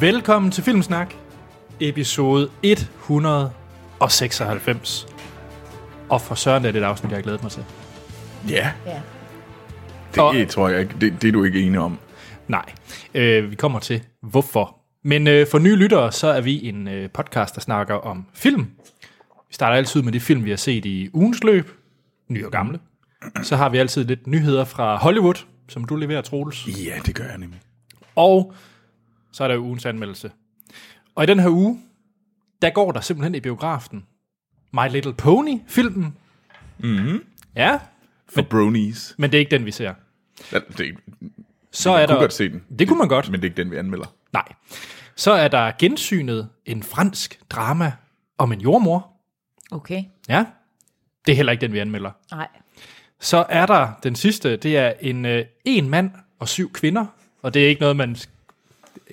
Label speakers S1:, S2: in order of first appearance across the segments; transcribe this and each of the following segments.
S1: Velkommen til Filmsnak, episode 196. Og for søren, det er det et afsnit, jeg har glædet mig til.
S2: Ja,
S3: Ja.
S2: det
S1: Og-
S2: tror jeg ikke. Det, det er du ikke enig om.
S1: Nej, øh, vi kommer til hvorfor. Men øh, for nye lyttere, så er vi en øh, podcast, der snakker om film. Vi starter altid med det film, vi har set i ugens løb, nye og gamle. Så har vi altid lidt nyheder fra Hollywood, som du leverer, Troels.
S2: Ja, det gør jeg nemlig.
S1: Og så er der ugens anmeldelse. Og i den her uge, der går der simpelthen i biografen My Little Pony-filmen. Mm-hmm.
S2: Mhm.
S1: Ja,
S2: For bronies.
S1: men det er ikke den, vi ser.
S2: Ja, Det, det kunne
S1: Så er der...
S2: godt se den,
S1: Det kunne man godt.
S2: men det er ikke den, vi anmelder.
S1: Nej. Så er der gensynet en fransk drama om en jordmor.
S3: Okay.
S1: Ja, det er heller ikke den, vi anmelder.
S3: Nej.
S1: Så er der den sidste, det er en øh, en mand og syv kvinder, og det er ikke noget, man...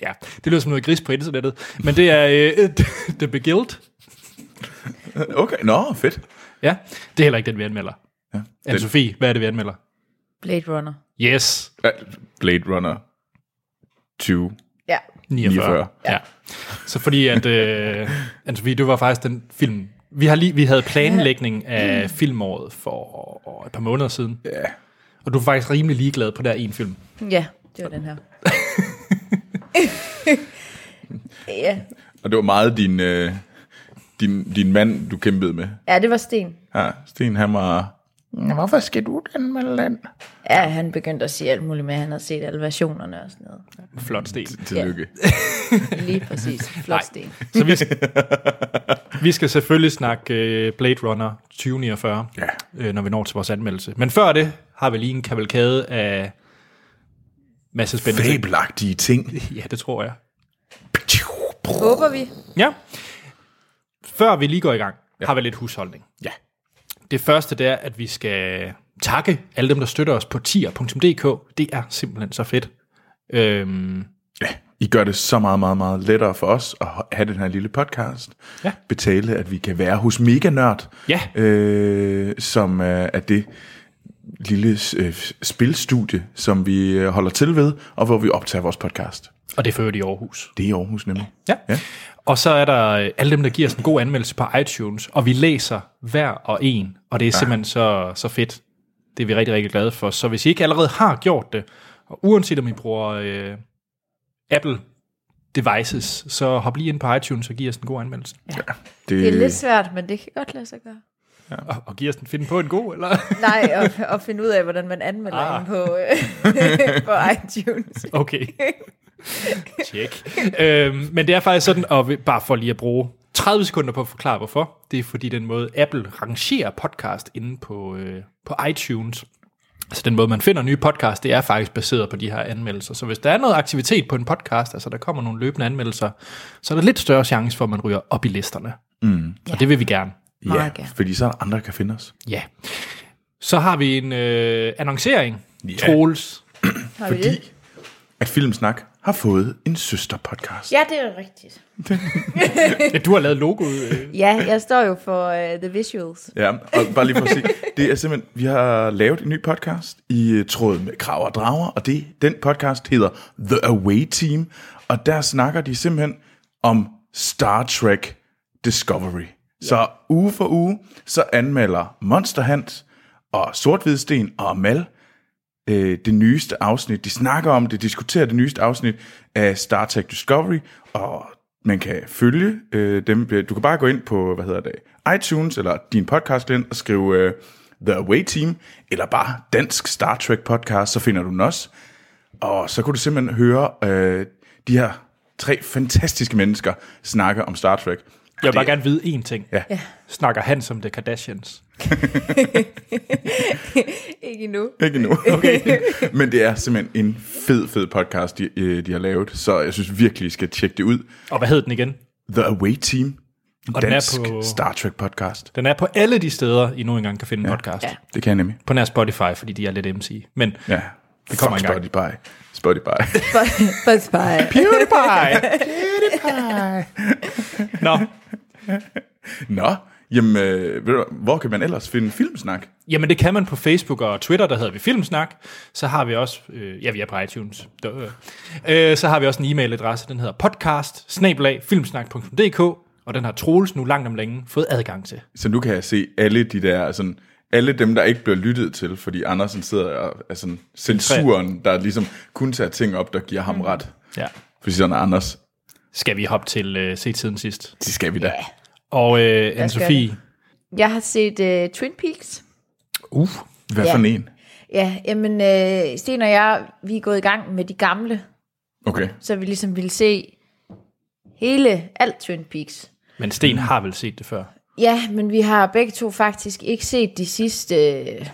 S1: Ja, det lyder som noget gris på internettet, men det er øh, The Beguiled.
S2: Okay, nå, fedt.
S1: Ja, det er heller ikke den, vi anmelder.
S2: Ja.
S1: anne
S2: Den,
S1: Sofie, hvad er det, vi anmelder?
S3: Blade Runner.
S1: Yes,
S2: ja, Blade Runner 20.
S3: Ja.
S1: 49.
S2: 49.
S1: Ja. Så fordi at, øh, anne Sofie, det var faktisk den film... Vi, har lige, vi havde planlægning af filmåret for et par måneder siden,
S2: Ja,
S1: og du var faktisk rimelig ligeglad på der en film.
S3: Ja, det var den her. ja.
S2: og det var meget din, øh, din, din mand, du kæmpede med.
S3: ja, det var Sten.
S2: Ja, Sten, han var... "Nå, Hvorfor skal du anmelde den?
S3: Ja, han begyndte at sige alt muligt med, at han havde set alle versionerne og sådan noget.
S1: Flot stil.
S2: Tillykke.
S3: Lige præcis. Flot Sten.
S1: Så vi, vi skal selvfølgelig snakke øh, Blade Runner 2049,
S2: Ja.
S1: øh, når vi når til vores anmeldelse. Men før det har vi lige en kavalkade af masse spændende ting.
S2: Fabelagtige ting.
S1: Ja, det tror jeg.
S3: Håber vi.
S1: Ja. Før vi lige går i gang, ja. har vi lidt husholdning.
S2: Ja.
S1: Det første det er, at vi skal takke alle dem, der støtter os på tier.dk. Det er simpelthen så fedt. Øhm,
S2: Ja, I gør det så meget, meget, meget lettere for os at have den her lille podcast.
S1: Ja.
S2: Betale, at vi kan være hos Mega Nørd,
S1: Ja.
S2: øh, som øh, er det lille øh, spilstudie, som vi øh, holder til ved, og hvor vi optager vores podcast.
S1: og det fører de i Aarhus.
S2: Det er i Aarhus nemlig.
S1: Ja. ja.
S2: Ja.
S1: Og så er der øh, alle dem, der giver os en god anmeldelse på iTunes, og vi læser hver og en, og det er simpelthen så, så fedt. Det er vi rigtig, rigtig glade for. Så hvis I ikke allerede har gjort det, og uanset om I bruger øh, Apple devices, så hop lige ind på iTunes og giv os en god anmeldelse.
S3: Det er lidt svært, men det kan godt lade sig gøre.
S1: Og, og giv os den finde på en god, eller?
S3: Nej, og, og finde ud af, hvordan man anmelder
S1: Ah.
S3: ah. på, øh, på iTunes.
S1: Okay. Tjek. Øhm, men det er faktisk sådan, og vi- bare for lige at bruge 30 sekunder på at forklare, hvorfor. Det er fordi den måde, Apple rangerer podcast inde på, øh, på iTunes. Så den måde, man finder nye podcast, det er faktisk baseret på de her anmeldelser. Så hvis der er noget aktivitet på en podcast, altså der kommer nogle løbende anmeldelser, så er der lidt større chance for, at man ryger op i listerne. Mm. Og det vil vi gerne.
S2: Ja,
S3: Meget gerne.
S2: fordi så er der andre, der kan finde os.
S1: Ja. Så har vi en øh, annoncering.
S2: Ja.
S1: Troels.
S3: Har vi det?
S2: Fordi at Filmsnak har fået en søsterpodcast.
S3: Ja, det er rigtigt.
S1: Ja, du har lavet logoet. Øh.
S3: Ja, jeg står jo for uh, The Visuals.
S2: Ja, og bare lige for at sige, det er simpelthen, vi har lavet en ny podcast i øh, tråd med Krav og Drager, og det, den podcast hedder The Away Team, og der snakker de simpelthen om Star Trek Discovery. Så uge for uge, så anmelder Monster Hunt og Sorthvidsten og Amal øh, det nyeste afsnit. De snakker om det, diskuterer det nyeste afsnit af Star Trek Discovery, og man kan følge øh, dem. Du kan bare gå ind på, hvad hedder det, iTunes eller din podcast og skrive øh, The Away Team, eller bare Dansk Star Trek Podcast, så finder du den også. Og så kunne du simpelthen høre øh, de her tre fantastiske mennesker snakke om Star Trek.
S1: Jeg vil bare gerne vide én ting.
S2: Ja.
S1: Snakker han som The Kardashians?
S3: Ikke endnu.
S2: Ikke nu. Okay. Men det er simpelthen en fed, fed podcast, de, øh, de har lavet, så jeg synes virkelig, I skal tjekke det ud.
S1: Og hvad hed den igen?
S2: The Away Team,
S1: Og den er
S2: dansk
S1: på-
S2: på... Star Trek podcast.
S1: Den er på alle de steder, I nu engang kan finde en podcast.
S3: Ja.
S2: Det kan jeg nemlig.
S1: På nær Spotify, fordi de er lidt MC. Men
S2: Ja.
S1: Det kommer
S2: Fuck
S1: engang.
S2: Spotify. Spotify.
S3: Spotify.
S1: PewDiePie! PewDiePie! Nå,
S2: Nå, Jamen, øh, ved du, hvad, hvor kan man ellers finde filmsnak?
S1: Jamen det kan man på Facebook og Twitter, der hedder vi Filmsnak. Så har vi også, øh, ja vi er på iTunes, Duh. øh, så har vi også en e-mailadresse, den hedder podcast og den har Troels nu langt om længe fået adgang til.
S2: Så nu kan jeg se alle de der, sådan, alle dem, der ikke bliver lyttet til, fordi Andersen sidder og er sådan censuren, der ligesom kun tager ting op, der giver
S1: Mm.
S2: ham ret.
S1: Ja.
S2: Fordi sådan er Anders,
S1: Skal vi hoppe til øh, set siden sidst?
S2: det skal vi da.
S1: Og øh,
S3: os gøre
S1: Anne-Sophie,
S3: Jeg har set uh, Twin Peaks.
S1: uh,
S2: Hvad
S3: Ja.
S2: for en?
S3: Ja, jamen, øh, Sten og jeg, vi er gået i gang med de gamle,
S2: Okay.
S3: så vi ligesom ville se hele, alt Twin Peaks.
S1: men Sten har vel set det før.
S3: Ja, men vi har begge to faktisk ikke set de sidste, øh,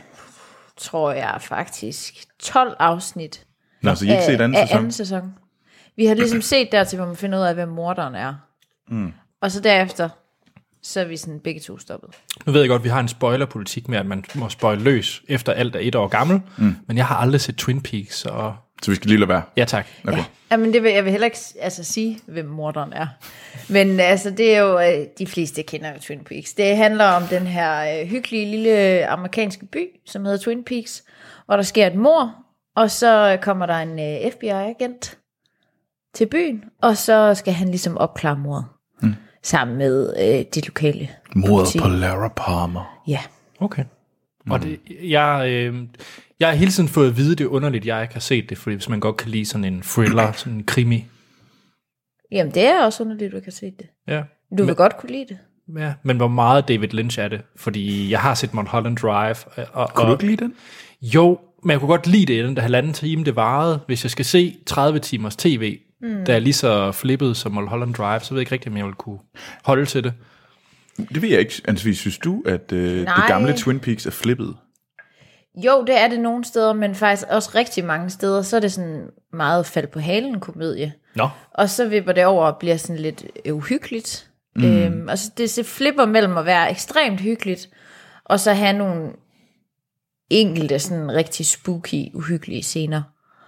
S3: tror jeg faktisk, 12 afsnit
S2: Nå, så I har ikke set anden
S3: af
S2: sæson?
S3: anden sæson. Vi har ligesom set dertil, hvor man finder ud af, hvem morderen er. Mm. Og så derefter, så er vi sådan begge to stoppet.
S1: Nu ved jeg godt, at vi har en spoilerpolitik med, at man må spoil løs efter alt er et år gammel, mm. men jeg har aldrig set Twin Peaks, så
S2: Så vi skal lige lade være.
S1: ja tak.
S2: Okay.
S3: Ja, Jamen, det vil, jeg vil heller ikke altså, sige, hvem morderen er. Men altså, det er jo, øh, de fleste kender jo Twin Peaks. Det handler om den her øh, hyggelige lille amerikanske by, som hedder Twin Peaks, hvor der sker et mor, og så kommer der en øh, FBI-agent til byen, og så skal han ligesom opklare mordet. Mm. Sammen med øh, de lokale.
S2: Mordet
S3: Politi.
S2: på Lara Palmer.
S3: Ja.
S1: Okay. Mm. Og det, jeg, øh, jeg har hele tiden fået at vide, det er underligt, jeg ikke har set det, fordi hvis man godt kan lide sådan en thriller, sådan en krimi,
S3: Jamen, det er også underligt, du ikke har set det.
S1: ja,
S3: Du vil godt kunne lide det.
S1: ja. men hvor meget David Lynch er det, fordi jeg har set Mulholland Drive. Og, og,
S2: Kunne du ikke lide den?
S1: Jo, men jeg kunne godt lide det, i den der halvanden time, det varede. Hvis jeg skal se 30 timers tv, mm. der er lige så flippet som Mulholland Drive, så ved jeg ikke rigtigt, om jeg vil kunne holde til det.
S2: Det ved jeg ikke, Ansvig. Synes du, at øh, det
S3: Nej.
S2: gamle Twin Peaks er flippet?
S3: Jo, det er det nogle steder, men faktisk også rigtig mange steder, så er det sådan meget fald på halen komedie.
S1: Nå.
S3: Og så vipper det over og bliver sådan lidt øh, uhyggeligt. Mm. Øhm, og så det så flipper mellem at være ekstremt hyggeligt, og så have nogle enkelte sådan rigtig spooky, uhyggelige scener.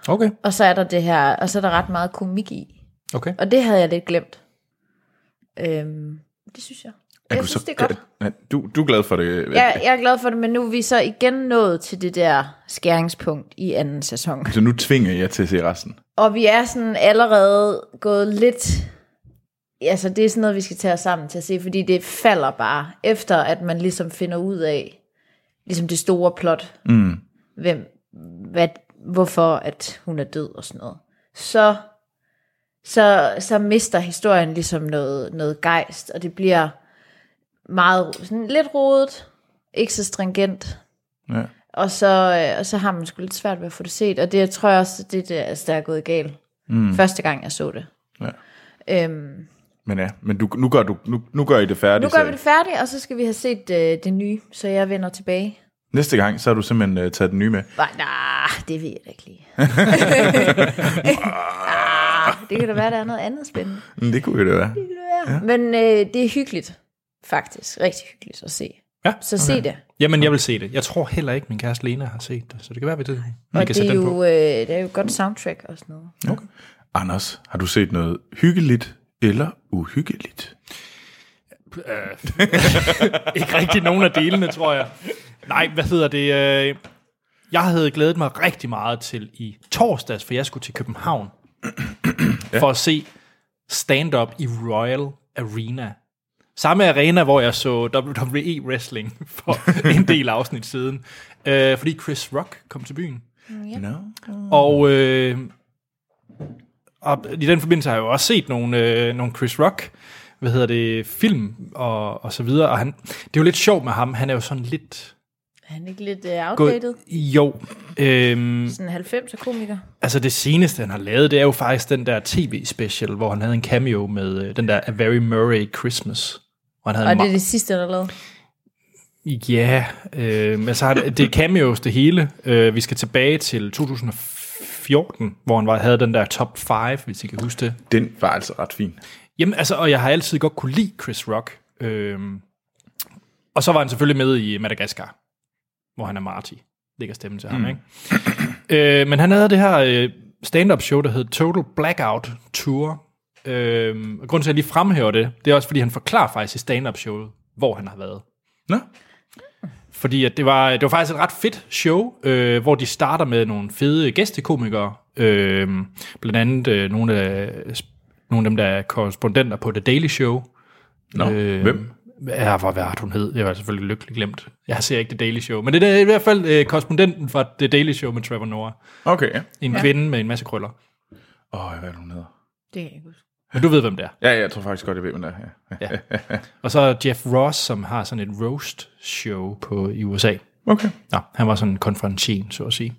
S1: Okay.
S3: Og så er der det her, og så er der ret meget komik i.
S1: Okay.
S3: Og det havde jeg lidt glemt. Øhm, det synes jeg.
S2: Er
S3: jeg
S2: du
S3: synes,
S2: så,
S3: det er godt.
S2: Ja, Du, du er glad for det. øh,
S3: Jeg, jeg er glad for det, men nu er vi så igen nået til det der skæringspunkt i anden sæson.
S2: Så nu tvinger jeg til at se resten.
S3: Og vi er sådan allerede gået lidt... Altså, det er sådan noget, vi skal tage os sammen til at se, fordi det falder bare, efter at man ligesom finder ud af, ligesom det store plot, mm. hvem, hvad, hvorfor at hun er død og sådan noget. Så, så, så mister historien ligesom noget, noget gejst, og det bliver meget sådan lidt rodet, ikke så stringent,
S2: Ja.
S3: og så, øh, og så har man sgu lidt svært ved at få det set, og det tror jeg også, det er det, altså, der er gået galt. Mm. Første gang, jeg så det.
S2: Ja.
S3: Øhm,
S2: Men ja, men du, nu, gør du, nu, nu gør I det
S3: nu
S2: færdigt.
S3: gør
S2: så-
S3: vi det færdigt, og så skal vi have set øh, det nye, så jeg vender tilbage.
S2: Næste gang, så har du simpelthen uh, taget den nye med.
S3: Nej, nah, det ved jeg da ikke lige. ah, det kan da være, der er noget andet spændende.
S2: Men Mm, det kunne jo det være.
S3: Ja. Men øh, det er hyggeligt, faktisk. Rigtig hyggeligt at se.
S1: Ja.
S3: Så se det.
S1: Jamen, jeg vil se det. Jeg tror heller ikke, min kæreste Lena har set det, så det kan være, at vi det. Vi
S3: Og
S1: kan sætte
S3: det er,
S1: den på.
S3: jo, øh, det er jo et godt soundtrack og sådan noget.
S2: Anders, har du set noget hyggeligt eller uhyggeligt?
S1: ikke rigtig nogen af delene, tror jeg. Nej, hvad hedder det? øh, Jeg havde glædet mig rigtig meget til i torsdags, for jeg skulle til København for at se stand-up i Royal Arena. Samme arena, hvor jeg så WWE Wrestling for en del afsnit siden. Øh, fordi Chris Rock kom til byen.
S2: Ja. No?
S1: Og, øh, og i den forbindelse har jeg jo også set nogle, øh, nogle Chris Rock, hvad hedder det, film og, og så videre. Og han, det er jo lidt sjovt med ham, han er jo sådan lidt...
S3: Er han ikke lidt øh,
S1: gået-
S3: outdated?
S1: Jo. Øhm,
S3: Sådan 90'er komiker.
S1: altså det seneste, han har lavet, det er jo faktisk den der tv-special, hvor han havde en cameo med øh, den der A Very Murray Christmas. Og han havde
S3: Og
S1: en
S3: det
S1: ma-
S3: er det sidste, der er lavet.
S1: Ja, øh, men så har det, det er cameos det hele. Øh, vi skal tilbage til 2014, hvor han var, havde den der top 5, hvis I kan huske det.
S2: Den var altså ret fin.
S1: Jamen, altså, og jeg har altid godt kunne lide Chris Rock. Øhm, og så var han selvfølgelig med i Madagaskar, hvor han er Marty. Ligger stemmen til ham, mm. ikke? øh, men han havde det her øh, stand-up show, der hed Total Blackout Tour. Øhm, og grunden til, at jeg lige fremhæver det, det er også, fordi han forklarer faktisk i stand-up showet, hvor han har været.
S2: Nå,
S1: Fordi at det, var, det var faktisk et ret fedt show, øh, hvor de starter med nogle fede gæstekomikere. Øh, blandt andet øh, nogle, af, nogle af dem, der er korrespondenter på The Daily Show.
S2: Nå, hvem?
S1: Øh, Ja, hvor hvad hun hed. Jeg var selvfølgelig lykkelig glemt. Jeg ser ikke The Daily Show. Men det er i hvert fald øh, korrespondenten fra The Daily Show med Trevor Noah.
S2: okay. ja.
S1: En ja. kvinde med en masse krøller.
S2: Åh, oh, hvad er det, hun hedder?
S3: Det kan jeg ikke huske.
S1: Men du ved, hvem det er.
S2: Ja, jeg tror faktisk godt, jeg ved, hvem der er. Ja.
S1: Ja. Og så Jeff Ross, som har sådan et roast-show på, i USA.
S2: Okay.
S1: Nå, han var sådan en konferencien, så at sige.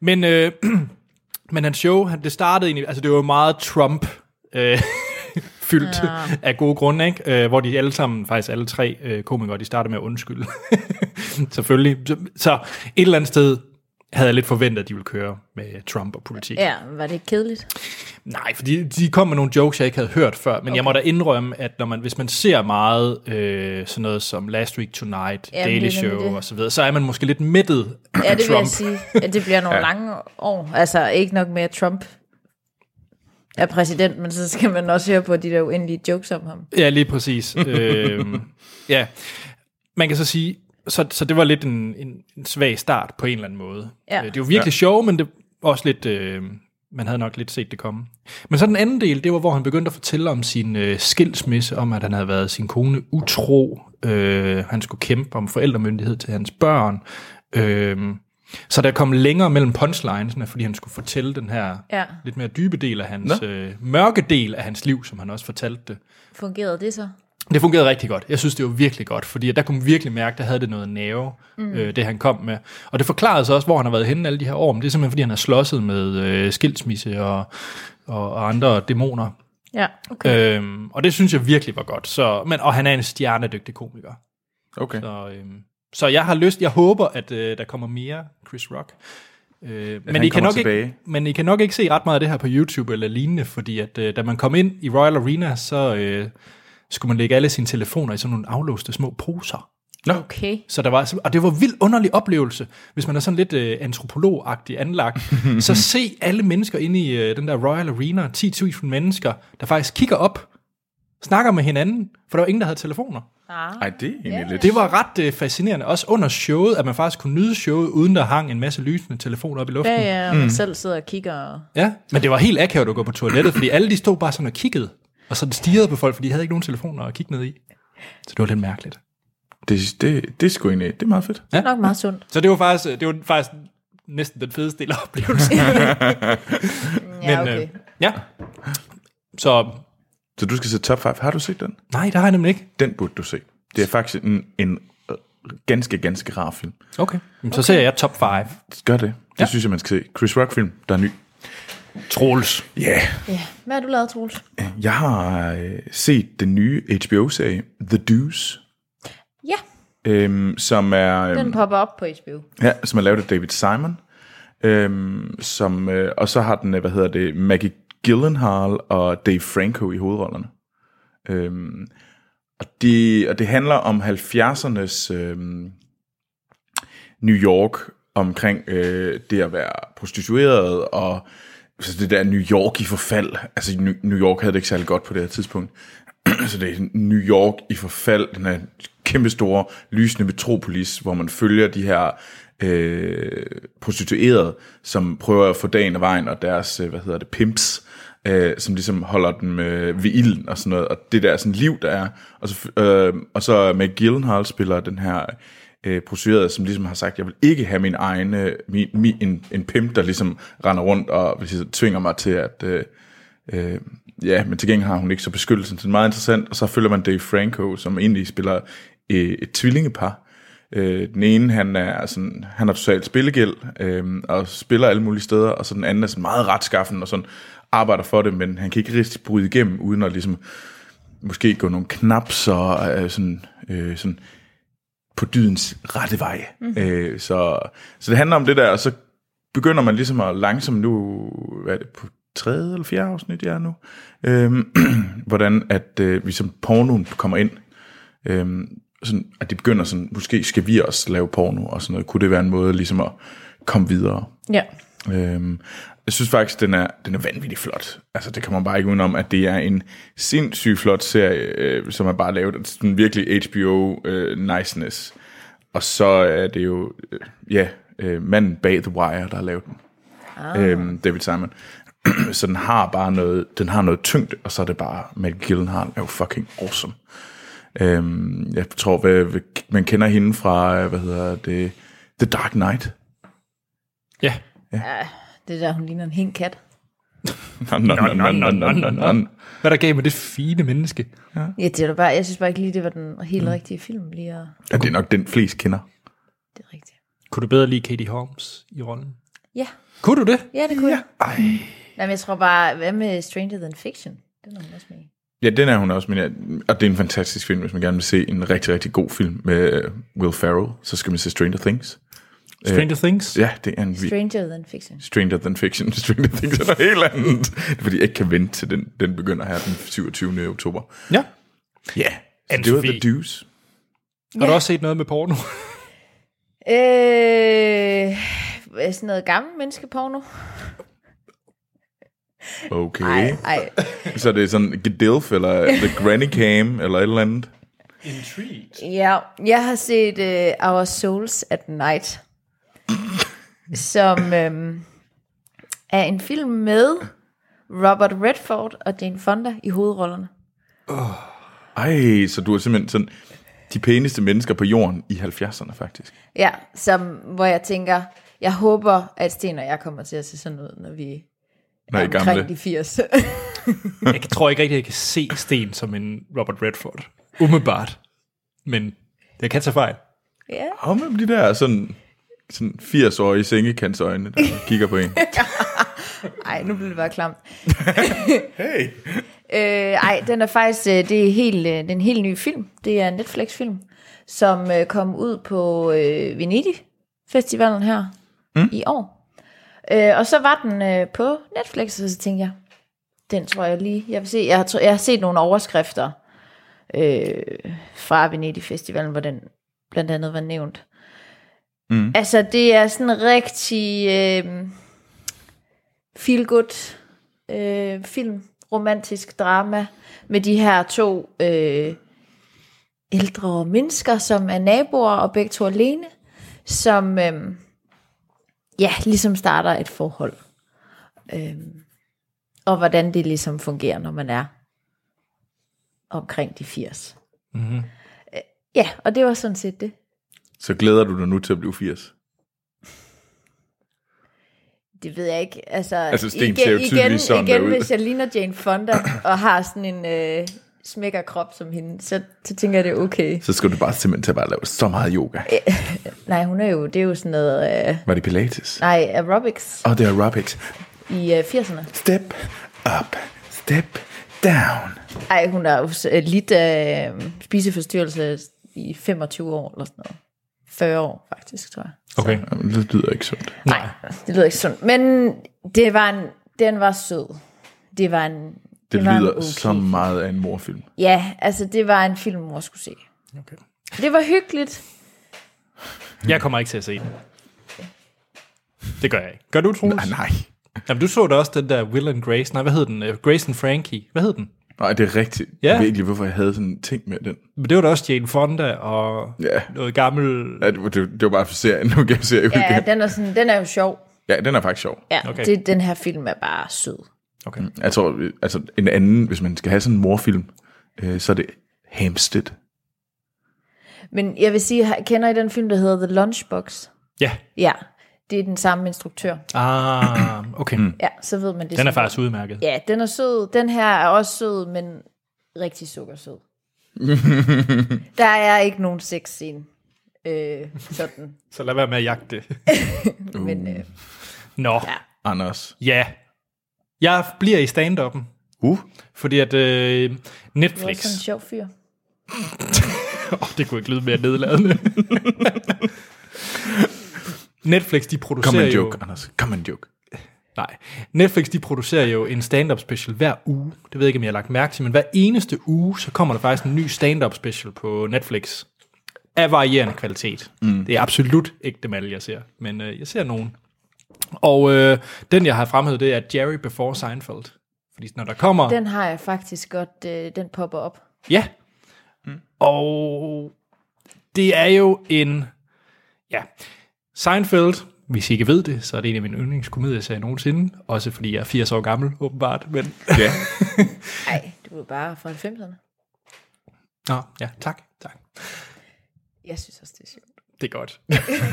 S1: Men, øh, men hans show, han, det startede egentlig, altså det var jo meget Trump øh, fyldt ja. af gode grunde, ikke? Øh, hvor de alle sammen, faktisk alle tre øh, komikere, de startede med at undskylde. Selvfølgelig. Så, så et eller andet sted havde jeg lidt forventet, at de ville køre med Trump og politik.
S3: Ja, var det ikke kedeligt?
S1: Nej, fordi de kom med nogle jokes, jeg ikke havde hørt før, men okay. jeg må da indrømme, at når man, hvis man ser meget øh, sådan noget som Last Week Tonight,
S3: Ja,
S1: ja,
S3: det
S1: Daily
S3: er nemlig
S1: Show
S3: det.
S1: og så videre, så er man måske lidt mættet af
S3: Ja, det vil jeg
S1: Trump.
S3: sige. Ja, det bliver nogle ja. lange år. Altså, ikke nok med, at Trump er præsident, men så skal man også høre på de der uendelige jokes om ham.
S1: Ja, lige præcis. øhm, ja, man kan så sige, så, så det var lidt en, en, en svag start på en eller anden måde.
S3: Ja.
S1: Øh, Det var virkelig ja. sjovt, men det var også lidt, øh, man havde nok lidt set det komme. Men så den anden del, det var, hvor han begyndte at fortælle om sin øh, skilsmisse, om at han havde været sin kone utro, øh, han skulle kæmpe om forældremyndighed til hans børn. Øh, så der kom længere mellem punchlinesene, fordi han skulle fortælle den her
S3: Ja.
S1: lidt mere dybe del af hans, øh, mørke del af hans liv, som han også fortalte det.
S3: Fungerede det så?
S1: Det fungerede rigtig godt. Jeg synes, det var virkelig godt, fordi der kunne man virkelig mærke, der havde det noget nerve, mm. øh, det han kom med. Og det forklarede så også, hvor han har været henne alle de her år, men det er simpelthen, fordi han har slåsset med øh, skilsmisse og, og, og andre dæmoner.
S3: Ja, okay.
S1: Øhm, og det synes jeg virkelig var godt. Så, men, og han er en stjernedygtig komiker.
S2: Okay.
S1: Så, øhm, så jeg har lyst, jeg håber, at øh, der kommer mere Chris Rock. Øh, men,
S2: han
S1: I kan
S2: kommer
S1: nok ikke,
S2: tilbage.
S1: men I kan nok ikke se ret meget af det her på YouTube eller lignende, fordi at, øh, da man kom ind i Royal Arena, så øh, skulle man lægge alle sine telefoner i sådan nogle aflåste små poser.
S3: Okay.
S1: Så der var, og det var en vild underlig oplevelse, hvis man er sådan lidt øh, antropologagtig anlagt. så se alle mennesker inde i øh, den der Royal Arena, 10.000 mennesker, der faktisk kigger op, snakker med hinanden, for der var ingen, der havde telefoner.
S3: Ah.
S2: Ej, det er egentlig
S3: Ja.
S2: lidt...
S1: Det var ret øh, fascinerende, også under showet, at man faktisk kunne nyde showet, uden der hang en masse lysende telefoner op i luften.
S3: Ja, ja, og man selv sidder og kigger. og-
S1: ja. Men det var helt akavet at gå på toilettet, fordi alle de stod bare sådan og kiggede, og sådan stirrede på folk, for de havde ikke nogen telefoner at kigge ned i. Så det var lidt mærkeligt.
S2: Det, det, det er sgu egentlig... Det er meget fedt.
S3: Det er nok meget sundt.
S1: Så det var faktisk, øh, det var faktisk næsten den fedeste del af oplevelsen.
S3: Ja, okay.
S1: øh, ja. Så
S2: Så du skal se Top 5. Har du set den?
S1: nej, der har jeg nemlig ikke.
S2: Den burde du se. Det er faktisk en, en øh, ganske, ganske rar film.
S1: Okay. Jamen, så ser jeg top 5.
S2: Gør det. Det
S1: Ja.
S2: ja. synes jeg, man skal se. Chris Rock-film, der er ny.
S1: Troels.
S2: Ja, yeah.
S3: Ja. Hvad har du lavet, Troels?
S2: jeg har øh, set den nye HBO-serie, The Deuce,
S3: Ja,
S2: øhm, som er... Øhm,
S3: den popper op på HBO.
S2: Ja, som er lavet af David Simon. Øhm, som, øh, og så har den, øh, hvad hedder det, Maggie Gyllenhaal og Dave Franco i hovedrollerne. Øhm, og, det, og det handler om 70'ernes øhm, New York, omkring øh, det at være prostitueret, og så det der New York i forfald. Altså New- New York havde det ikke særlig godt på det her tidspunkt. så det er New York i forfald, den her kæmpestore, lysende metropolis, hvor man følger de her øh, prostituerede, som prøver at få dagen og vejen, og deres, øh, hvad hedder det, pimps, øh, som ligesom holder dem øh, ved ilden og sådan noget, og det der sådan liv, der er. Og så, øh, og så med Gyllenhaal spiller den her øh, prostituerede, som ligesom har sagt, jeg vil ikke have min egen, øh, min, min, en, en pimp, der ligesom render rundt og ligesom, tvinger mig til at... Øh, Øh, ja, men til gengæld har hun ikke så beskyttelsen. Så det er meget interessant. Og så følger man Dave Franco, som egentlig spiller øh, et tvillingepar. Øh, den ene, han er sådan, han har totalt spillegæld, øh, og spiller alle mulige steder, og så den anden er sådan meget retskaffen, og sådan arbejder for det, men han kan ikke rigtig bryde igennem, uden at ligesom, måske gå nogle knap så øh, sådan, øh, sådan på dydens rette vej. Mm-hmm. Øh, så, så det handler om det der, og så begynder man ligesom at langsomt nu, hvad er det, på tredje eller fjerde afsnit, jeg er nu, øhm, hvordan at øh, vi som pornoen kommer ind, øhm, sådan, at de begynder sådan, måske skal vi også lave porno og sådan noget, kunne det være en måde ligesom at komme videre?
S3: Ja.
S2: Øhm, jeg synes faktisk, den er, den er vanvittigt flot. Altså, det kommer man bare ikke udenom, at det er en sindssygt flot serie, øh, som er bare lavet sådan virkelig HBO-niceness. øh, og så er det jo, øh, ja, øh, manden bag The Wire, der har lavet den. Ah. Øhm, David Simon. så den har bare noget, den har noget tyngde, og så er det bare, Matt Gyllenhaal er jo fucking awesome. Øhm, jeg tror, hvad, hvad- man kender hende fra, øh, hvad hedder det, The Dark Knight.
S1: Ja.
S3: Det er der, hun ligner en hel kat.
S2: Non, non, non, non, non, non, non, non.
S1: Hvad er der gav med det fine menneske?
S3: Ja, det er da bare, jeg synes bare ikke lige, det var den helt mm. rigtige film lige at...
S2: Ja, det er nok den, flest kender.
S3: Det er rigtigt.
S1: Kunne du bedre lide Katie Holmes i rollen?
S3: Ja,
S1: Kunne du det?
S3: ja det kunne ja. jeg.
S2: Ej.
S3: Nej, men jeg tror bare, hvad med Stranger Than Fiction? Den er hun også med i.
S2: Ja, den er hun også, men jeg, og det er en fantastisk film, hvis man gerne vil se en rigtig, rigtig god film med øh, Will Ferrell, så skal man se Stranger Things.
S1: Stranger Things?
S2: Ja, det er en vi-
S3: Stranger Than Fiction.
S2: Stranger Than Fiction. Stranger Things er noget helt andet. Det er, fordi jeg ikke kan vente til den, den begynder her den 27. oktober.
S1: ja.
S2: Ja, yeah. så
S1: Anne
S2: det var
S1: Sofie.
S2: The Deuce.
S1: Har du også set noget med porno?
S3: Øh, hvad, sådan noget gammel menneskeporno?
S2: Okay.
S3: Nej, nej.
S2: Så det er sådan Gedilf, eller The Granny Cam, eller et eller andet.
S1: Intrigued.
S3: Ja, jeg har set uh, Our Souls at Night, som øhm, er en film med Robert Redford og Jane Fonda i hovedrollerne.
S2: Ej, så du er simpelthen sådan de pæneste mennesker på jorden i 70'erne, faktisk.
S3: Ja, som, hvor jeg tænker, jeg håber, at Sten og jeg kommer til at se sådan ud, når vi
S2: Når I
S3: er
S2: er
S3: omkring
S2: gamle.
S3: de 80.
S1: Jeg tror ikke rigtig, jeg kan se Sten som en Robert Redford. Umiddelbart. Men jeg kan tage fejl.
S3: ja.
S2: Kom med de der sådan, sådan 80-årige sengekantsøjne, der kigger på en.
S3: Ej, nu blev det bare klamt.
S2: Hey!
S3: Øh, ej, den er faktisk øh, det er helt, øh, det er en helt ny film. Det er en Netflix-film, som øh, kom ud på øh, Venedig-festivalen her mm. i år. Øh, og så var den øh, på Netflix, og så tænkte jeg, den tror jeg lige, jeg vil se. Jeg har, tr- jeg har set nogle overskrifter øh, fra Venedig-festivalen, hvor den blandt andet var nævnt. Mm. Altså, det er sådan rigtig øh, feel-good øh, film, romantisk drama, med de her to øh, ældre mennesker, som er naboer og begge to alene, som øh, ja, ligesom starter et forhold. Øh, og hvordan det ligesom fungerer, når man er omkring de 80. Mm-hmm. Ja, og det var sådan set det.
S2: Så glæder du dig nu til at blive 80.
S3: Det ved jeg ikke. Altså,
S2: Altså, Sten ser jo tydeligvis sådan
S3: igen
S2: derud.
S3: hvis jeg ligner Jane Fonda og har sådan en øh, smækker krop som hende, så, så tænker jeg, det er okay.
S2: Så skal du bare simpelthen til at bare lave så meget yoga.
S3: Nej, hun er jo, det er jo sådan noget, øh,
S2: Var det pilates?
S3: nej, aerobics
S2: Og det er aerobics.
S3: i øh, 80'erne.
S2: Step up, step down.
S3: Nej, hun har jo s- øh, lidt øh, spiseforstyrrelse i 25 år eller sådan noget. 40 år faktisk, tror jeg.
S1: Okay.
S2: Jamen, det lyder ikke sundt.
S3: Nej, det lyder ikke sundt. Men det var en, den var sød. Det var en,
S2: Det, det
S3: var en
S2: lyder
S3: okay.
S2: okay. så meget af en morfilm.
S3: Ja, altså det var en film, mor skulle se.
S1: okay.
S3: Det var hyggeligt.
S1: Jeg kommer ikke til at se den. Det gør jeg ikke. Gør du, Troels?
S2: Nej, Ah, nej.
S1: Jamen, du så da også den der Will and Grace. Nej, hvad hed den? Øh, Grace and Frankie. Hvad hed den?
S2: Nej, det er rigtigt.
S1: Ja.
S2: Jeg ved ikke lige, hvorfor jeg havde sådan en ting med den.
S1: Men det var da også Jane Fonda og
S2: Ja.
S1: noget gammel...
S2: Ja, det, var- det, det var bare for serien. Nu kan jeg se ja,
S3: Ja,
S2: den...
S3: den er, sådan, den er jo sjov.
S2: ja, den er faktisk sjov.
S3: Ja,
S1: Okay.
S3: okay. det, den her film er bare sød.
S1: Okay.
S2: Jeg tror, øh, altså en anden, hvis man skal have sådan en morfilm, øh, så er det Hampstead.
S3: Men jeg vil sige, har- kender I den film, der hedder The Lunchbox?
S1: Ja.
S3: Ja, det er den samme instruktør.
S1: Ah, okay. Mm.
S3: Ja, så ved man det.
S1: Den er
S3: sådan.
S1: faktisk udmærket.
S3: Ja, den er sød. Den her er også sød, men rigtig sukkersød. der er ikke nogen sexscene. Øh, sådan.
S1: Så lad være med at jagte det.
S3: Men øh,
S1: Nå,
S3: Ja.
S2: Anders.
S1: ja. Jeg bliver i stand-up'en,
S2: Uh,
S1: fordi at øh,
S3: du er
S1: Netflix...
S3: sådan en sjov fyr.
S1: Åh, oh, det kunne ikke lyde mere nedladende. Netflix, de producerer
S2: kom en
S1: jo...
S2: joke, Anders. Kom en joke.
S1: Nej. Netflix, de producerer jo en stand-up special hver uge. Det ved jeg ikke, om jeg har lagt mærke til, men hver eneste uge, så kommer der faktisk en ny stand-up special på Netflix. Af varierende kvalitet. Mm. Det er absolut ikke det mal, jeg ser. Men øh, jeg ser nogen. Og øh, den, jeg har fremhævet, det er Jerry Before Seinfeld. Fordi når der kommer...
S3: Den har jeg faktisk godt, øh, den popper op.
S1: Ja. Mm. Og det er jo en... Ja. Seinfeld, hvis I ikke ved det, så er det en af mine yndlingskomedieserier nogensinde. Også fordi jeg er 80 år gammel, åbenbart. Men...
S2: Ja.
S3: Nej, du er bare fra 90'erne.
S1: Nå, ja, tak. tak.
S3: Jeg synes også, det er sjovt.
S1: Det er godt.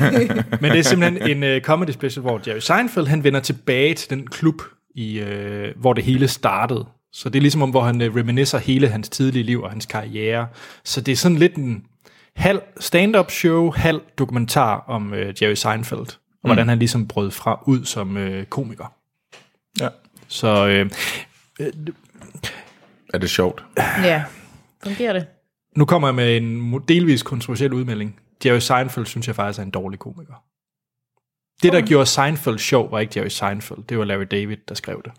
S1: Men det er simpelthen en uh, comedy special, hvor Jerry Seinfeld han vender tilbage til den klub, i, uh, hvor det hele startede. Så det er ligesom om, hvor han uh, reminiscer hele hans tidlige liv og hans karriere. Så det er sådan lidt en halv stand-up show, halv dokumentar om uh, Jerry Seinfeld. Og mm. hvordan han ligesom brød fra ud som uh, komiker.
S2: ja.
S1: Så uh,
S2: Er det sjovt?
S3: Ja, fungerer det?
S1: nu kommer jeg med en mo- delvis kontroversiel udmelding. Jerry Seinfeld synes jeg faktisk er en dårlig komiker. Det, der gjorde Seinfeld sjov, var ikke Jerry Seinfeld. Det var Larry David, der skrev det.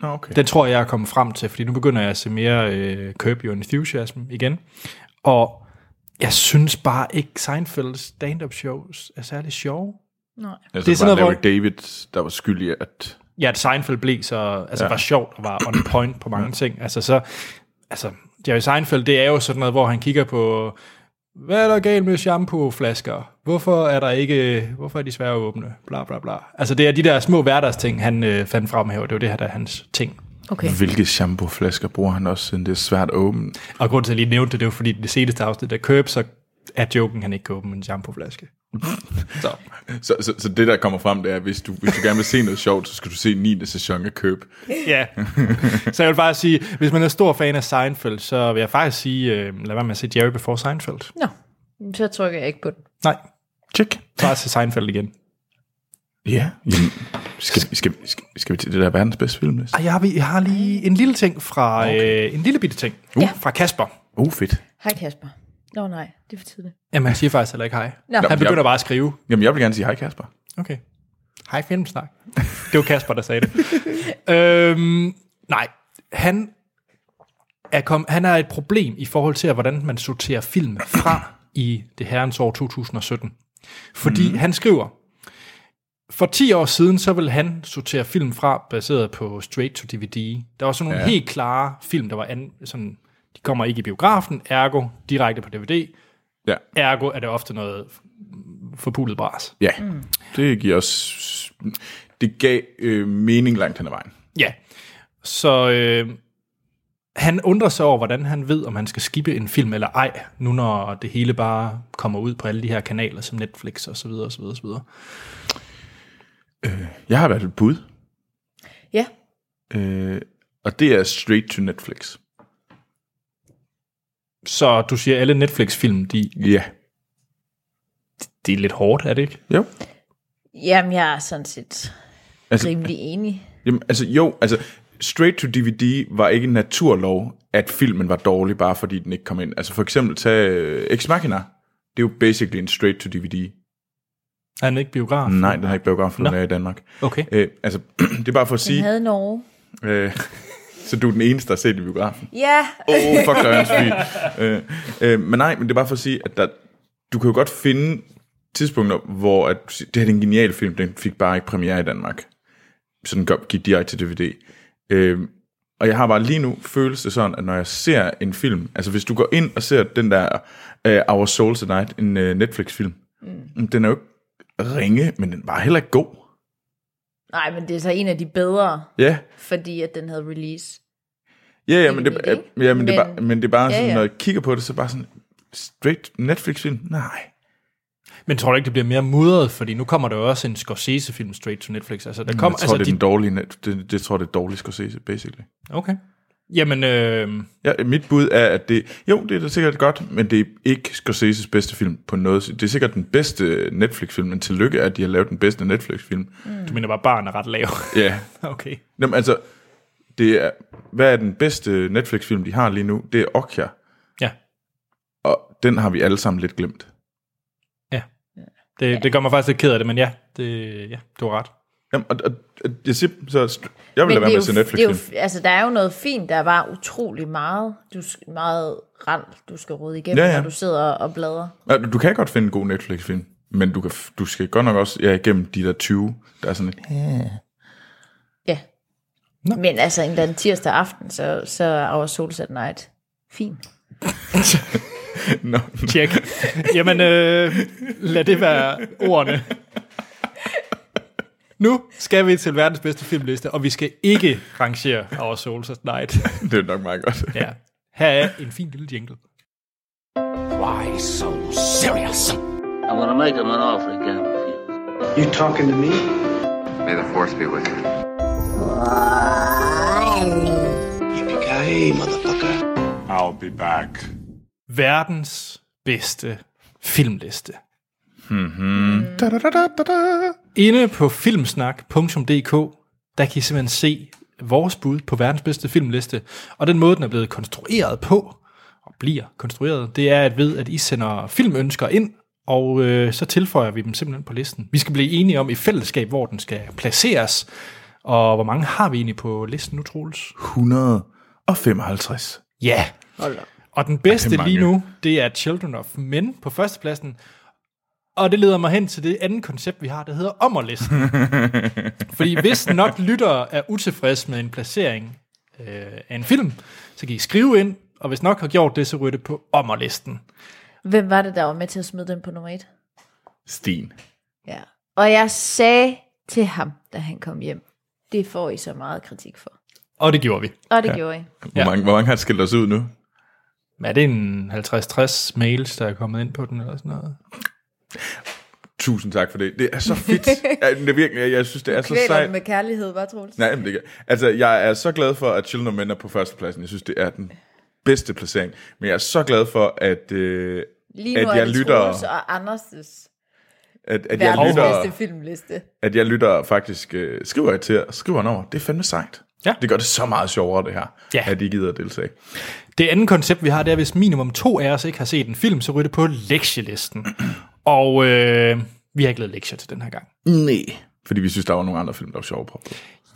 S2: Nå, okay.
S1: Den tror jeg, jeg er kommet frem til, fordi nu begynder jeg at se mere øh, Curb Your Enthusiasm igen. Og jeg synes bare ikke, Seinfelds stand-up shows er særlig sjove.
S3: Nej.
S2: Altså,
S1: det er
S2: det
S1: sådan
S2: var Larry
S1: noget,
S2: hvor... David, der var skyldig i, at...
S1: Ja, at Seinfeld blev så, altså ja. var sjovt og var on point på mange ja. ting. Altså så, altså, Jerry Seinfeld, det er jo sådan noget, hvor han kigger på, hvad er der galt med shampooflasker? Hvorfor er der ikke, hvorfor er de svære at åbne? Bla, bla, bla. Altså det er de der små hverdagsting, han øh, fandt fremhæver. Det var det her, der er hans ting.
S3: Okay.
S2: Hvilke shampooflasker bruger han også, siden det er svært at åbne?
S1: Og grunden til, at jeg lige nævnte det, det var fordi, i det seneste afsnit der Curb, så er joken, han ikke kan åbne en shampooflaske. så.
S2: Så, så, så det, der kommer frem, det er, hvis du, hvis du gerne vil se noget sjovt, så skal du se 9. sæson af Køb.
S1: Ja. så jeg vil bare sige, hvis man er stor fan af Seinfeld, så vil jeg faktisk sige, øh, lad være med at se Jerry Before Seinfeld.
S3: Nå, så trykker jeg ikke på den.
S1: Nej,
S2: Tjek.
S1: bare se Seinfeld igen.
S2: Ja. Jamen, skal, skal, skal, skal, vi til det der verdens bedste filmliste?
S1: Og jeg har, jeg har lige en lille ting fra, okay. øh, en lille bitte ting uh. fra Kasper.
S2: Oh, fedt.
S3: Hej Kasper. Nå nej, det er for tidligt.
S1: Jamen, han siger faktisk heller ikke hej.
S3: Nå.
S1: Han begynder bare at skrive.
S2: Jamen, jeg vil gerne sige hej, Kasper.
S1: Okay. Hej Filmsnak. Det var Kasper, der sagde det. øhm, nej, han er, kom, han er et problem i forhold til, hvordan man sorterer film fra i det herrens år 2017. Fordi mm. han skriver, for 10 år siden, så ville han sortere film fra, baseret på straight to DVD. Der var sådan nogle ja. helt klare film, der var an, sådan, de kommer ikke i biografen, ergo direkte på DVD,
S2: Ja.
S1: ergo er det ofte noget forpulet bras.
S2: Ja. Mm. Det giver os... Det gav øh, mening langt hen ad vejen.
S1: Ja, så øh, han undrer sig over, hvordan han ved, om han skal skippe en film eller ej, nu når det hele bare kommer ud på alle de her kanaler, som Netflix og så videre, og så videre, og så videre.
S2: Jeg har i hvert fald et bud,
S3: Ja,
S2: øh, og det er straight to Netflix.
S1: Så du siger, at alle Netflix-film, de,
S2: Ja.
S1: de er lidt hårdt, er det ikke?
S2: Jo.
S3: jamen jeg er sådan set
S2: Altså-
S3: altså, rimelig enig.
S2: Jamen, altså jo, altså straight to DVD var ikke en naturlov, at filmen var dårlig, bare fordi den ikke kom ind. Altså for eksempel tag øh, Ex Machina. Det er jo basically en straight to DVD.
S1: Er den ikke biograf?
S2: Nej, den har ikke biografen no. i Danmark.
S1: Okay.
S2: Øh, altså, det er bare for at
S3: Den
S2: sige,
S3: havde Norge.
S2: øh, så du er den eneste, der har set den i biografen.
S3: Ja,
S2: Åh, oh, fuck, der er en svin. øh, øh, men nej, men det er bare for at sige, at der, du kan jo godt finde tidspunkter, hvor at, du siger, det her det er en genial film, den fik bare ikke premiere i Danmark. Så den går- gik direkte til DVD. Øh, og jeg har bare lige nu føles det sådan, at når jeg ser en film, altså hvis du går ind og ser den der øh, Our Souls Tonight, en øh, Netflix-film, mm. den er jo ikke ringe, men den var heller ikke god.
S3: nej, men det er så en af de bedre,
S2: Ja, yeah.
S3: fordi at den havde release.
S2: Ja, ja, men det,
S3: Egentlig,
S2: ja,
S3: ikke?
S2: men, det er bare,
S3: Men-
S2: men det er bare
S3: Ja,
S2: sådan,
S3: ja.
S2: når jeg kigger på det, så er det bare sådan, straight Netflix-film? Nej.
S1: Men tror du ikke, det bliver mere mudret? Fordi nu kommer der jo også en Scorsese-film straight to Netflix. Altså, der
S2: Kom,
S1: kom,
S2: jeg tror, altså, det er
S1: altså,
S2: den dårlige, net, det, det tror jeg, det er dårlig Scorsese, basically.
S1: de, Okay. Jamen, øh,
S2: Ja, mit bud er, at det, jo, det er da sikkert godt, men det er ikke Scorseses bedste film på noget. Det er sikkert den bedste Netflix-film, men tillykke er, at de har lavet den bedste Netflix-film.
S1: du mener bare, at barn er ret lav.
S2: Ja,
S1: okay.
S2: Jamen, altså, det er, hvad er den bedste Netflix-film, de har lige nu? Det er Okja,
S1: Ja.
S2: og den har vi alle sammen lidt glemt.
S1: Det, det gør mig faktisk lidt ked af det, men ja, det, ja, du har ret.
S2: Jamen, og, og, og jeg siger, så jeg vil lade
S3: Men det
S2: være
S3: er
S2: med
S3: jo,
S2: at se
S3: det er
S2: Netflix-film.
S3: jo, altså, der er jo noget fint, der var utrolig meget, du, sk- meget rand, du skal rode igennem,
S2: Ja,
S3: ja,
S2: ja.
S3: ja. når du sidder og bladrer.
S2: Ja, Du du kan godt finde en god Netflix-film. Men du, kan, f- du skal godt nok også ja, igennem de der 20, der er sådan lidt,
S3: Ja. Nå. Men altså en eller anden tirsdag aften, så, så er Our Souls at Night fint.
S2: Nå,
S1: Tjek. Jamen, øh, lad det være ordene. Nu skal vi til verdens bedste filmliste, og vi skal ikke rangere Our Souls at Night.
S2: det er nok meget godt.
S1: Ja. Her er en fin lille jingle.
S4: Why so serious?
S5: I'm gonna make him an offer again with you.
S6: You talking to me?
S7: May the force be with you.
S6: Yippee-ki-yay, motherfucker.
S4: I'll be back.
S1: Verdens bedste filmliste. Inde på filmsnak.dk, der kan I simpelthen se vores bud på verdens bedste filmliste, og den måde, den er blevet konstrueret på, og bliver konstrueret, det er at ved, at I sender filmønsker ind, og øh, så tilføjer vi dem simpelthen på listen. Vi skal blive enige om i fællesskab, hvor den skal placeres, og hvor mange har vi egentlig på listen nu, Troels?
S2: 155.
S1: Ja. Og den bedste
S2: Det er
S1: lige
S2: mange.
S1: nu, det er Children of Men på førstepladsen. Og det leder mig hen til det andet koncept, vi har, der hedder ommerlisten. Fordi hvis nok lyttere er utilfredse med en placering øh, af en film, så kan I skrive ind, og hvis nok har gjort det, så ryger det på ommerlisten.
S3: Hvem var det, der var med til at smide den på nummer et?
S2: Sten.
S3: Ja. Og jeg sagde til ham, da han kom hjem, det får I så meget kritik for.
S1: Og det gjorde vi.
S3: Og det ja. gjorde I.
S2: Hvor, mange, hvor mange har skilt os ud nu?
S1: Er det en 50-60 mails, der er kommet ind på den eller sådan noget?
S2: Tusind tak for det. Det er så fedt. ja, det er virkelig, jeg, jeg synes, det er så
S3: Kvæler
S2: sejt.
S3: den med kærlighed, var Troels?
S2: Nej, men det kan. Altså, jeg er så glad for, at Children of Men er på førstepladsen. Jeg synes, det er den bedste placering. Men jeg er så glad for, at, øh,
S3: Lige
S2: at
S3: nu er
S2: jeg
S3: det
S2: lytter-
S3: Troels og Anders'
S2: at, at, jeg
S3: verdens bedste
S2: lytter,
S3: filmliste.
S2: at jeg lytter faktisk øh, skriver jeg til og skriver en over. Det er fandme sejt.
S1: Ja.
S2: Det gør det så meget sjovere, det her,
S1: Ja.
S2: at I gider at deltage.
S1: Det andet koncept, vi har, det er, hvis minimum to af os ikke har set en film, så ryger det på lektielisten. Og øh, vi har ikke lavet lektier til den her gang.
S2: Nej. Fordi vi synes, der var nogle andre film, der var sjovere på.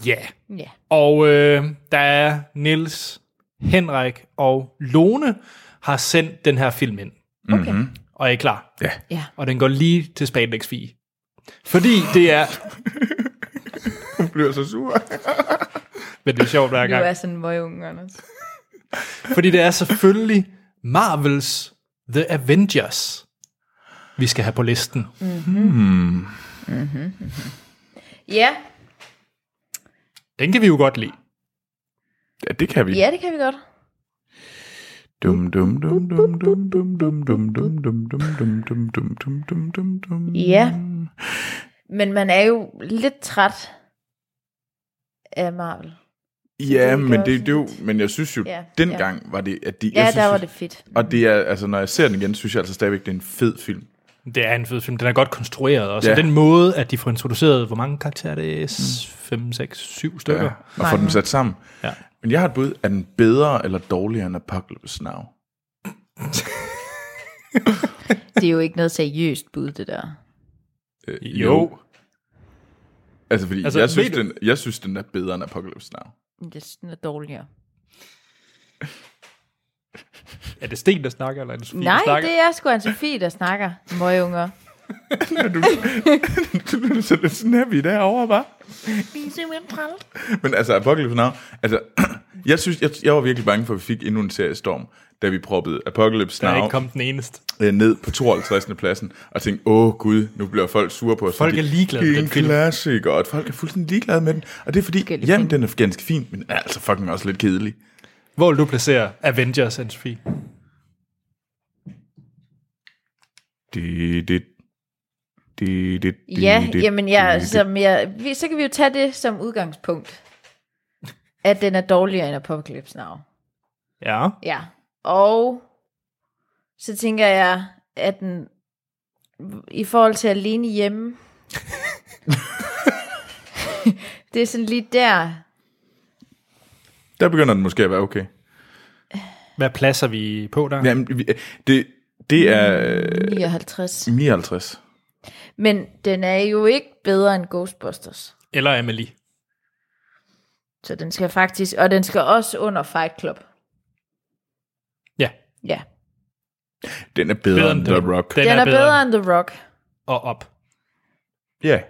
S1: Ja. Yeah.
S3: Ja.
S2: Mhm.
S1: Og øh, der er Nils, Henrik og Lone har sendt den her film ind.
S3: Okay. Mm-hmm.
S1: Og er I klar?
S2: Ja.
S3: Ja.
S1: Og den går lige til Spandex 4. Fordi det er...
S2: Jeg bliver så sur.
S1: Men det er sjovt hver
S3: Du er
S1: gang.
S3: sådan en møgunge, Anders.
S1: Fordi det er selvfølgelig Marvels The Avengers, vi skal have på listen.
S3: Ja.
S1: Den kan vi jo godt lide.
S2: ja, det kan vi.
S3: ja, det kan vi godt.
S2: Dum, dum, dum, dum, dum, dum, dum, dum, dum, dum, dum, dum, dum, dum, dum, dum, dum, dum.
S3: Ja. Men man er jo lidt træt af Marvel.
S2: Ja,
S3: Det gør
S2: men det,
S3: sådan
S2: det er jo,
S3: lidt-
S2: men jeg synes jo,
S3: Ja,
S2: dengang var det, at de,
S3: Ja,
S2: jeg
S3: der
S2: synes,
S3: var det fedt.
S2: Og det er, altså, når jeg ser den igen, synes jeg altså stadigvæk, det er en fed film.
S1: Det er en fed film. Den er godt konstrueret også.
S2: Ja.
S1: Ja. Den måde, at de får introduceret, hvor mange karakterer det er? 5, 6, 7 stykker.
S2: Ja, og får dem sat sammen.
S1: Ja.
S2: Men jeg har et bud, er den bedre eller dårligere end Apocalypse Now?
S3: Det er jo ikke noget seriøst bud, det der.
S2: Øh,
S1: Jo.
S2: Altså, fordi
S1: Altså,
S2: altså, jeg, synes,
S1: ved du-
S2: den, jeg synes, den er bedre end Apocalypse Now.
S3: Det er sådan noget dårligere.
S1: Er det Sten, der snakker, eller er det Sofie, der
S3: Nej,
S1: snakker?
S3: det er sgu Anne-Sophie, der snakker. Møgunger.
S2: Du er så lidt snappy derovre, bare. Men altså, Apocalypse Now, altså, jeg synes, jeg, jeg var virkelig bange for, at vi fik endnu en seriestorm, da vi proppede Apocalypse
S1: Der er
S2: Now
S1: ikke kommet den eneste.
S2: øh, ned på 52. pladsen, og tænkte, åh gud, nu bliver folk sure på os.
S1: Folk
S2: fordi
S1: er ligeglade med
S2: det er
S1: den
S2: en
S1: film."
S2: klassiker, og at folk er fuldstændig ligeglade med den. Og det er fordi,
S3: Forskellige
S2: jamen,
S3: film.
S2: den er ganske fin, men den er altså fucking også lidt kedelig.
S1: Hvor vil du placere Avengers, Anne-Sophie?
S2: Det, det, det, det,
S3: Ja, jamen ja, som jeg, vi, så kan vi jo tage det som udgangspunkt, at den er dårligere end Apocalypse Now.
S1: Ja.
S3: Ja, og så tænker jeg, at den, i forhold til alene hjemme, det er sådan lige der,
S2: Der begynder den måske at være okay.
S1: Hvad pladser vi på der?
S2: Jamen, vi- det, det er øh,
S3: 59.
S2: 59.
S3: Men den er jo ikke bedre end Ghostbusters.
S1: Eller Emily?
S3: Så den skal faktisk, og den skal også under Fight Club.
S1: Ja.
S3: Ja,
S2: Den er bedre,
S1: Bedre
S2: end
S1: end
S2: The
S1: den.
S2: Rock.
S1: Den
S3: den, den er, er bedre end The Rock.
S1: og op.
S2: Ja.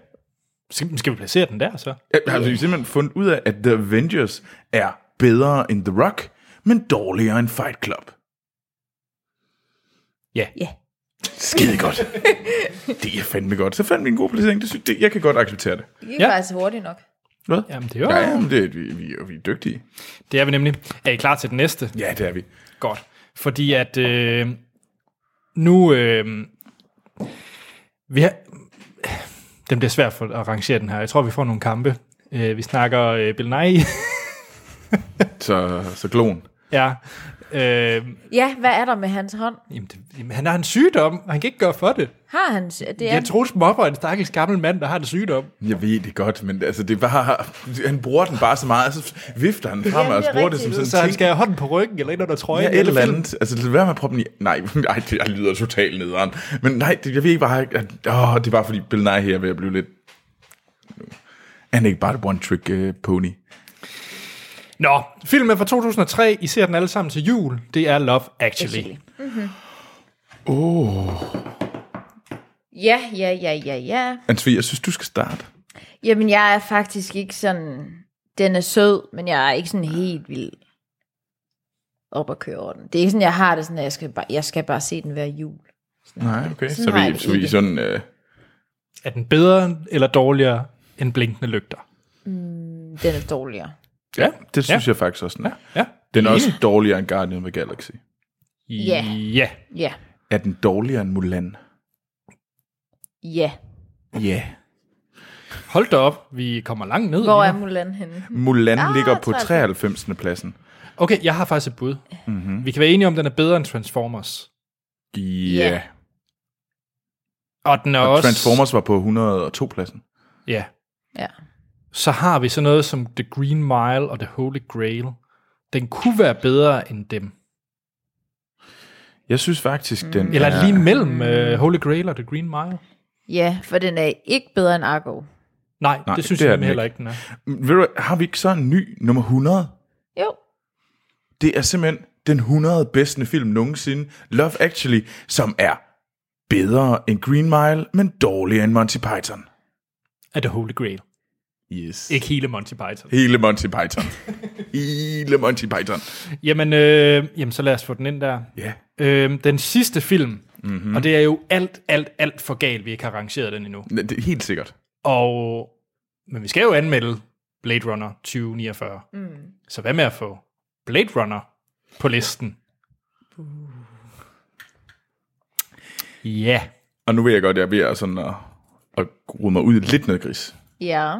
S1: Skal skal vi placere den der så?
S2: Jeg har altså simpelthen fundet ud af, at The Avengers er bedre end The Rock, men dårligere end Fight Club.
S1: Ja.
S3: Ja.
S2: Skide godt. det er fandme godt. Så fandt vi en god placering. Det, sy- det, jeg kan godt acceptere det.
S3: Det gik
S1: Ja.
S3: ja. faktisk hurtigt nok.
S2: Hvad?
S1: Jamen, det er jo-
S2: Ja, ja, men det, vi, vi, er- vi er dygtige.
S1: Det er vi nemlig. Er I klar til den næste?
S2: Ja, det er vi.
S1: Godt. Fordi at øh, nu... Øh, vi har, den bliver svært for at rangere den her. Jeg tror, vi får nogle kampe. Øh, vi snakker øh, Bill Nye.
S2: Så, så klon.
S1: ja. Øh,
S3: Ja, hvad er der med hans hånd?
S1: jamen, det, jamen, han har en sygdom, og han kan ikke gøre for det.
S3: Har han... Det er,
S1: Ja. Jeg tror, mobber er en stakkels gammel mand, der har en sygdom.
S2: Jeg ved det godt, men altså, det er bare, han bruger den bare så meget, og så vifter han frem,
S3: Jamen,
S2: og
S3: det er
S2: bruger det som
S3: rigtigt.
S2: sådan en
S1: Så han
S2: ting.
S1: skal have hånden på ryggen, eller ind under
S2: Ja,
S1: trøjen.
S2: et eller
S1: film.
S2: andet. Altså, lad være med at proppe den i... Nej, nej det jeg lyder totalt nederen. Men nej, det, jeg ved ikke bare... At, åh, det er bare fordi Bill Nye her er ved at blive lidt... Han er ikke bare et one-trick uh, pony.
S1: Nå, filmen fra 2003, I ser den alle sammen til jul. Det er Love Actually. Actually.
S3: Ja, ja, ja, ja, ja.
S2: Ansvi, jeg synes, du skal starte.
S3: Jamen, jeg er faktisk ikke sådan... Den er sød, men jeg er ikke sådan helt vild op at køre over den. Det er ikke sådan, jeg har det sådan, at jeg skal bare, jeg skal bare se den hver jul.
S2: Nej, okay. Så,
S3: Sådan har jeg
S2: vi,
S3: det
S2: så vi
S3: ikke.
S2: sådan... Uh,
S1: Er den bedre eller dårligere end Blinkende Lygter?
S3: Den er dårligere.
S2: ja, det synes jeg faktisk også, den er.
S1: Ja.
S2: Den er også dårligere end Guardian of the Galaxy.
S1: Ja.
S3: Ja.
S1: ja.
S3: Ja,
S2: Er den dårligere end Mulan?
S3: ja.
S2: Ja. Yeah.
S1: Hold da op, vi kommer langt ned.
S3: Hvor
S1: lige
S3: er
S1: nu.
S3: Mulan henne?
S2: Mulan
S3: Ah,
S2: ligger på
S3: 93.
S2: 93. pladsen.
S1: Okay, jeg har faktisk et bud.
S2: Mhm.
S1: Mm-hmm. Vi kan være enige om, den er bedre end Transformers.
S2: Ja.
S3: Ja.
S2: Yeah.
S1: Og den er
S2: Og
S1: også...
S2: Transformers var på 102 pladsen.
S1: Ja.
S3: Ja.
S1: Så har vi sådan noget som The Green Mile og The Holy Grail. Den kunne være bedre end dem.
S2: Jeg synes faktisk, den
S3: Mm.
S1: Eller
S2: er...
S1: ja. lige mellem uh, Holy Grail og The Green Mile.
S3: Ja, for den er ikke bedre end Argo.
S1: Nej,
S2: Nej,
S1: Nej det synes
S2: det er
S1: jeg
S2: den
S1: heller ikke, den er.
S2: Ved du, hvad, har vi ikke så en ny nummer 100?
S3: Jo.
S2: Det er simpelthen den 100 bedste film nogensinde, Love Actually, som er bedre end Green Mile, men dårligere end Monty Python.
S1: Er The Holy Grail.
S2: Yes.
S1: Ikke hele Monty Python.
S2: Hele Monty Python. Hele Monty Python.
S1: Jamen, øh, jamen, så lad os få den ind der.
S2: Ja.
S1: Øhm, den sidste film, mm-hmm. og det er jo alt, alt, alt for galt, vi ikke har rangeret den endnu.
S2: Det er helt sikkert.
S1: Og, men vi skal jo anmelde Blade Runner 2049. Mm. Så hvad med at få Blade Runner på listen? Uh. Ja.
S2: Og nu ved jeg godt, jeg er ved at, sådan at, at rode mig ud i lidt noget gris.
S3: Ja.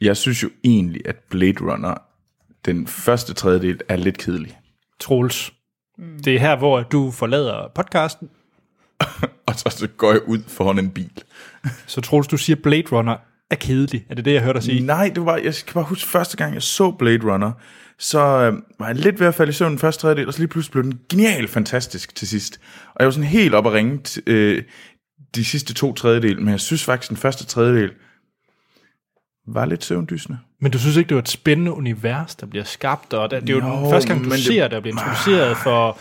S2: Jeg synes jo egentlig, at Blade Runner, den første tredjedel, er lidt kedelig.
S1: Troels. Mm. Det er her, hvor du forlader podcasten.
S2: Og så, så går jeg ud foran en bil.
S1: Så Troels, du siger, Blade Runner er kedelig. Er det det, jeg hørte dig sige?
S2: Nej, det var, jeg kan bare huske første gang, jeg så Blade Runner, så øh, var jeg lidt ved at falde i søvn den første tredjedel, og så lige pludselig blev den genial fantastisk til sidst. Og jeg var sådan helt op at ringe t- øh, de sidste to tredjedel, men jeg synes faktisk, den første tredjedel var lidt søvndysende.
S1: Men du synes ikke, det var et spændende univers, der bliver skabt, og der, det er jo
S2: Jo,
S1: den første gang, du
S2: men det- Ah.
S1: ser, det... der bliver introduceret for,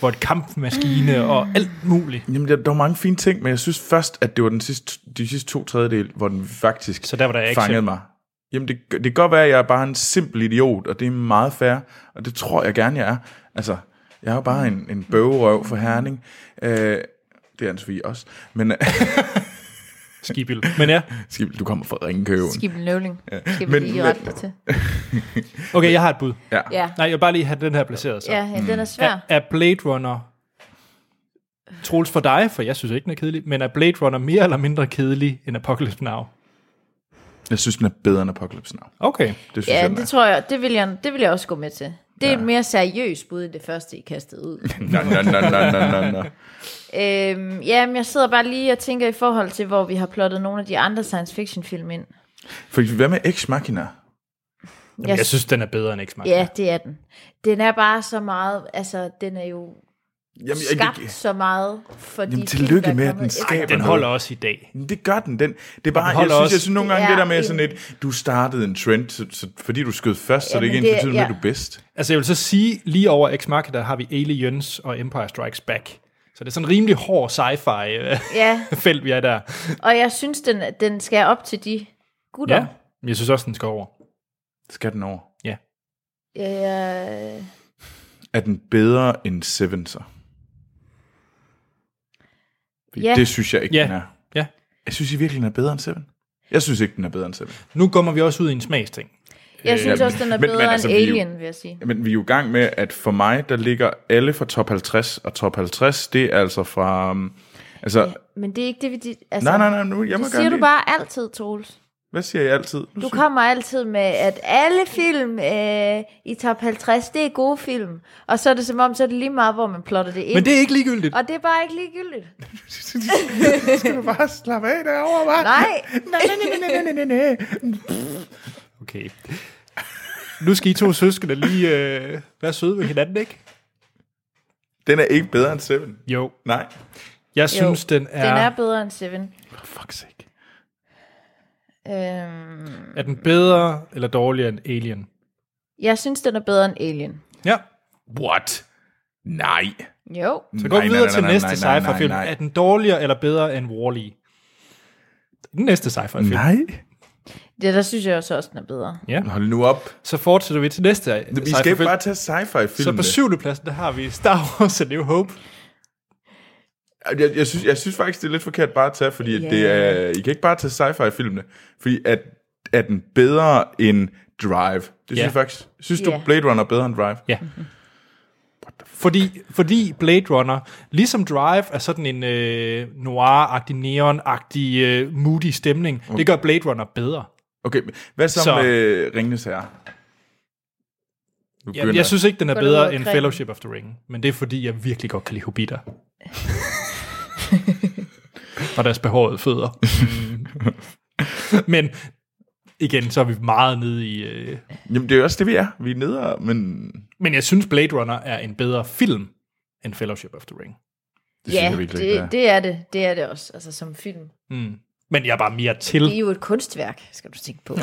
S1: for et kampmaskine og alt muligt.
S2: Jamen, der, der var mange fine ting, men jeg synes først, at det var den sidste, de sidste to tredjedel, hvor den faktisk
S1: Så der var der action.
S2: fangede mig. Jamen, det, det kan godt være, at jeg er bare en simpel idiot, og det er meget fair, og det tror jeg gerne, jeg er. Altså, jeg er jo bare en, en bøgerøv for herning. Øh, det er en Sofie også. Men øh,
S1: Skibil. Men ja,
S2: Skib, du kommer fra Ringkøben.
S3: Skib en løvling. Skal vi
S2: Men-
S3: lige
S2: men-
S3: rette det til?
S1: okay, jeg har et bud.
S2: Ja.
S3: Ja.
S1: Nej, jeg vil bare lige have den her placeret så.
S3: Ja, ja den er svær.
S1: Er, er Blade Runner, Troels for dig, for jeg synes ikke, den er kedelig, men er Blade Runner mere eller mindre kedelig end Apocalypse Now?
S2: Jeg synes, den er bedre end Apocalypse Now.
S1: Okay.
S2: Det synes
S3: Ja,
S2: jeg, den er.
S3: det tror jeg, det vil jeg, det vil jeg også gå med til. Det er et mere seriøst bud, end det første, I kastede ud.
S2: Nå, nå, nå, nå, nå, nå, nå.
S3: øhm, jamen, jeg sidder bare lige og tænker i forhold til, hvor vi har plottet nogle af de andre science fiction film ind.
S2: For hvad med Ex Machina?
S1: Jamen, jeg synes, den er bedre end X-Men.
S3: Ja, det er den. Den er bare så meget, altså, den er jo
S2: Jamen,
S3: skabt så meget for
S2: Jamen,
S3: de
S2: tillykke
S3: film, der
S2: med,
S3: er
S2: at den
S3: kommet efter.
S2: skaber
S1: Den holder også i dag.
S2: Men Det gør den. den det er bare, jeg
S1: holder
S2: synes,
S1: også.
S2: jeg synes nogle gange,
S3: Det
S2: det
S3: er
S2: der med
S3: en-
S2: sådan et, du startede en trend, så, så, fordi du skød først, så er det ikke
S3: Jamen,
S2: ens
S3: det-
S2: betydende med, at
S3: ja.
S2: du er bedst.
S1: Altså, jeg vil så sige, lige over X-Market, der har vi Aliens og Empire Strikes Back. Så Så det er sådan en rimelig hård sci-fi øh,
S3: Ja,
S1: felt, vi er der.
S3: og jeg synes, den, den skal op til de gutter.
S1: Ja, men jeg synes også, den skal over.
S2: Skal den over?
S1: Ja.
S3: Ja, ja.
S2: Er den bedre end Seven så? Fordi
S3: Ja.
S2: Det synes jeg ikke,
S1: Ja.
S2: den er.
S1: Ja.
S2: Jeg synes i virkeligheden, den er bedre end Seven. Jeg synes ikke, den er bedre end Seven.
S1: Nu kommer vi også ud i en smagsting.
S3: Jeg synes
S2: men-
S3: også, den er
S2: Øh, men-
S3: bedre
S2: men altså,
S3: end
S2: vi er jo-
S3: Alien, vil jeg sige.
S2: Men vi er jo i gang med, at for mig, der ligger alle fra top 50, og top 50, det er altså fra... um, Altså, ja.
S3: Men det er ikke det, vi... di- Altså,
S2: nej, nej, nej, nu, jeg må gerne
S3: Det siger du
S2: lige-
S3: bare altid, Troels.
S2: Hvad siger jeg altid? Nu
S3: Du
S2: siger-
S3: kommer altid med, at alle film øh, i top 50, det er gode film. Og så er det som om, så er det lige meget, hvor man plotter det ind.
S1: Men det er ikke ligegyldigt.
S3: Og det er bare ikke ligegyldigt.
S2: Så skal du bare slappe af derovre, hva'?
S3: Nej.
S2: nej, nej, nej, nej, nej, nej, nej.
S1: Okay. Nu skal I to søskende lige øh, være søde ved hinanden, ikke?
S2: Den er ikke bedre end Seven.
S1: Jo.
S2: Nej.
S1: Jeg synes, den er...
S3: Den er bedre end Seven.
S2: For fuck's sake.
S3: Øhm,
S1: Er den bedre eller dårligere end Alien?
S3: jeg synes, den er bedre end Alien.
S1: Ja.
S2: What? Nej.
S3: Jo.
S1: Så gå
S2: Nej, nej,
S1: videre
S2: nej,
S1: til
S2: nej,
S1: næste
S2: nej, nej,
S1: sci-fi film.
S2: nej, nej.
S1: Er den dårligere eller bedre end Wall-E? Den næste sci-fi film.
S2: Nej.
S3: Det der synes jeg også, også den er bedre.
S2: Hold nu op.
S1: Så fortsætter vi til næste sci-fi
S2: Vi skal ikke
S1: film.
S2: bare tage sci-fi-film.
S1: Så på syvende pladsen, der har vi Star Wars A New Hope.
S2: Jeg, jeg, synes, jeg synes faktisk, det er lidt forkert bare at tage, fordi yeah. det er, I kan ikke bare tage sci-fi-filmene, fordi at, er den bedre end Drive? Det synes
S1: Ja.
S2: jeg faktisk. Synes yeah.
S3: Ja.
S2: du, Blade Runner er bedre end Drive?
S1: Ja. Fordi, fordi Blade Runner, ligesom Drive, er sådan en øh, noir-agtig, neon-agtig, øh, moody stemning. Okay. Det gør Blade Runner bedre.
S2: Okay, men hvad så,
S1: Så-
S2: så. med øh, Ringenes Herre? Nu
S1: Jeg,
S2: begynder
S1: jeg synes ikke, den er
S3: Går det ud
S1: bedre
S3: af
S1: end
S3: kringen?
S1: Fellowship of the Ring. Men det er fordi, jeg virkelig godt kan lide hobitter. Og deres behårede fødder. men igen, så er vi meget nede i... Øh,
S2: Jamen, det er jo også det, vi er. Vi er nede, og- men...
S1: men jeg synes, Blade Runner er en bedre film end Fellowship of the Ring.
S2: Det
S3: ja,
S2: jeg virkelig ikke,
S3: det, det, er det. Det er det også, altså som film.
S1: Men jeg er bare mere til.
S3: Det er jo et kunstværk, skal du tænke på.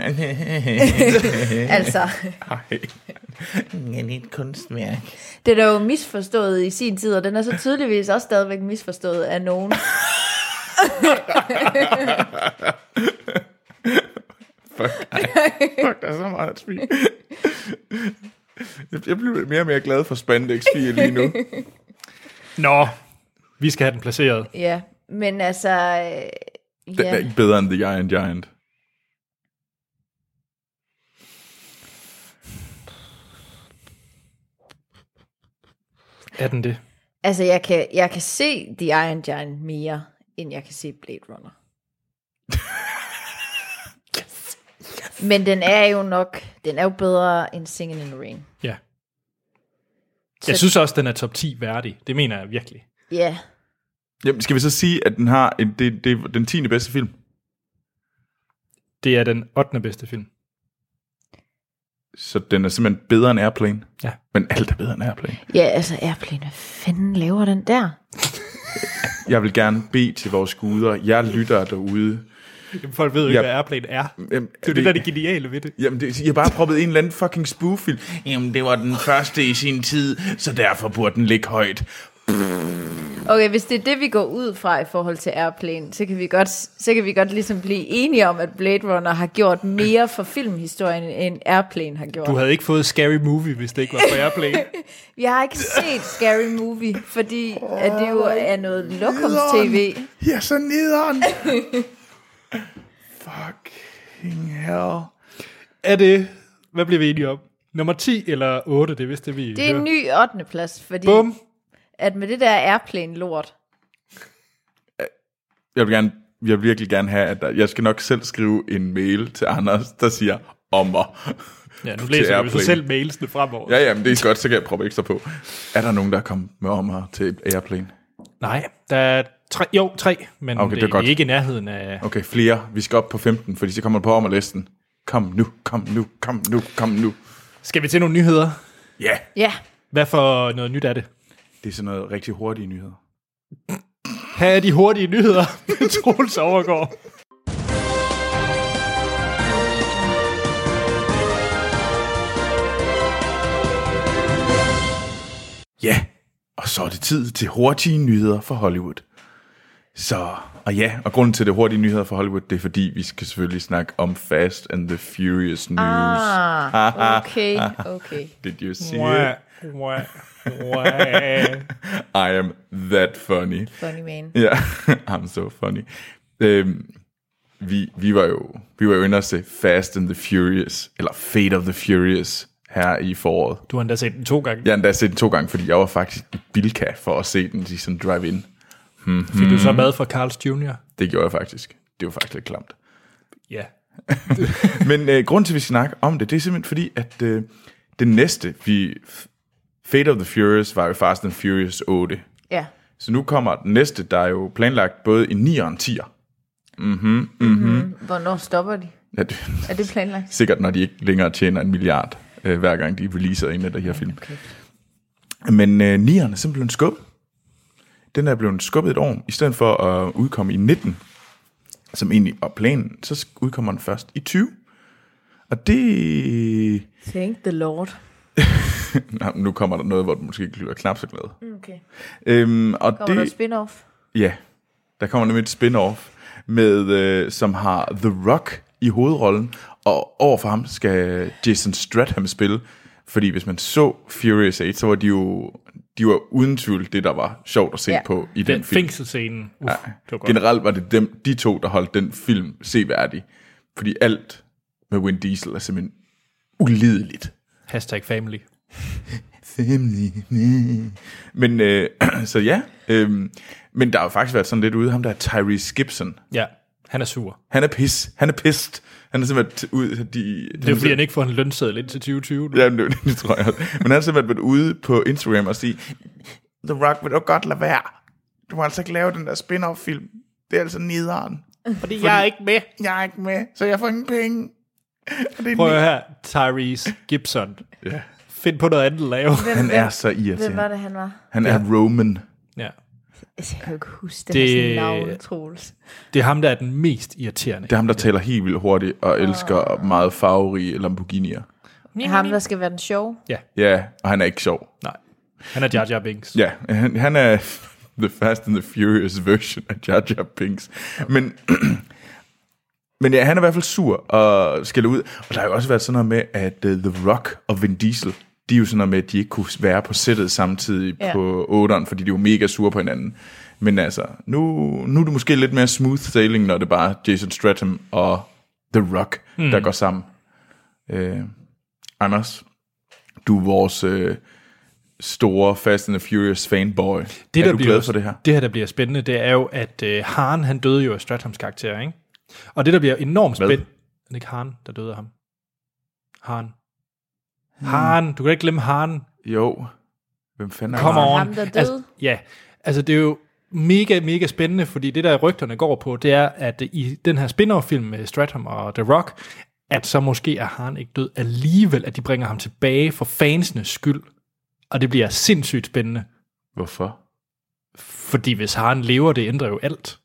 S3: altså,
S8: Men et kunstværk.
S3: den er jo misforstået i sin tid, og den er så tydeligvis også stadigvæk misforstået af nogen.
S2: Fuck dig. Fuck, der er så meget at spille. Jeg jeg bliver mere og mere glad for spandex lige nu.
S1: Nå, vi skal have den placeret.
S3: Ja, men altså... øh,
S2: Den er
S3: Ja,
S2: ikke bedre end The Iron Giant.
S1: Er den det?
S3: altså jeg kan, jeg kan se The Iron Giant mere, end jeg kan se Blade Runner. Men den er jo nok, den er jo bedre end Singing in the Rain.
S1: Ja.
S3: Så-
S1: Jeg synes også, den er top 10 værdig. Det mener jeg virkelig.
S3: Ja,
S2: Jamen, skal vi så sige, at den har en, det, det, er den 10. bedste film?
S1: Det er den 8. bedste film.
S2: Så den er simpelthen bedre end Airplane.
S1: Ja.
S2: Men alt er bedre end Airplane.
S3: ja altså Airplane, hvad fanden laver den der?
S2: Jeg vil gerne bede til vores guder. Jeg lytter derude.
S1: Jamen, folk ved jo ikke,
S2: Ja.
S1: hvad Airplane er. Det
S2: Jamen,
S1: er jo det, der er det geniale ved det.
S2: Jamen, det, I har bare proppet en eller anden fucking spoof-film.
S8: Jamen, det var den første i sin tid,
S2: Så derfor burde den ligge højt.
S3: Okay, hvis det er det, vi går ud fra i forhold til Airplane, så kan vi godt, så kan vi godt ligesom blive enige om, at Blade Runner har gjort mere for filmhistorien, end Airplane har gjort.
S1: Du havde ikke fået Scary Movie, hvis det ikke var for Airplane.
S3: Jeg har ikke set Scary Movie, fordi at det jo er noget lokums-tv.
S2: Ja, så nederen. fucking hell.
S1: er det... Hvad bliver vi enige om? Nummer 10 eller 8, det vidste vi.
S3: Det er en ny 8. plads, fordi
S1: Bum.
S3: at med det der Airplane-lort,
S2: Jeg vil, gerne, jeg vil virkelig gerne have, at der, jeg skal nok selv skrive en mail til Anders, der siger om mig.
S1: Ja, nu
S2: Til
S1: læser jeg jo så
S2: Airplane.
S1: selv mailsene fremover.
S2: Ja, ja, men det er godt, så kan jeg proppe ekstra på. Er der nogen, der er kommet med om her til Airplane?
S1: Nej, der er tre, jo tre, men
S2: Okay,
S1: det,
S2: det er
S1: det er
S2: godt.
S1: ikke i nærheden af...
S2: Okay, flere. Vi skal op på 15, fordi så kommer på om at læse den. Kom nu, kom nu, kom nu, kom nu.
S1: Skal vi til nogle nyheder?
S2: Ja, yeah.
S3: ja,
S1: Hvad for noget nyt er det?
S2: det er sådan noget rigtig hurtige nyheder.
S1: Her er de hurtige nyheder med Troels Overgaard.
S2: Ja, og Og så er det tid til hurtige nyheder fra Hollywood. Så, og ja, og grunden til det hurtige nyheder fra Hollywood, det er fordi, vi skal selvfølgelig snakke om Fast and the Furious News. Ah.
S3: Ah, okay, okay.
S2: Did you see it?
S1: Wah, wah, wah.
S2: I am that funny.
S3: Funny man.
S2: Ja, I'm so funny. Øhm, vi, vi var jo vi var jo inde og se Fast and the Furious, eller Fate of the Furious, her i foråret.
S1: Du har endda set den to gange.
S2: Jeg har endda set den to gange, fordi jeg var faktisk i Bilka for at se den i sådan en drive-in.
S1: Fik du så mad fra Carl's Jr.?
S2: Det gjorde jeg faktisk. Det var faktisk lidt klamt.
S1: Ja.
S2: Men øh, grunden til, at vi snakker om det, det er simpelthen fordi, at øh, det næste, vi... Fate of the Furious var jo Fast and Furious 8.
S3: Ja.
S2: Så nu kommer den næste, der er jo planlagt både i 9 og en 10'er.
S3: Hvornår stopper de?
S2: Ja, det,
S3: Er det planlagt?
S2: Sikkert, når de ikke længere tjener en milliard, øh, hver gang de releaser en af de her film. Okay. Men øh, nieren er simpelthen skubbet. Den er blevet skubbet et år. I stedet for at udkomme i 19, som egentlig var planen, så sk- udkommer den først i 20. Og det...
S3: Thank the Lord.
S2: Nå, nu kommer der noget, hvor du måske bliver knap så glad.
S3: Okay.
S2: Øhm, og
S3: Mm. Kommer der
S2: det,
S3: et spin-off?
S2: ja, der kommer nemlig et spin-off, med, øh, som har The Rock i hovedrollen, og overfor ham skal Jason Statham spille, fordi hvis man så Furious 8, så var de jo de var uden tvivl det, der var sjovt at se
S3: Ja.
S2: ja. på i den,
S1: Den
S2: film.
S1: fængselsscenen. Uff, ja. det var godt.
S2: Generelt var det dem, de to, der holdt den film seværdig, fordi alt med Vin Diesel er simpelthen ulideligt.
S1: Hashtag family.
S2: Family. Men øh, så ja, øh, men der har jo faktisk været sådan lidt ude, ham der er Tyrese Gibson,
S1: Ja, han er sur.
S2: Han er pis. Han er pist. Han er simpelthen t- ud... De,
S1: Det er jo fordi, han ikke får en lønseddel ind til 2020. Ja.
S2: Ja, det, det tror jeg også. Men han er simpelthen været ude på Instagram og sige, The Rock vil du godt lade være. Du må altså ikke lave den der spin-off-film. Det er altså nederen.
S1: Fordi jeg er ikke med.
S2: Jeg er ikke med, så jeg får ingen penge. Og det er
S1: Prøv at høre her, Tyrese Gibson.
S2: Ja.
S1: Find på noget andet at lave.
S3: Hvem,
S2: Han
S3: hvem,
S2: er så
S3: hvem var
S2: irriterende.
S3: det, han var?
S2: Han er Roman.
S1: Ja.
S3: Altså, jeg kan jo ikke huske det,
S1: Det-
S3: det... navn, Troels.
S1: Det er ham, der er den mest irriterende.
S2: Det er ham, der taler helt vildt hurtigt og elsker meget farverige Lamborghinier.
S3: Ham, der skal være den sjove.
S2: Ja, og han er ikke sjov.
S1: Nej, han er Jar Jar Binks.
S2: Ja, han, han er The Fast and the Furious version af Jar Jar Binks. Men, men ja, han er i hvert fald sur og skal ud. Og der har jo også været sådan noget med, at uh, The Rock og Vin Diesel, de er jo sådan noget med, at de ikke kunne være på sættet samtidig
S3: Ja.
S2: ja. på 8'eren, fordi de var mega sure på hinanden. Men altså, nu, nu er det måske lidt mere smooth sailing, når det bare er Jason Stratham og The Rock, mm. der går sammen. Øh, Anders, du er vores... Øh, store Fast and the Furious fanboy.
S1: Det,
S2: er
S1: der
S2: du
S1: bliver,
S2: glad for det her?
S1: Det her, der bliver spændende, det er jo, at øh, Haren, han døde jo af Strathams karakter, ikke? Og det, der bliver enormt
S2: Hvad?
S1: spændende... Er det ikke Haren, der døde af ham? Haren. Haren, du kan ikke glemme Haren.
S2: Jo. Hvem fanden er
S1: Come
S2: han?
S1: on.
S3: Ham, der
S1: Altså,
S3: døde?
S1: ja, altså det er jo mega, mega spændende, fordi det der rygterne går på, det er, at i den her spin-off-film med Stratham og The Rock, at så måske er han ikke død alligevel, at de bringer ham tilbage for fansenes skyld. Og det bliver sindssygt spændende,
S2: Hvorfor?
S1: fordi hvis han lever, det ændrer jo alt.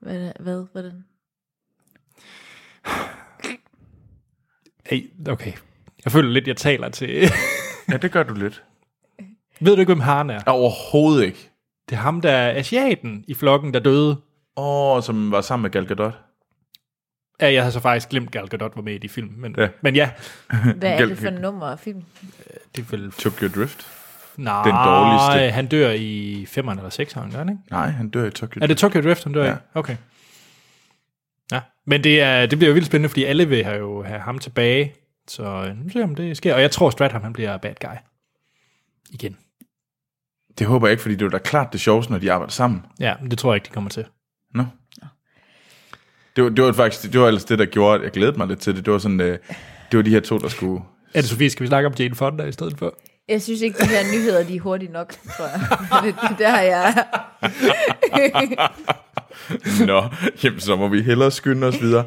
S3: Hvad, hvad, hvordan?
S1: Hey, okay. Jeg føler lidt, jeg taler til...
S2: Ja, det gør du lidt.
S1: Ved du ikke, hvem han er?
S2: Overhovedet ikke.
S1: Det er ham, der er asiaten i flokken, der døde.
S2: Åh, oh, som var sammen med Gal Gadot.
S1: Ja, jeg har så faktisk glemt, Gal Gadot var med i de film. Men ja,
S2: Ja.
S1: men ja
S3: Hvad er
S2: Gæld-
S3: det for en nummer af film?
S1: det er vel...
S2: Tokyo Drift?
S1: Nej,
S2: den dårligste.
S1: han dør i 5'eren eller 6'eren, gør han ikke?
S2: Nej, han dør i Tokyo
S1: Er det Tokyo Drift, han dør ja.
S2: Ja.
S1: i? Okay. Ja, men det, er, det bliver jo vildt spændende, fordi alle vil have, jo have ham tilbage. Så øh, nu ser vi, om det sker. Og jeg tror, Stratham han bliver bad guy. Igen.
S2: Drift. Det håber jeg ikke, fordi det er jo da klart det sjoveste, når de arbejder sammen.
S1: Ja, men det tror jeg ikke, de kommer til.
S2: Nå? Det var, det var faktisk det var ellers det, der gjorde, at jeg glædede mig lidt til det. Det var sådan, øh, det var de her to, der skulle...
S1: Er det, Sofie, skal vi snakke om Jane Fonda i stedet for?
S3: Jeg synes ikke, de her nyheder, de er hurtige nok, tror jeg. Det, det der har jeg...
S2: Nå, jamen, så må vi hellere skynde os videre.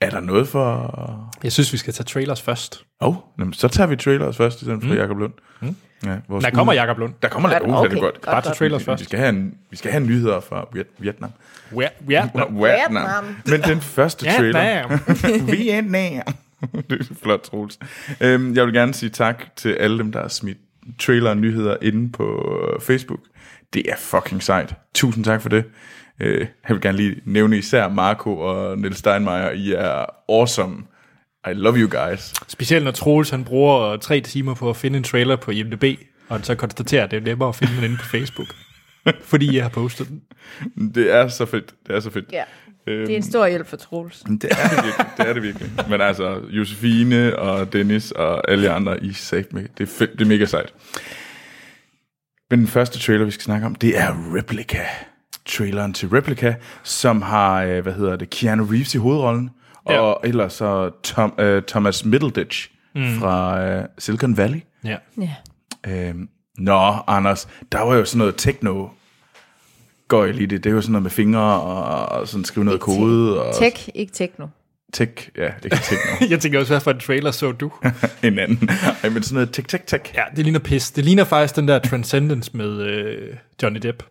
S2: Er der noget for...
S1: Jeg synes, vi skal tage trailers først.
S2: Åh, oh, så tager vi trailers først, i stedet for mm. Jacob Lund. Mm. Ja, vores
S1: Der kommer Jakob Lund.
S2: Der kommer lidt
S3: Godt,
S2: ud, okay. det er
S3: okay.
S2: godt.
S3: Godt,
S1: Bare til
S3: godt.
S1: trailers
S2: Vi- Vi
S1: først.
S2: skal have, en, vi skal have en nyheder fra Viet- Vietnam.
S1: Ja, ja.
S3: Vietnam.
S2: Men den første
S1: Ja,
S2: trailer.
S1: damn.
S2: Vietnam. det er flot, Troels. Øhm, jeg vil gerne sige tak til alle dem, der har smidt trailer og nyheder inde på øh, Facebook. Det er fucking sejt. Tusind tak for det. Øh, jeg vil gerne lige nævne især Marco og Niels Steinmeier. I er awesome. I love you guys.
S1: Specielt når Troels han bruger øh, tre timer på at finde en trailer på IMDb, og han så konstaterer, at det er nemmere at finde den inde på Facebook. fordi jeg har postet den.
S2: Det er så fedt. Det er så fedt.
S3: Ja.
S2: Øhm,
S3: Det er en stor hjælp for Troels.
S2: Det er det virkelig, det er det virkelig. Men altså, Josefine og Dennis og alle jer andre, I saved me. Det er, fedt, det er mega sejt. Men den første trailer, vi skal snakke om, det er Replica. Traileren til Replica, som har, øh, hvad hedder det, Keanu Reeves i hovedrollen,
S1: Ja.
S2: og ellers så Tom, øh, Thomas Middleditch mm. fra øh, Silicon Valley.
S1: Ja.
S3: Ja.
S2: Øhm, nå, Anders, der var jo sådan noget techno gøjl i det. Det var sådan noget med fingre og, og sådan skrive noget kode. Og
S3: Tech, ikke techno.
S2: Tech, ja, ikke techno.
S1: Jeg tænker også, hvad for en trailer så du?
S2: en anden. Ej, men sådan noget tech, tech, tech.
S1: Ja, det ligner pis. Det ligner faktisk den der Transcendence med øh, Johnny Depp,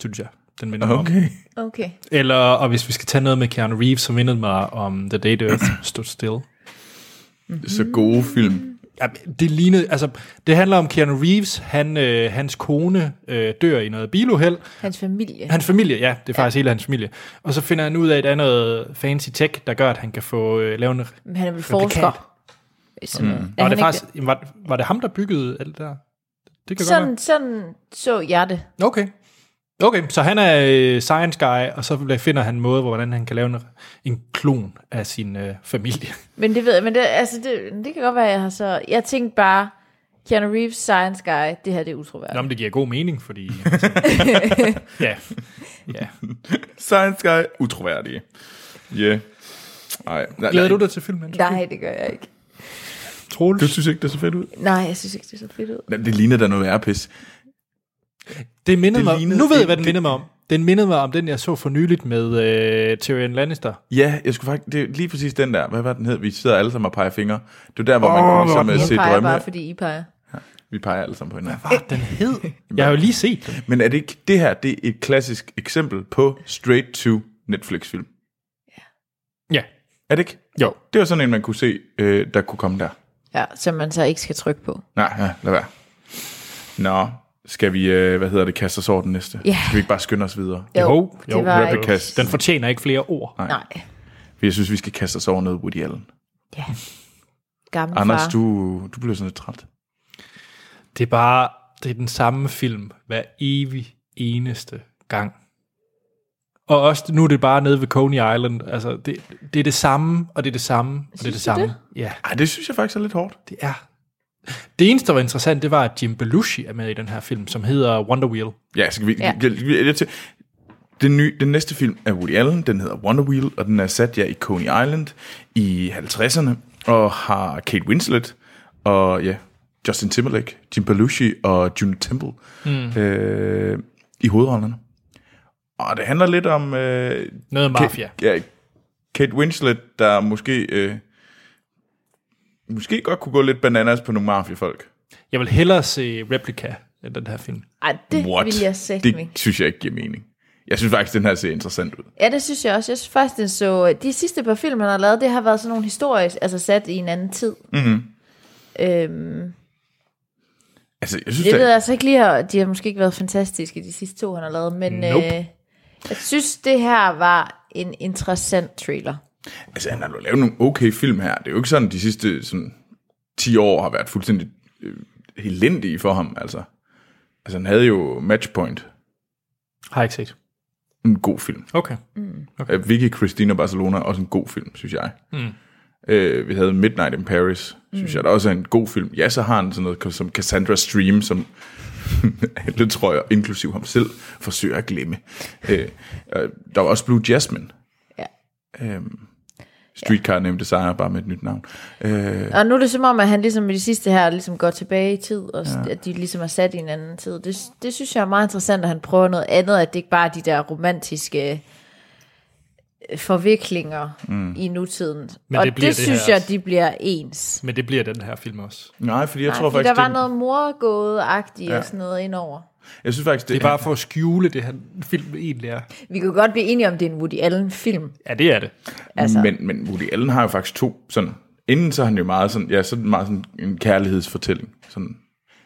S1: synes jeg. Den minder mig om.
S2: Okay.
S3: Okay.
S1: Eller, og hvis vi skal tage noget med Keanu Reeves, så mindede mig om The Day the Earth Stood Still. Mhm.
S2: Så gode film.
S1: Ja, det lignede, altså, det handler om Keanu Reeves, han, øh, hans kone øh, dør i noget biluheld,
S3: Hans familie.
S1: Hans familie, ja. Det er faktisk hele hans familie. Og så finder han ud af, at der er noget fancy tech, der gør, at han kan få øh, lavet en...
S3: Men han er vel
S1: Replikat.
S3: forsker. Sådan, mm. er
S1: Var
S3: han
S1: det,
S3: ikke
S1: faktisk, jamen, var, var det ham, der byggede alt det der? Det kan
S3: Sådan,
S1: godt
S3: sådan så jeg det.
S1: være. Okay. Okay, så han er øh, science guy, og så finder han en måde, hvordan han kan lave en, en klon af sin øh, familie.
S3: Men det ved jeg, men det, altså det, det kan godt være, jeg har så... Jeg tænkte bare, Keanu Reeves, science guy, det her det er
S1: Nå,
S3: utroværdigt.
S1: men det giver god mening, fordi... Altså, ja. ja.
S2: Science Guy, utroværdige. Yeah. Ej, nej,
S1: Glæder
S2: nej.
S1: du dig til filmen?
S3: Nej, det gør jeg ikke.
S1: Troels?
S2: Du synes ikke, det er så fedt ud?
S3: Nej, jeg synes ikke, det er så fedt ud.
S2: Nej, det ligner da noget værre pis.
S1: Det mindede
S2: Det
S1: mig...
S2: lignede-
S1: Nu ved jeg, hvad
S2: det-
S1: den mindede mig om. Den mindede mig om den, jeg så for nyligt med øh, Tyrion Lannister.
S2: Ja, jeg skulle faktisk... Det er lige præcis den der. Hvad var den hed? Vi sidder alle sammen og peger fingre. Det er der, hvor man
S1: Åh,
S2: kan
S1: hvor
S2: ligesom
S1: var
S2: øh,
S3: Jeg
S2: se
S3: peger
S2: drømme.
S3: bare, fordi I peger.
S2: Vi peger alle sammen på hinanden.
S1: Hvad den hed? Jeg har jo lige set den.
S2: Men er det ikke... Det her, det er et klassisk eksempel på straight-to-Netflix-film.
S1: Ja.
S2: Er det ikke?
S1: Jo.
S2: Det var sådan en, man kunne se, øh, der kunne komme der.
S3: Ja, som man så ikke skal trykke på.
S2: Nej, ja, lad være. Nå, skal vi, øh, hvad hedder det, kaste os over den næste?
S3: Ja.
S2: Skal vi ikke bare skynde os videre?
S1: Jo, jo,
S3: det var ikke...
S2: Replica.
S1: Den fortjener ikke flere ord. Nej.
S3: Nej,
S2: For Jeg synes, vi skal kaste os over noget Woody Allen.
S3: gammel
S2: Anders,
S3: far.
S2: du, du bliver sådan lidt træt.
S1: Det er bare, det er den samme film hver evig eneste gang. Og også, nu er det bare nede ved Coney Island. Altså, det, det er det samme, og det er det samme, og det er det
S3: Synes du
S1: samme.
S3: det?
S1: Ja,
S2: Ej, det synes jeg faktisk er lidt hårdt.
S1: det er. Det eneste, der var interessant, det var, at Jim Belushi er med i den her film, som hedder Wonder Wheel.
S2: Ja, så kan vi...
S3: Ja.
S2: Ja. Jeg, jeg, jeg, til- den, nye, den næste film er Woody Allen, den hedder Wonder Wheel, og den er sat ja, i Coney Island i 50'erne, og har Kate Winslet, og ja, Justin Timberlake, Jim Belushi og June Temple mm. øh, i hovedrollerne. Og det handler lidt om... Øh,
S1: Noget mafia.
S2: Kate, ja, Kate Winslet, der måske... Øh, måske godt kunne gå lidt bananas på nogle mafia-folk.
S1: Jeg vil hellere se Replica end den her film.
S3: Ej, det
S2: What?
S3: vil jeg sætte
S2: det
S3: mig.
S2: synes jeg ikke giver mening. Jeg synes faktisk, den her ser interessant ud.
S3: Ja, det synes jeg også. Jeg synes faktisk, den så... øh, De sidste par film, han har lavet, det har været sådan nogle historisk, altså sat i en anden tid. Mm-hmm. Øhm,
S2: Altså, jeg synes,
S3: jeg
S2: det,
S3: ved altså ikke lige, at de har måske ikke været fantastiske, de sidste to, han har lavet, men
S1: Nope.
S3: øh, jeg synes, det her var en interessant trailer.
S2: altså, han har jo lavet nogle okay film her. Det er jo ikke sådan, de sidste sådan, 10 år har været fuldstændig øh, elendige for ham. Altså. altså, han havde jo Matchpoint,
S1: Har jeg ikke set.
S2: en god film.
S1: Okay.
S3: Mm.
S2: Okay. Øh, Vicky Christina Barcelona er også en god film, synes jeg. Mm. Øh, vi havde Midnight in Paris, synes mm. jeg, der også er en god film. Ja, så har han sådan noget som Cassandra Stream, som alle, tror jeg, inklusiv ham selv, forsøger at glemme. Øh, øh, der var også Blue Jasmine.
S3: Ja.
S2: Øhm, Streetcar Named Desire, bare med et nyt navn. Øh,
S3: Og nu er det som om, at han ligesom med de sidste her ligesom går tilbage i tid, og ja. at de ligesom er sat i en anden tid. Det, det synes jeg er meget interessant, at han prøver noget andet, at det ikke bare er de der romantiske øh, forviklinger mm. i nutiden.
S1: Men
S3: og
S1: det
S3: det,
S1: bliver det
S3: det
S1: her
S3: synes jeg,
S1: også.
S3: de bliver ens.
S1: Men det bliver den her film også.
S2: nej, fordi jeg
S3: Jeg
S2: tror
S3: tror, fordi
S2: faktisk,
S3: der var
S2: det,
S3: noget morgåde-agtigt ja. og sådan noget indover.
S2: jeg synes faktisk, det,
S1: Det er bare for at skjule det her film egentlig er.
S3: Vi kunne godt blive enige om, det er en Woody Allen-film.
S1: Ja, det er det.
S3: Altså,
S2: Men, men Woody Allen har jo faktisk to sådan... Inden så er han jo meget sådan, ja, så er det meget sådan en kærlighedsfortælling. Sådan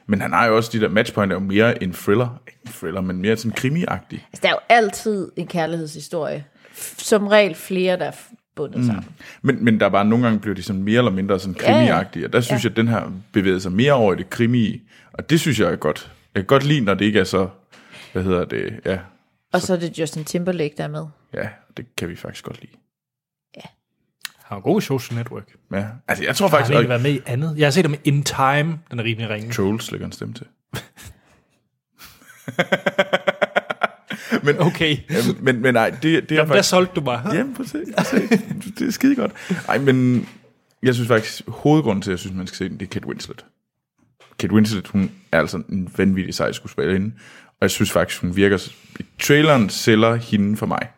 S2: Men han har jo også de der matchpoint, er jo mere en thriller. Ikke en thriller, men mere sådan krimiagtig.
S3: Altså, der er jo altid en kærlighedshistorie. F- Som regel flere, der er f- bundet mm. sammen.
S2: Men, men der er bare nogle gange blev de sådan mere eller mindre sådan
S3: ja.
S2: krimiagtige, og der synes ja. jeg, at den her bevægede sig mere over i det krimi, og det synes jeg er godt. Jeg kan godt lide, når det ikke er så, hvad hedder det, ja,
S3: Og så er det Justin Timberlake, der er med.
S2: ja, det kan vi faktisk godt lide.
S1: Har en god social network. Har
S2: Ja. Altså jeg tror
S1: han
S2: faktisk,
S1: egentlig været
S2: at
S1: med i andet? Jeg har set ham i In Time, den er rimelig ringe.
S2: Trolls lægger en stemme til. men,
S1: Okay,
S2: Jamen, men, men nej, det, det er
S1: der solgte du mig.
S2: Jamen, præcis, præcis. Altså, Det er skide godt. Ej, men jeg synes faktisk, hovedgrunden til, at jeg synes, man skal se den, det er Kate Winslet. Kate Winslet, hun er altså en vanvittig sej skuespillerinde, og jeg synes faktisk, hun virker... s- Traileren sælger hende for mig.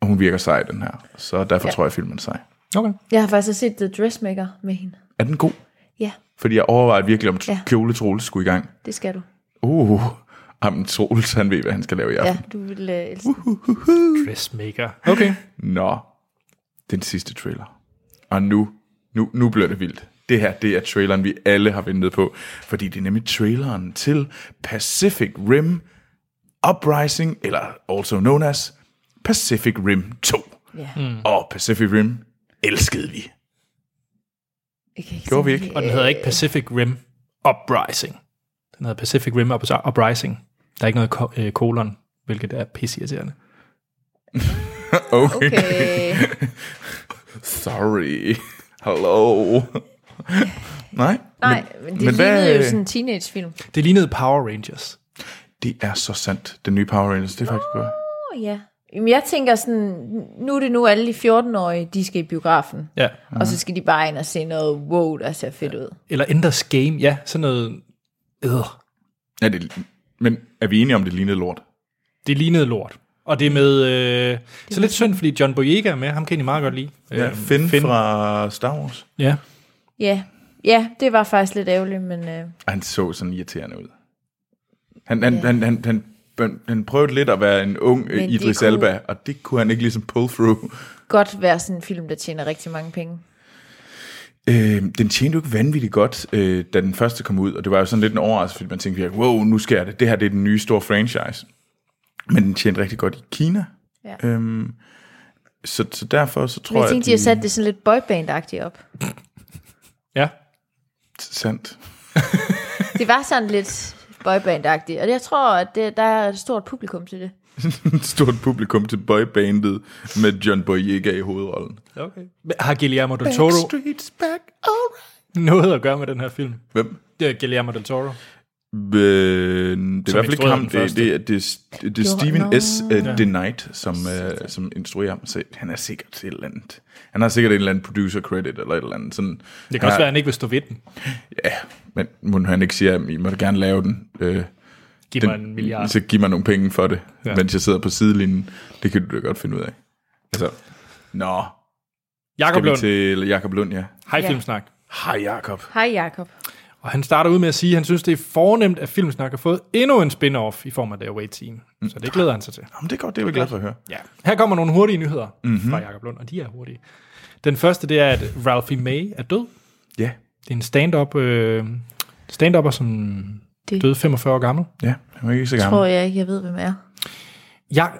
S2: Og hun virker sej, den her. Så derfor ja. tror jeg, filmen er sej.
S1: Okay.
S3: Jeg har faktisk også set The Dressmaker med hende.
S2: Er den god?
S3: Ja,
S2: Fordi jeg overvejer virkelig, om ja.
S3: Ja.
S2: kjole Troels skulle i gang.
S3: det skal du.
S2: Uh, jamen Troels, han ved, hvad han skal lave i aften.
S3: Ja, du vil uh, elske den.
S1: Dressmaker. Okay.
S2: Nå, den sidste trailer. Og nu, nu, nu bliver det vildt. Det her, det er traileren, vi alle har ventet på. Fordi det er nemlig traileren til Pacific Rim Uprising, eller also known as Pacific Rim 2.
S3: Ja.
S2: Mm. Og Pacific Rim elskede vi.
S3: Jeg kan ikke
S2: Gjorde vi
S3: se-
S2: ikke?
S1: Og den hedder ikke Pacific Rim Uprising. Den hedder Pacific Rim Up- Uprising. Der er ikke noget ko- øh, kolon, hvilket er pisseirriterende.
S2: Okay.
S3: Okay.
S2: Sorry. Hello. Nej.
S3: Nej, men det
S2: men
S3: men
S2: hvad-
S3: lignede jo sådan en teenagefilm.
S1: Det lignede Power Rangers.
S2: Det er så sandt. Den nye Power Rangers, det er faktisk godt.
S3: Åh, ja. Jamen, jeg tænker sådan, nu er det nu alle de 14-årige, de skal i biografen.
S1: Ja.
S3: Og så skal de bare ind og se noget wow, der ser fedt ud.
S1: Eller Enders Game. Ja, sådan noget... Øh.
S2: Ja, det, men er vi enige om, det lignede lort?
S1: Det lignede lort. Og det er med... Øh, så lidt synd, fordi John Boyega er med. Ham kan jeg egentlig meget godt lide.
S2: Ja,
S1: Øhm,
S2: Finn, Finn fra Star Wars.
S1: Ja.
S3: Ja, ja det var faktisk lidt ærgerligt, men øh,
S2: Og han så sådan irriterende ud. Han, han, han, han, han, han, han prøvede lidt at være en ung Men
S3: Men det
S2: Idris
S3: kunne-
S2: Elba, og det kunne han ikke ligesom pull through.
S3: godt være sådan en film, der tjener rigtig mange penge.
S2: Øh, den tjente jo ikke vanvittigt godt, øh, da den første kom ud, og det var jo sådan lidt en overraskelse, fordi man tænkte virkelig, wow, nu sker det, det her det er den nye store franchise. Men den tjente rigtig godt i Kina.
S3: Ja.
S2: Øhm, så, så derfor så tror
S3: Men jeg
S2: jeg,
S3: tænkte, de har sat det sådan lidt boyband-agtigt op.
S1: Ja.
S2: sandt.
S3: Det var sådan lidt boyband-agtigt, og jeg tror, at det, der er et stort publikum til det.
S2: Et stort publikum til boybandet med John Boyega i hovedrollen.
S1: Okay. Har Guillermo del Toro
S2: Streets back, alright.
S1: noget at gøre med den her film?
S2: Hvem?
S1: Det er Guillermo del Toro.
S2: Øh, det er i hvert fald ikke
S1: instruerede
S2: ham,
S1: den
S2: det,
S1: første.
S2: det, er- det, er- det, det er
S3: var-
S2: Steven
S3: Nå.
S2: S. Uh, The Knight, som, uh, som instruerer ham. Så han er sikkert et eller andet. Han har sikkert en eller anden producer credit, eller et eller andet. Sådan,
S1: Det kan også være, at han ikke vil stå ved den.
S2: Ja, men må han ikke sige, at I må da gerne lave den. Øh,
S1: Giv mig en
S2: den
S1: milliard.
S2: så giv mig nogle penge for det, ja.
S1: Ja.
S2: mens jeg sidder på sidelinjen. Det kan du da godt finde ud af. Altså, nå,
S1: Jakob
S2: skal vi
S1: Lund.
S2: til Jakob Lund, ja.
S1: Hej
S3: Ja.
S1: Filmsnak.
S2: Hej Jakob.
S3: Hej Jakob.
S1: Og han starter ud med at sige, at han synes, det er fornemt, at Filmsnak har fået endnu en spin-off i form af The Away Team.
S2: Mm.
S1: Så det glæder han sig til.
S2: Jamen, det er godt, det er vi glad for at høre.
S1: Ja. Her kommer nogle hurtige nyheder
S2: Mhm.
S1: mm-hmm. fra Jakob Lund, og de er hurtige. Den første, det er, at Ralphie May er død.
S2: Ja,
S1: Det er en stand-up, øh, stand-upper, som
S3: Det-
S1: døde 45 år gammel.
S2: ja, han var ikke så
S3: Jeg
S2: gammel.
S3: tror jeg ikke, jeg ved, hvem er.
S1: Jeg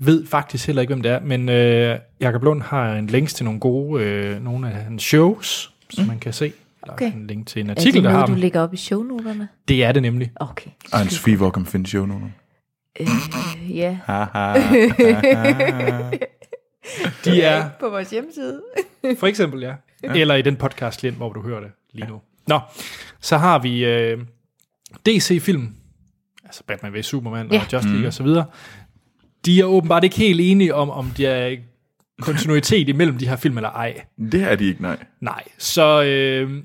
S1: ved faktisk heller ikke, hvem det er, men øh, Jakob Lund har en link til nogle gode, øh, nogle af hans shows, som man kan se. Der
S3: Mm. Okay.
S1: er en link til en
S3: Er det
S1: artikel, der har
S3: noget, du
S1: dem.
S3: lægger op i shownoterne?
S1: Det er det nemlig.
S3: Okay.
S2: Og hans Sofie Walken Finn show nu.
S3: Øh, ja.
S1: De er
S3: På vores hjemmeside.
S1: For eksempel, ja. Eller i den podcast lige, hvor du hører det lige nu. Nå, så har vi øh, DC-film, altså Batman vs. Superman ja.
S3: Ja.
S1: og Just League mm. og så videre. De er åbenbart ikke helt enige om, om de er kontinuitet imellem de her film eller ej.
S2: Det er de ikke, nej.
S1: Nej, så øh,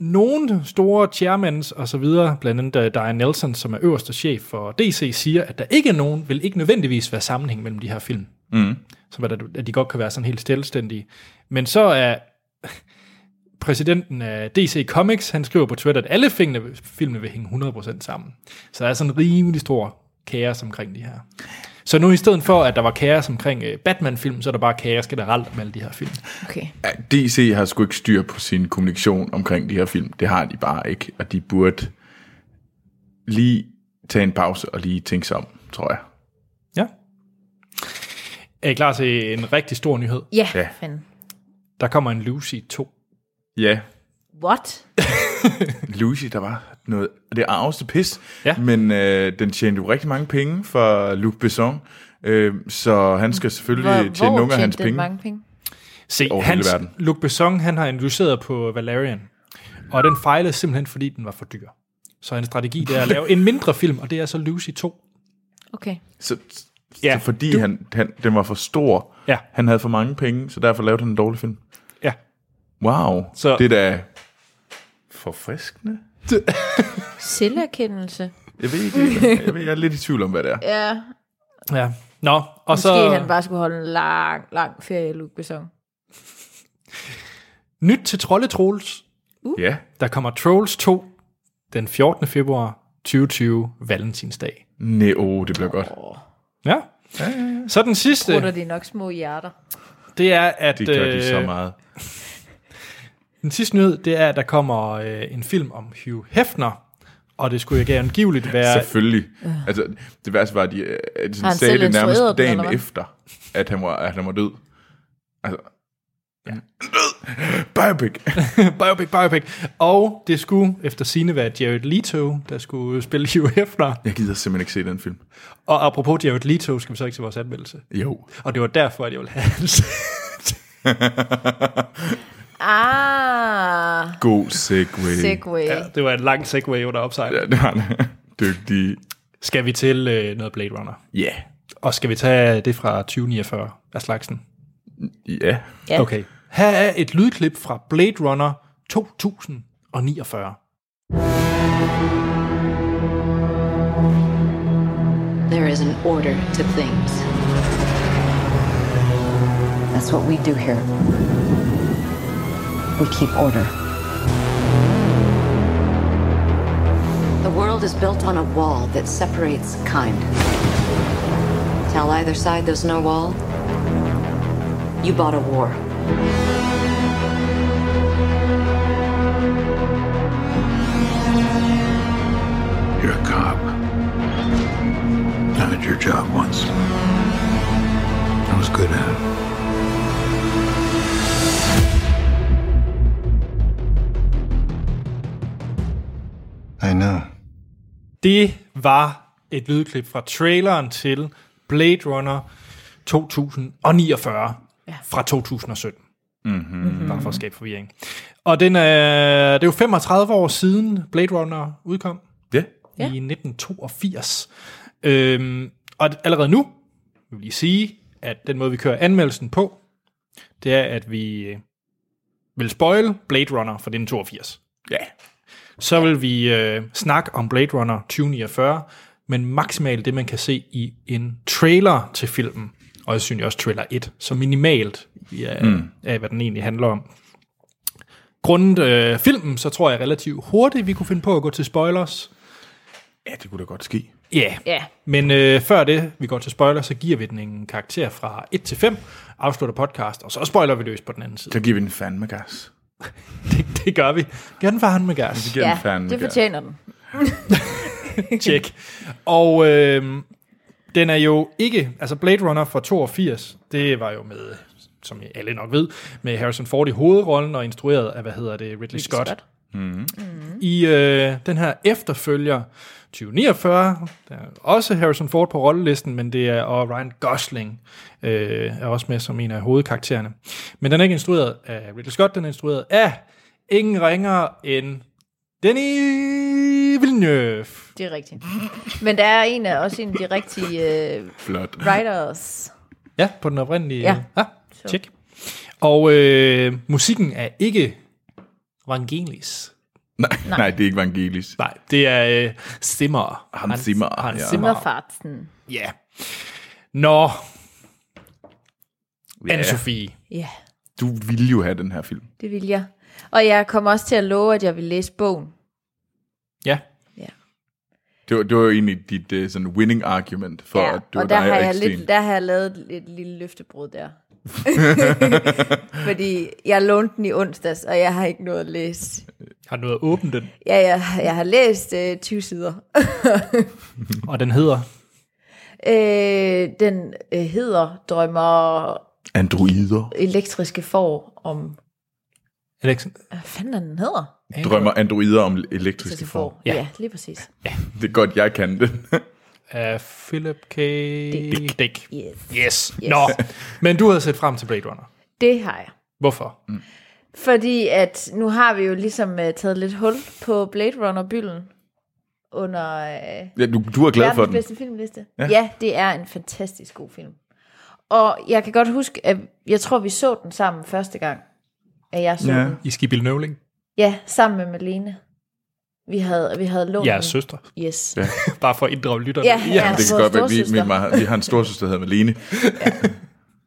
S1: nogle store chairmans og så videre, blandt andet øh, Diane Nelson, som er øverste chef for DC, siger, at der ikke er nogen, vil ikke nødvendigvis være sammenhæng mellem de her film. Mm. Så at der- at de godt kan være sådan helt selvstændige. Men så er præsidenten af DC Comics, han skriver på Twitter, at alle filmene, filmene vil hænge 100% sammen. Så der er sådan en rimelig stor kaos omkring de her. Så nu i stedet for, at der var kaos omkring øh, Batman-film, så er der bare kaos generelt med alle de her film.
S3: Okay.
S2: Ja, DC har sgu ikke styr på sin kommunikation omkring de her film. Det har de bare ikke, og de burde lige tage en pause og lige tænke sig om, tror jeg.
S1: Ja. Er I klar til en rigtig stor nyhed?
S3: Ja,
S2: Ja.
S3: ja. fanden.
S1: Der kommer en Lucy 2.
S2: Ja,
S3: What?
S2: Lucy, der var noget, det er arveste pis,
S1: Ja.
S2: men øh, den tjente jo rigtig mange penge for Luc Besson, øh, så han skal selvfølgelig
S3: Hvor,
S2: tjene
S3: hvor
S2: nogle af hans
S3: tjente den
S2: penge.
S3: mange penge?
S1: Se,
S2: Over hele
S1: hans,
S2: verden.
S1: Luc Besson, han har analyseret på Valerian, og den fejlede simpelthen, fordi den var for dyr. Så hans strategi, det er at lave en mindre film, og det er så Lucy 2.
S3: Okay.
S2: Så, ja,
S1: Ja,
S2: så fordi
S1: du-
S2: han, han, den var for stor,
S1: Ja.
S2: han havde for mange penge, så derfor lavede han en dårlig film.
S1: Ja.
S2: Wow,
S1: Så-
S2: så, det er da forfriskende.
S3: Selverkendelse.
S2: Jeg ved ikke, helt, jeg, ved, jeg er lidt i tvivl om, hvad det er.
S3: Ja.
S1: Ja. Nå, og
S3: Måske
S1: så...
S3: han bare skulle holde en lang, lang ferie i Luc Besson.
S1: Nyt til Trolde Trolls.
S3: Uh.
S2: Ja,
S1: Der kommer Trolls 2 den 14. februar 2020, valentinsdag.
S2: nej, oh, det bliver godt.
S1: Ja. ja, ja, Så den
S3: Brutter
S1: sidste,
S3: de nok små hjerter.
S1: det er, at
S2: Det gør de så
S1: øh,
S2: meget.
S1: den sidste nyhed, det er, at der kommer øh, en film om Hugh Hefner, og det skulle ikke angiveligt være...
S2: Selvfølgelig. Altså, det værste var, at de, øh, at de
S3: Har han
S2: sagde
S3: selv
S2: det nærmest
S3: instrueret den,
S2: dagen
S3: eller hvad?
S2: efter, at han var, at han var død. Altså, ja. Biopic.
S1: biopic, biopic. Og det skulle efter sine være Jared Leto, der skulle spille Hugh Hefner.
S2: Jeg gider simpelthen ikke se den film.
S1: Og apropos Jared Leto, skal vi så ikke til vores anmeldelse.
S2: Jo.
S1: Og det var derfor, at jeg ville have hans.
S3: Ah,
S2: God segway.
S3: segway. Ja.
S1: det var en lang segway under opsejling.
S2: Ja, det var det. Dygtig.
S1: Skal vi til øh, noget Blade Runner?
S2: Ja. Yeah.
S1: Og skal vi tage det fra 2049 af slagsen?
S2: Ja.
S3: Ja.
S1: Okay. Her er et lydklip fra Blade Runner 2049.
S9: There is an order to things. That's what we do here. We keep order. The world is built on a wall that separates kind. Tell either side there's no wall. You bought a war.
S4: You're a cop. I did your job once. I was good at it. I know.
S1: Det var et lydklip fra traileren til Blade Runner 2049 ja. fra 2017. Mm-hmm. Bare for at skabe forvirring. Og den er, det er jo 35 år siden Blade Runner udkom
S2: Ja.
S1: ja. i 1982. Øhm, og allerede nu vil jeg sige, at den måde, vi kører anmeldelsen på, det er, at vi øh, vil spoil Blade Runner fra 1982.
S2: Ja.
S1: Så vil vi øh, snakke om Blade Runner 2049, men maksimalt det, man kan se i en trailer til filmen, og jeg synes også trailer 1, så minimalt ja, mm. af, hvad den egentlig handler om. Grundet øh, filmen, så tror jeg relativt hurtigt, vi kunne finde på at gå til spoilers.
S2: Ja, det kunne da godt ske.
S1: Ja, yeah.
S3: Ja.
S1: men øh, før det, vi går til spoiler, så giver vi den en karakter fra 1 til 5, afslutter podcast, og så spoiler vi løs på den anden side.
S2: Så giver vi den fandme gas.
S1: Det, det gør vi. Gør den for han med gas.
S2: Så giver den
S3: ja
S2: fandme
S3: det
S2: gas.
S3: fortjener den.
S1: Tjek. Og øh, den er jo ikke, altså Blade Runner fra 82, det var jo med, som I alle nok ved, med Harrison Ford i hovedrollen og instrueret af, hvad hedder det, Ridley, Ridley Scott. Scott. Mm-hmm. I øh, den her efterfølger 2049, der er også Harrison Ford på rollelisten, men det er, og Ryan Gosling øh, er også med som en af hovedkaraktererne. Men den er ikke instrueret af Ridley Scott, den er instrueret af ingen ringer end Denis Villeneuve.
S3: Det er rigtigt. Men der er en af, også en af de rigtige uh,
S2: Flot.
S3: writers.
S1: Ja, på den oprindelige.
S3: Ja.
S1: ja tjek. Og øh, musikken er ikke Vangelis.
S2: Nej, nej. nej, det er ikke Vangelis.
S1: Nej, det er øh, Zimmer.
S2: Hans Zimmer,
S1: Hans
S2: ja.
S1: Zimmer.
S3: Underfartsen.
S1: Ja. Nå,
S2: Ja.
S1: Anne-Sophie.
S3: Ja,
S2: Du ville jo have den her film.
S3: det vil jeg. Og jeg kommer også til at love, at jeg vil læse bogen.
S1: Ja.
S3: Ja.
S2: Det var, det var jo egentlig dit uh, sådan winning argument for, ja, at du
S3: og der
S2: dig
S3: har,
S2: og
S3: jeg
S2: Eksten.
S3: lidt, der har jeg lavet et lille løftebrud der. Fordi jeg lånte den i onsdags, og jeg har ikke noget at læse.
S1: Har noget at åbne den,
S3: Ja, jeg, jeg har læst øh, 20 sider.
S1: og den hedder...
S3: øh, den øh, hedder Drømmer
S2: Androider.
S3: elektriske får om...
S1: Alex,
S3: Hvad fanden er den hedder?
S2: Drømmer androider om elektriske får.
S3: Ja.
S1: Ja.
S3: ja, lige præcis.
S2: Det er godt, jeg kan det.
S1: af Philip K.
S3: Dick.
S1: Dick. Dick.
S3: Yes.
S1: Yes.
S3: Yes.
S1: yes. Nå, men du havde set frem til Blade Runner.
S3: Det har jeg.
S1: Hvorfor? Mm.
S3: Fordi at nu har vi jo ligesom uh, taget lidt hul på Blade Runner-bylden under uh,
S2: Ja, du, du er glad for
S3: verdens
S2: den.
S3: bedste filmliste. Ja.
S2: Ja.
S3: ja, det er en fantastisk god film. Og jeg kan godt huske, at jeg tror, vi så den sammen første gang, at jeg så ja.
S2: Ja.
S3: den.
S1: I Skibil Nøvling.
S3: Ja, sammen med Malene. Vi havde, vi havde lånt
S1: Jeres
S3: den.
S1: søster.
S3: Yes.
S1: Bare for at inddrage lytterne.
S3: Ja, ja.
S2: Det kan
S3: Vores
S2: godt være, vi,
S3: storesøster.
S2: min, mar- vi har en storsøster, der hedder Malene.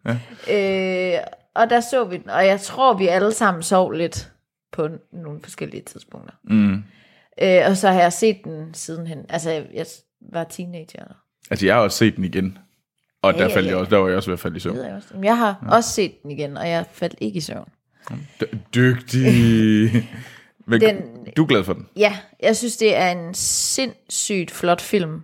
S3: Øh, og der så vi den, og jeg tror, vi alle sammen sov lidt på n- nogle forskellige tidspunkter. Mm. Øh, og så har jeg set den sidenhen. Altså, jeg, jeg var teenager.
S2: Altså, jeg har også set den igen. Og der,
S3: ja,
S2: faldt
S3: ja.
S2: Jeg også, der var jeg også ved at falde i
S3: Det
S2: søvn.
S3: ved jeg, også. Men jeg har ja. også set den igen, og jeg faldt ikke i søvn.
S2: D- dygtig. Men
S3: Den-
S2: den... du er glad for den.
S3: Ja, jeg synes, det er en sindssygt flot film.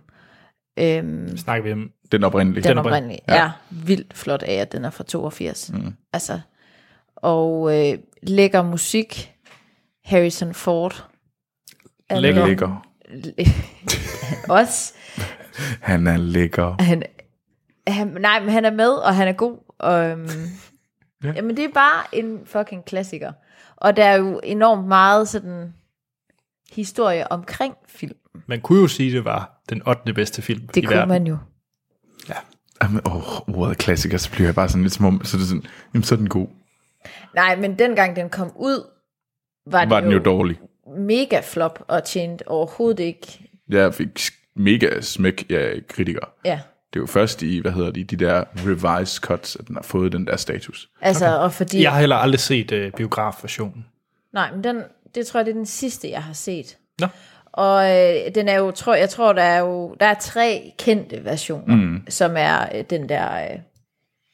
S3: Øhm,
S1: Snakker vi om.
S2: Den oprindelige.
S3: den
S1: Den
S3: oprindelige
S1: oprindelige.
S3: ja. er vildt flot af, at den er fra 82. Mm. Altså, og øh, lækker musik. Harrison Ford. er
S1: Lækker.
S3: med.
S2: Lækker.
S3: Også.
S2: Han er lækker.
S3: han, han, nej, men han er med, og han er god. Og, øhm, ja. Jamen, det er bare en fucking klassiker. Og der er jo enormt meget sådan historie omkring film.
S1: Man kunne jo sige, at det var den 8. bedste film
S3: Det
S1: i
S3: kunne
S1: verden.
S3: man jo.
S2: Jamen, åh, ordet klassiker, så bliver jeg bare sådan lidt som om, så er det sådan, jamen, så er den god.
S3: Nej, men dengang den kom ud, var,
S2: Var den jo dårlig.
S3: mega flop og tjente overhovedet ikke.
S2: Jeg fik sk- mega smæk af kritikere.
S3: Ja,
S2: Det er jo først i, hvad hedder de, de der revised cuts, at den har fået den der status.
S3: altså, okay. og fordi...
S1: Jeg har heller aldrig set øh, biografversionen.
S3: Nej, men den, det tror jeg, det er den sidste, jeg har set.
S1: Nå.
S3: Og øh, den er jo, tror, jeg tror, der er jo der er tre kendte versioner, mm. som er øh, den der, øh,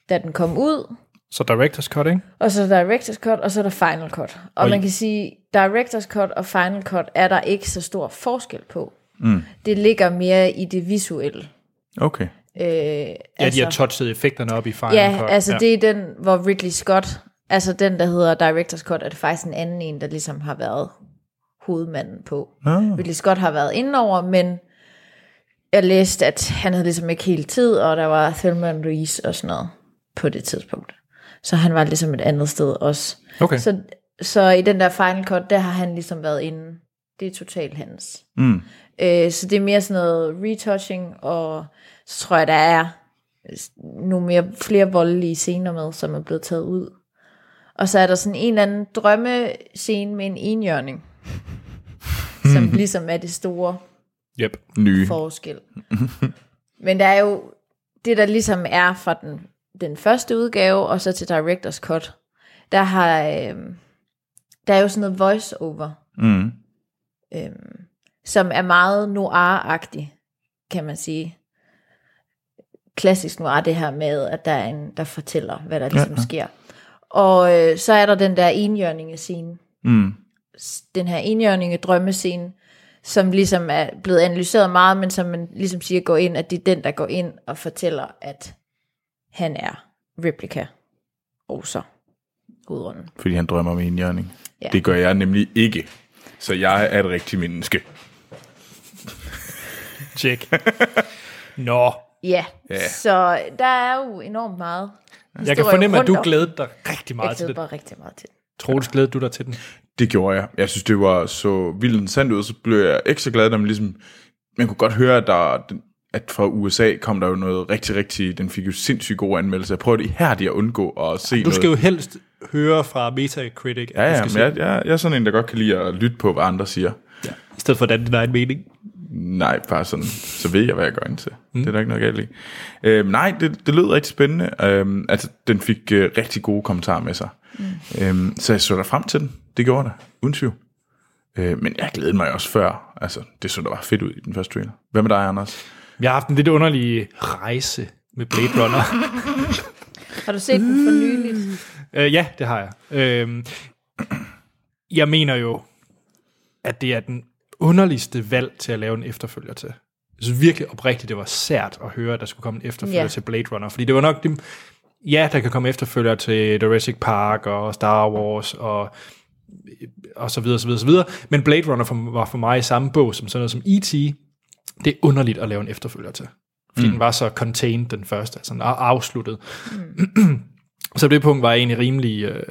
S3: da den kom ud,
S1: Så Directors Cut, ikke?
S3: og så er der Director's Cut, og så er der Final Cut. Og
S1: Og
S3: man
S1: i-
S3: kan sige, Director's Cut og Final Cut er der ikke så stor forskel på. Mm. Det ligger mere i det visuelle.
S2: Okay.
S3: Øh,
S1: Ja, altså, de har touchet effekterne op i Final
S3: Ja,
S1: Cut.
S3: altså ja. det er den, hvor Ridley Scott, altså den, der hedder Director's Cut, er det faktisk en anden en, der ligesom har været hovedmanden på. Ah. Ridley Scott har været indenover, men jeg læste, at han havde ligesom ikke helt tid, og der var Thelma and Louise og sådan noget på det tidspunkt. Så han var ligesom et andet sted også.
S1: Okay.
S3: Så, så i den der Final Cut, der har han ligesom været inde. Det er totalt hans.
S2: Mm.
S3: Øh, så det er mere sådan noget retouching, og så tror jeg, der er nogle mere, flere voldelige scener med, som er blevet taget ud. Og så er der sådan en eller anden drømmescene med en enhjørning, som ligesom er det store
S1: Yep.
S2: Nye.
S3: forskel. Men der er jo det, der ligesom er fra den, den første udgave, og så til Directors Cut, der har øhm, der er jo sådan noget voice-over,
S2: Mm.
S3: øhm, som er meget noir-agtig, kan man sige. Klassisk noir, det her med, at der er en, der fortæller, hvad der ligesom ja, ja. sker. Og øh, så er der den der enhjørninge-scene,
S2: Mm.
S3: s- den her enhjørninge drømmescene, som ligesom er blevet analyseret meget, men som man ligesom siger går ind, at det er den, der går ind og fortæller, at han er replika Roser. Hovedrunden.
S2: Fordi han drømmer om en hjørning.
S3: Ja.
S2: Ja. Det gør jeg nemlig ikke. Så jeg er et rigtigt menneske.
S1: Check. Nå,
S3: Ja,
S2: Ja.
S3: så der er jo enormt meget.
S1: jeg kan
S3: historie
S1: fornemme, at
S3: rundt
S1: du
S3: om-
S1: glædede dig rigtig
S3: Jeg
S1: meget til
S3: glæder
S1: den.
S3: bare rigtig meget til det.
S1: Troels, glædede du dig til den?
S2: Det gjorde jeg. Jeg synes, det var så vildt interessant ud, så blev jeg ikke så glad, da man ligesom... Man kunne godt høre, at, der, at fra USA kom der jo noget rigtig, rigtig... Den fik jo sindssygt gode anmeldelser. Jeg prøvede ihærdigt at undgå at se
S1: Du skal jo
S2: noget.
S1: helst høre fra Metacritic, at du
S2: Ja, ja,
S1: skal
S2: men
S1: se
S2: jeg, jeg, jeg er sådan en, der godt kan lide at lytte på, hvad andre siger.
S1: den, i stedet for at danne din egen mening.
S2: Nej, bare sådan, så ved jeg, hvad jeg går ind til. Mm. Det er der ikke noget galt i. Øhm, nej, det, det lød rigtig spændende. Øhm, altså, den fik øh, rigtig gode kommentarer med sig. Mm. Øhm, så jeg så der frem til den. Det gjorde der, uden tvivl. Øh, men jeg glædede mig også før. Altså, det så da bare fedt ud i den første trailer. Hvad med dig, Anders?
S1: Jeg har haft en lidt underlig rejse med Blade Runner.
S3: Har du set den for nylig?
S1: øh, ja, det har jeg. Øh, jeg mener jo, at det er den underligste valg til at lave en efterfølger til. Jeg synes virkelig oprigtigt, det var sært at høre, at der skulle komme en efterfølger
S3: Ja.
S1: yeah. til Blade Runner. Fordi det var nok... Det, ja, der kan komme efterfølger til Jurassic Park og Star Wars og og så videre, så videre, så videre. Men Blade Runner for, var for mig i samme bog som sådan noget som E.T. Det er underligt at lave en efterfølger til. Fordi mm. den var så contained, den første, altså den er afsluttet. Mm. så på det punkt var jeg egentlig rimelig øh,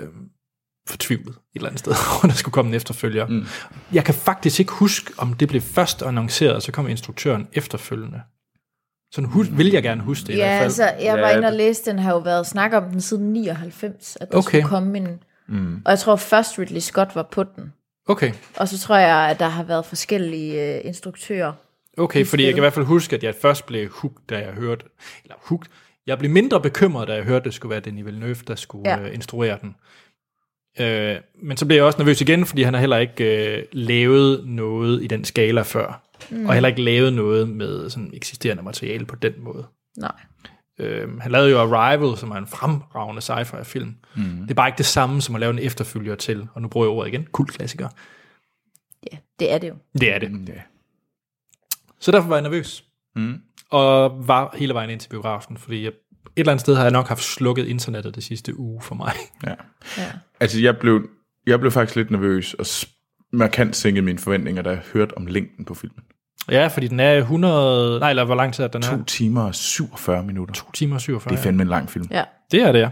S1: fortvivlet et eller andet sted, hvor der skulle komme en efterfølger. Mm. Jeg kan faktisk ikke huske, om det blev først annonceret, og så kom instruktøren efterfølgende. Sådan hus- vil jeg gerne huske det i
S3: Mm. Ja,
S1: hvert fald.
S3: altså, jeg var
S2: Ja,
S3: inde og
S2: det-
S3: læste den, har jo været snak om den siden 99, at der
S1: Okay.
S3: okay. skulle komme en... Mm. Og jeg tror først Ridley Scott var på den.
S1: Okay.
S3: Og så tror jeg, at der har været forskellige øh, instruktører.
S1: Okay, fordi jeg
S3: spil.
S1: kan i hvert fald huske, at jeg først blev hooked, da jeg hørte... Eller hooked? Jeg blev mindre bekymret, da jeg hørte, at det skulle være Denis Villeneuve, der skulle ja.
S3: Ja.
S1: øh, instruere den. Øh, men så blev jeg også nervøs igen, fordi han har heller ikke øh, lavet noget i den skala før. Mm. Og heller ikke lavet noget med sådan eksisterende materiale på den måde.
S3: Nej.
S1: Øh, han lavede jo Arrival, som er en fremragende sci-fi-film. Mm. Det er bare ikke det samme som at lave en efterfølger til, og nu bruger jeg ordet igen, kultklassiker.
S3: Ja, det er det jo.
S1: Det er Mm, det.
S2: Ja.
S1: Så derfor var jeg nervøs.
S2: Mm.
S1: Og var hele vejen ind til biografen, fordi jeg, et eller andet sted har jeg nok haft slukket internettet det sidste uge for mig.
S2: ja.
S3: Ja.
S2: Altså, jeg blev, jeg blev faktisk lidt nervøs og s- markant sænkede mine forventninger, da jeg hørte om længden på filmen.
S1: Ja, fordi den er 100... Nej, eller hvor lang tid er den? Er?
S2: 2 timer og 47 minutter.
S1: 2 timer og 47.
S2: Det er fandme en lang film.
S3: ja.
S1: Det er det, ja.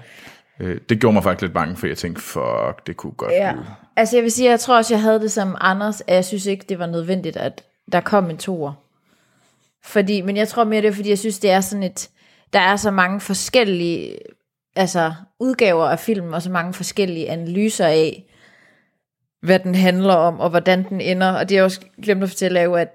S2: Øh, det gjorde mig faktisk lidt bange, for jeg tænkte, fuck, det kunne godt
S3: Ja.
S2: blive.
S3: Altså jeg vil sige, jeg tror også, jeg havde det som Anders, at jeg synes ikke, det var nødvendigt, at der kom en toer. Fordi, men jeg tror mere, det er, fordi jeg synes, det er sådan et, der er så mange forskellige altså, udgaver af film, og så mange forskellige analyser af, hvad den handler om, og hvordan den ender. Og det er også glemt at fortælle, er jo, at,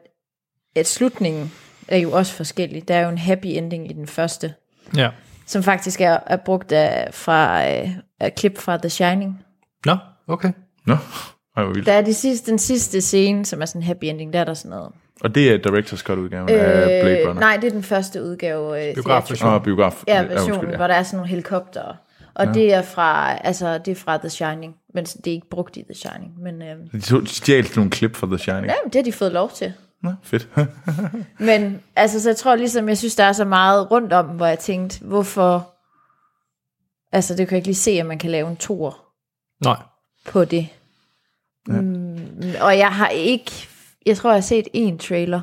S3: at slutningen er jo også forskellig. Der er jo en happy ending i den første,
S1: ja.
S3: som faktisk er, er brugt af, fra, øh, af klip fra The Shining.
S1: Nå, okay.
S2: Nå, ej, hvor vildt.
S3: Der er de sidste, den sidste scene, som er sådan en happy ending, der er der sådan noget.
S2: Og det er Directors Cut-udgaven øh, af Blade Runner.
S3: nej, det er den første udgave. Øh,
S1: Biografversion.
S3: theatrical-
S2: Og biograf.
S3: Ja,
S2: øh,
S3: versionen,
S2: undskyld,
S3: hvor der er sådan nogle helikoptere. Og ja. det er fra, altså, det er fra The Shining, men det er ikke brugt i The Shining. Men øh,
S2: De tog- de stjal nogle klip fra The Shining.
S3: jamen, det har de fået lov til.
S2: Nå, fedt.
S3: Men altså, så jeg tror ligesom, jeg synes, der er så meget rundt om, hvor jeg tænkte, hvorfor... Altså, det kan jeg ikke lige se, at man kan lave en tour
S1: Nej.
S3: på det. Ja. Mm, og jeg har ikke, jeg tror, jeg har set en trailer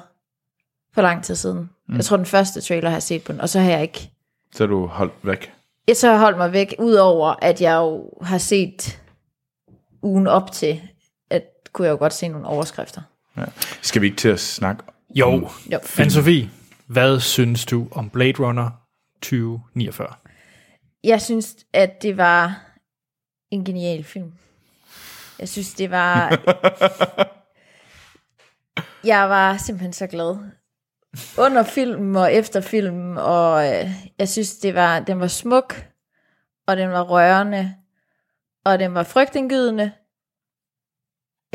S3: for lang tid siden. Mm. Jeg tror, den første trailer har jeg set på den, og så har jeg ikke.
S2: så er du holdt væk.
S3: Jeg så har jeg holdt mig væk, udover at jeg jo har set ugen op til, at kunne jeg jo godt se nogle overskrifter.
S2: Skal vi ikke til at snakke?
S1: Jo.
S3: Jo.
S1: Anne-Sophie, hvad synes du om Blade Runner 2049?
S3: Jeg synes, at det var en genial film. Jeg synes, det var... jeg var simpelthen så glad. Under filmen og efter filmen, og øh, jeg synes, det var, den var smuk, og den var rørende, og den var frygtindgydende.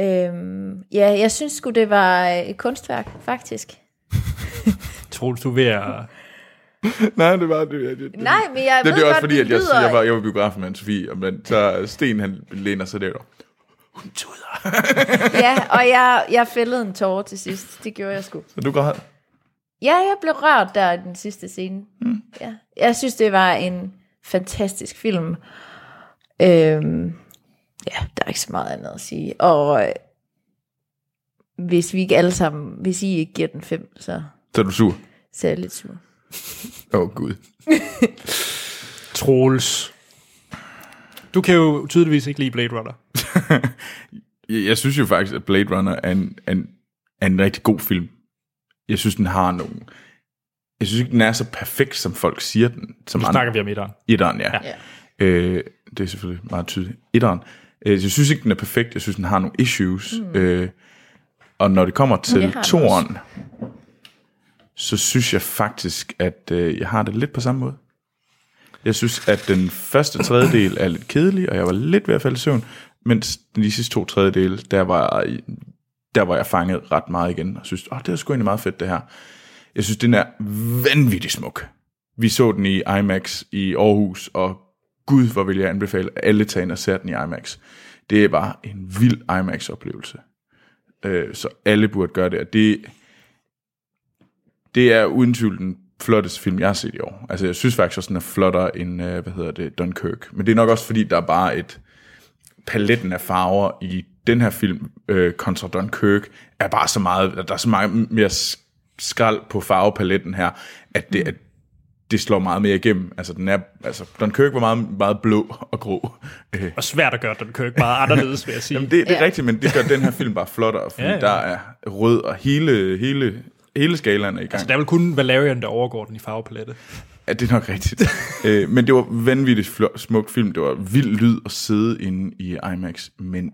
S3: Øhm, ja, jeg synes sgu, det var øh, et kunstværk, faktisk.
S1: Troels, du er ved at...
S2: Nej, det var det. det
S3: Nej, men jeg
S2: det,
S3: ved
S2: det er også
S3: godt,
S2: fordi,
S3: det
S2: at jeg,
S3: lyder-
S2: jeg, var, jeg var i biografen med Sofie, og men, så Sten han læner sig der. Hun tuder.
S3: Ja, og jeg, jeg fældede en tårer til sidst. Det gjorde jeg sgu.
S2: Så du går
S3: Ja, jeg blev rørt der i den sidste scene. Mm. Ja. Jeg synes, det var en fantastisk film. Øhm, ja, der er ikke så meget andet at sige. Og øh, hvis vi ikke alle sammen, hvis I ikke giver den fem, så,
S2: Så er du sur.
S3: så er jeg lidt sur.
S2: Åh, oh, Gud.
S1: Troels. Du kan jo tydeligvis ikke lide Blade Runner.
S2: Jeg, jeg synes jo faktisk, at Blade Runner er en, en, er en rigtig god film. Jeg synes, den har nogle... Jeg synes ikke, den er så perfekt, som folk siger den. Som
S1: Nu
S2: andre-
S1: snakker vi om etteren.
S2: Etteren, ja. ja. Øh, det er selvfølgelig meget tydeligt. Etteren. Øh, jeg synes ikke, den er perfekt. Jeg synes, den har nogle issues. Mm. Øh, og når det kommer
S3: jeg
S2: til
S3: har den
S2: toeren, så synes jeg faktisk, at øh, jeg har det lidt på samme måde. Jeg synes, at den første tredjedel er lidt kedelig, og jeg var lidt ved at falde i søvn, mens de sidste to tredjedele, der var der var jeg fanget ret meget igen, og synes, åh, oh, det er sgu egentlig meget fedt, det her. Jeg synes, den er vanvittigt smuk. Vi så den i IMAX i Aarhus, og gud, hvor vil jeg anbefale, at alle tager ind og ser den i IMAX. Det var en vild IMAX-oplevelse. Øh, så alle burde gøre det, og det, det er uden tvivl den flotteste film, jeg har set i år. Altså, jeg synes faktisk også, den er flottere end, øh, hvad hedder det, Dunkirk. Men det er nok også, fordi der er bare et, paletten af farver i den her film øh, kontra Dunkirk er bare så meget, der er så meget mere skrald på farvepaletten her, at det, at det slår meget mere igennem. Altså, den er, altså Dunkirk var meget, meget blå og grå. Øh.
S1: Og svært at gøre Dunkirk meget anderledes, vil jeg sige.
S2: Jamen, det, det er ja. rigtigt, men det gør den her film bare flottere, fordi ja, ja. der er rød og hele, hele, hele skalaen er i gang.
S1: Altså, der vil kun Valerian, der overgår den i farvepalette.
S2: Ja, det er nok rigtigt. øh, men det var vanvittigt flot, smukt film. Det var vild lyd at sidde inde i IMAX, men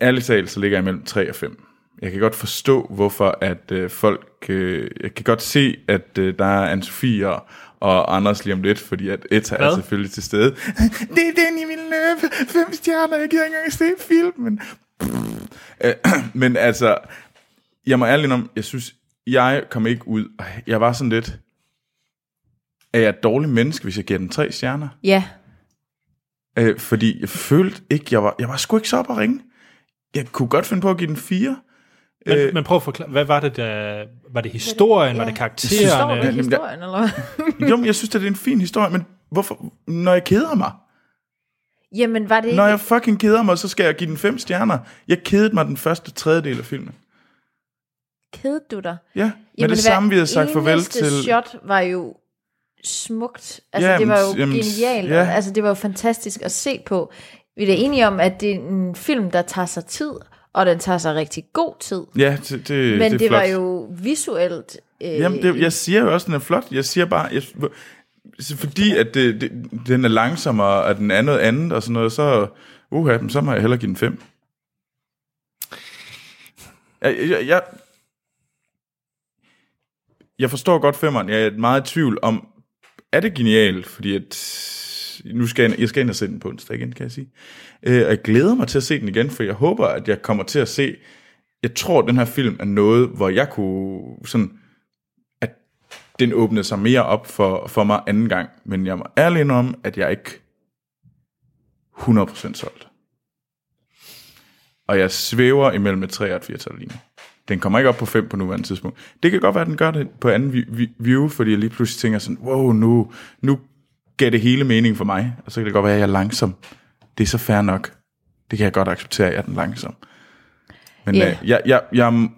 S2: ærligt talt, så ligger jeg mellem 3 og 5. Jeg kan godt forstå, hvorfor at øh, folk... Øh, jeg kan godt se, at øh, der er Anne-Sophie og, og Anders lige om lidt, fordi at Etta Hvad? er selvfølgelig til stede. det er den, I vil løbe. Fem stjerner, jeg gider ikke engang se filmen. Øh, men altså, jeg må ærligt om, jeg synes jeg kom ikke ud. Jeg var sådan lidt, er jeg et dårligt menneske, hvis jeg giver den tre stjerner?
S3: Ja.
S2: Øh, fordi jeg følte ikke, jeg var, jeg var sgu ikke så op at ringe. Jeg kunne godt finde på at give den fire.
S1: Men, øh, men prøv at forklare, hvad var det der, var det historien, ja. var det øh, karaktererne? Historien,
S3: ja, historien eller
S2: jo, men jeg synes, at det er en fin historie, men hvorfor, når jeg keder mig?
S3: Jamen, var det
S2: Når jeg fucking keder mig, så skal jeg give den fem stjerner. Jeg kedede mig den første tredjedel af filmen
S3: kedede du dig?
S2: Ja, men jamen, det samme, vi havde sagt farvel til...
S3: shot var jo smukt. Altså, jamen, det var jo jamen, genialt. Ja. Altså, det var jo fantastisk at se på. Vi er da enige om, at det er en film, der tager sig tid, og den tager sig rigtig god tid.
S2: Ja, det, det,
S3: Men det,
S2: det
S3: var jo visuelt...
S2: Øh, jamen, det, jeg siger jo også, at den er flot. Jeg siger bare... Jeg, fordi at det, det, den er langsommere, og den er noget andet, og sådan noget, så... Uha, så må jeg hellere give den fem. Jeg, jeg, jeg, jeg forstår godt femmeren. Jeg er meget i tvivl om, er det genialt? Fordi at, nu skal jeg, jeg skal ind og se den på onsdag igen, kan jeg sige. Øh, og jeg glæder mig til at se den igen, for jeg håber, at jeg kommer til at se... Jeg tror, at den her film er noget, hvor jeg kunne sådan... At den åbnede sig mere op for, for mig anden gang. Men jeg må ærlig om, at jeg ikke 100% solgt. Og jeg svæver imellem et 3 og et 4 lige nu. Den kommer ikke op på 5 på nuværende tidspunkt. Det kan godt være, at den gør det på anden vi- view, fordi jeg lige pludselig tænker sådan, wow, nu, nu gav det hele mening for mig. Og så kan det godt være, at jeg er langsom. Det er så fair nok. Det kan jeg godt acceptere, at jeg er den langsom. Men yeah. øh, jeg, jeg, jeg,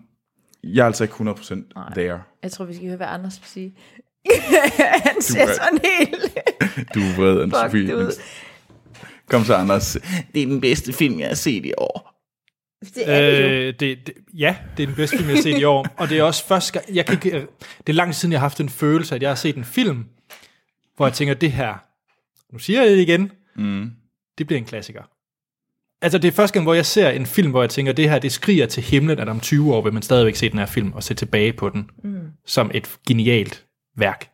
S2: jeg er altså ikke 100% Nej. there.
S3: Jeg tror, vi skal høre, hvad Anders vil sige. Han ser sådan helt...
S2: du er vred, Anne-Sophie. Kom så, Anders.
S8: Det er den bedste film, jeg har set i år.
S3: Det er det jo.
S1: Øh, det, det, ja, det er den bedste film, jeg har set i år. Og det er også første gang, jeg kan ikke, det er lang tid siden, jeg har haft en følelse, at jeg har set en film, hvor jeg tænker, det her, nu siger jeg det igen, mm. det bliver en klassiker. Altså det er første gang, hvor jeg ser en film, hvor jeg tænker, det her, det skriger til himlen, at om 20 år vil man stadigvæk se den her film, og se tilbage på den, mm. som et genialt værk.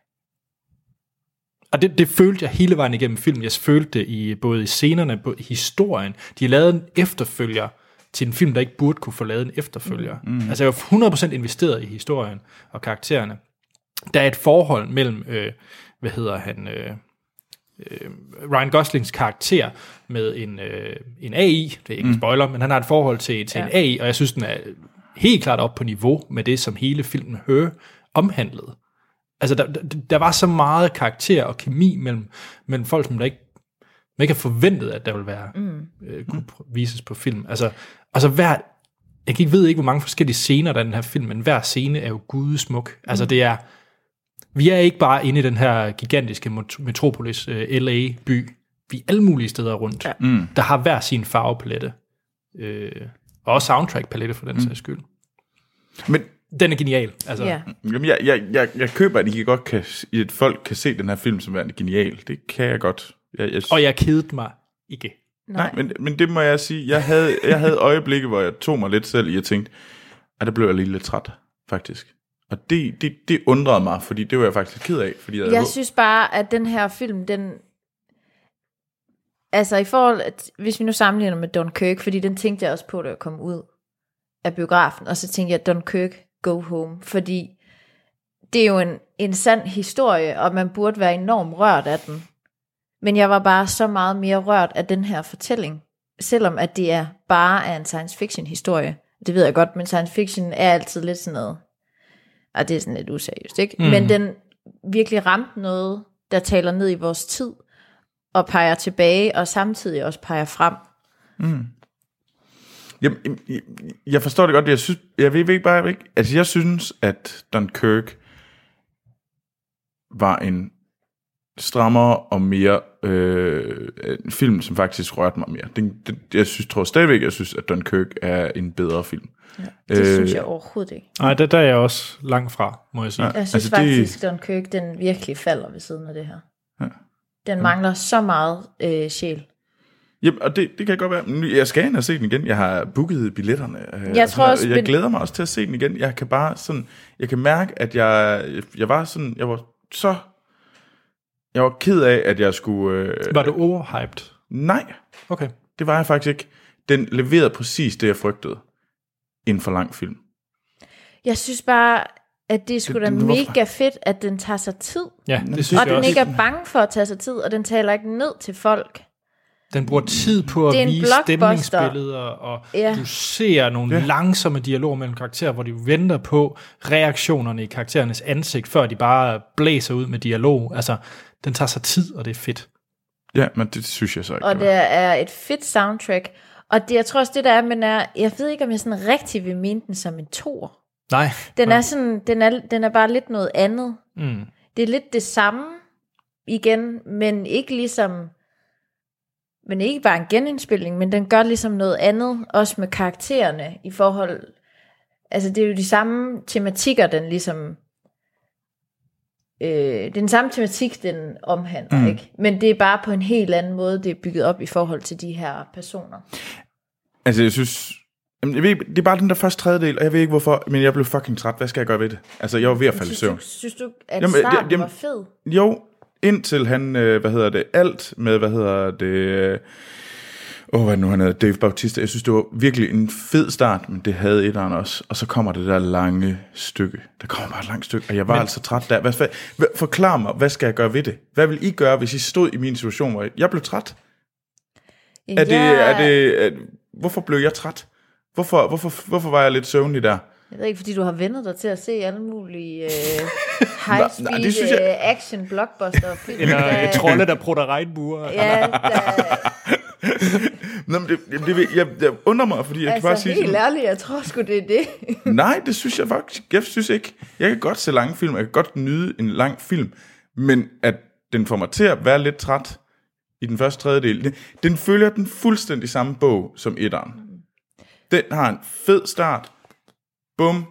S1: Og det, det følte jeg hele vejen igennem filmen. Jeg følte det i både i scenerne, både i historien. De lavede en efterfølger, til en film, der ikke burde kunne få lavet en efterfølger. Mm. Mm-hmm. Altså jeg var 100% investeret i historien og karaktererne. Der er et forhold mellem, øh, hvad hedder han, øh, øh, Ryan Goslings karakter med en, øh, en AI, det er ikke mm. en spoiler, men han har et forhold til, til ja. en AI, og jeg synes, den er helt klart op på niveau med det, som hele filmen Hø omhandlede. Altså der, der, der var så meget karakter og kemi mellem, mellem folk, som der ikke man ikke har forventet, at der vil være mm. øh, kunne vises på film. Altså, altså hver, jeg kan ikke ved ikke, hvor mange forskellige scener der er i den her film, men hver scene er jo gudesmuk. Altså det er, vi er ikke bare inde i den her gigantiske metropolis, øh, LA-by. Vi er alle mulige steder rundt, ja. mm. der har hver sin farvepalette. Øh, og også soundtrack-palette for den mm. sags skyld.
S2: Men
S1: den er genial. Altså.
S3: Yeah.
S2: Jamen, jeg, jeg, jeg, jeg køber, at, I godt kan, at folk kan se den her film som værende genial. Det kan jeg godt.
S1: Jeg, jeg... Og jeg kedede mig ikke.
S2: Nej, Nej men, men det må jeg sige. Jeg havde, jeg havde øjeblikke, hvor jeg tog mig lidt selv i, og tænkte, at der blev jeg lige lidt træt, faktisk. Og det, det, det undrede mig, fordi det var jeg faktisk ked af. Fordi
S3: jeg jeg synes bare, at den her film, den... altså i forhold, at, hvis vi nu sammenligner med Dunkirk, fordi den tænkte jeg også på, da jeg kom ud af biografen, og så tænkte jeg, Dunkirk, go home, fordi det er jo en, en sand historie, og man burde være enormt rørt af den. Men jeg var bare så meget mere rørt af den her fortælling, selvom at det er bare er en science fiction historie. Det ved jeg godt, men science fiction er altid lidt sådan noget, og det er sådan lidt useriøst, ikke? Mm. Men den virkelig ramte noget, der taler ned i vores tid, og peger tilbage, og samtidig også peger frem.
S2: Mm. Jamen, jeg, jeg forstår det godt, jeg synes, jeg ved ikke bare, jeg ved ikke, altså jeg synes, at Dunkirk var en strammere og mere øh, en film, som faktisk rørte mig mere. Den, den, jeg synes, tror stadigvæk, jeg synes, at Dunkirk er en bedre film.
S3: Ja, det øh, synes jeg overhovedet ikke.
S1: Nej, der, der er jeg også langt fra, må jeg sige. Ja,
S3: Jeg synes altså faktisk, det... Dunkirk, den virkelig falder ved siden af det her. Ja. Den mangler ja. så meget øh, sjæl.
S2: Jamen, og det, det kan godt være. Men Jeg skal ind og se den igen. Jeg har booket billetterne. øh,
S3: Jeg
S2: og sådan
S3: tror
S2: noget,
S3: også,
S2: og jeg
S3: bil-
S2: glæder mig også til at se den igen. Jeg kan bare sådan, jeg kan mærke, at jeg, jeg var sådan, jeg var så, jeg var ked af, at jeg skulle, øh,
S1: Var du overhyped?
S2: nej,
S1: Okay.
S2: det var jeg faktisk ikke. Den leverede præcis det, jeg frygtede. En for lang film.
S3: Jeg synes bare, at det er sgu
S2: Det-
S3: da
S2: det- hvorfor?
S3: mega fedt, at den tager sig tid.
S1: Ja, det synes
S3: Og
S1: jeg
S3: den
S1: også.
S3: ikke er bange for at tage sig tid, og den taler ikke ned til folk.
S1: Den bruger tid på at
S3: Det er en
S1: vise
S3: blockbuster.
S1: stemningsbilleder, og
S3: Ja.
S1: ja. du ser nogle ja. langsomme dialoger mellem karakterer, hvor de venter på reaktionerne i karakterernes ansigt, før de bare blæser ud med dialog. Altså, den tager sig tid, og det er fedt.
S2: Ja, men det synes jeg så ikke.
S3: Og
S2: det
S3: der
S2: var.
S3: er et fedt soundtrack. Og det, jeg tror også, det der er, men er, jeg ved ikke, om jeg sådan rigtig vil mene den som en tor.
S1: Nej.
S3: Den er sådan, den er, den er bare lidt noget andet.
S1: Mm.
S3: Det er lidt det samme igen, men ikke ligesom, men ikke bare en genindspilning, men den gør ligesom noget andet, også med karaktererne i forhold, altså det er jo de samme tematikker, den ligesom, øh, det er den samme tematik, den omhandler, mm. ikke? Men det er bare på en helt anden måde, det er bygget op i forhold til de her personer.
S2: Altså, jeg synes... Jamen, jeg ved, ikke, det er bare den der første tredjedel, og jeg ved ikke hvorfor, men jeg blev fucking træt. Hvad skal jeg gøre ved det? Altså, jeg var ved at falde i
S3: Synes
S2: søvn.
S3: du, synes du,
S2: Jamen,
S3: at jamen,
S2: det-
S3: starten jamen, var
S2: jamen-
S3: fed?
S2: Jo, indtil han, øh, hvad hedder det, alt med, hvad hedder det, øh, åh, hvad er det nu han hedder, Dave Bautista. Jeg synes, det var virkelig en fed start, men det havde etteren også. Og så kommer det der lange stykke. Der kommer bare et langt stykke, og jeg var men, altså træt der. Hvad, hvad, hvad, forklar mig, hvad skal jeg gøre ved det? Hvad vil I gøre, hvis I stod i min situation, hvor jeg blev træt? Er det, er det, er, hvorfor blev jeg træt? Hvorfor, hvorfor, hvorfor var jeg lidt søvnlig der?
S3: Jeg ved ikke, fordi du har vendet dig til at se alle mulige øh, high-speed
S2: nej, det synes
S3: jeg...
S2: jeg-
S3: action blockbuster film.
S1: Eller trolde, der prutter regnbuer. Ja.
S3: Ja, der,
S2: Nå, men det, jamen, det, ved- jeg, jeg undrer mig, fordi jeg kan bare
S3: altså
S2: sige...
S3: helt
S2: sådan-
S3: ærligt, jeg tror sgu, det er det.
S2: Nej, det synes jeg faktisk. Jeg synes ikke. Jeg kan godt se lange film. Jeg kan godt nyde en lang film. Men at den får mig til at være lidt træt i den første tredjedel, det- den følger den fuldstændig samme bog som etteren. Den har en fed start. Bum.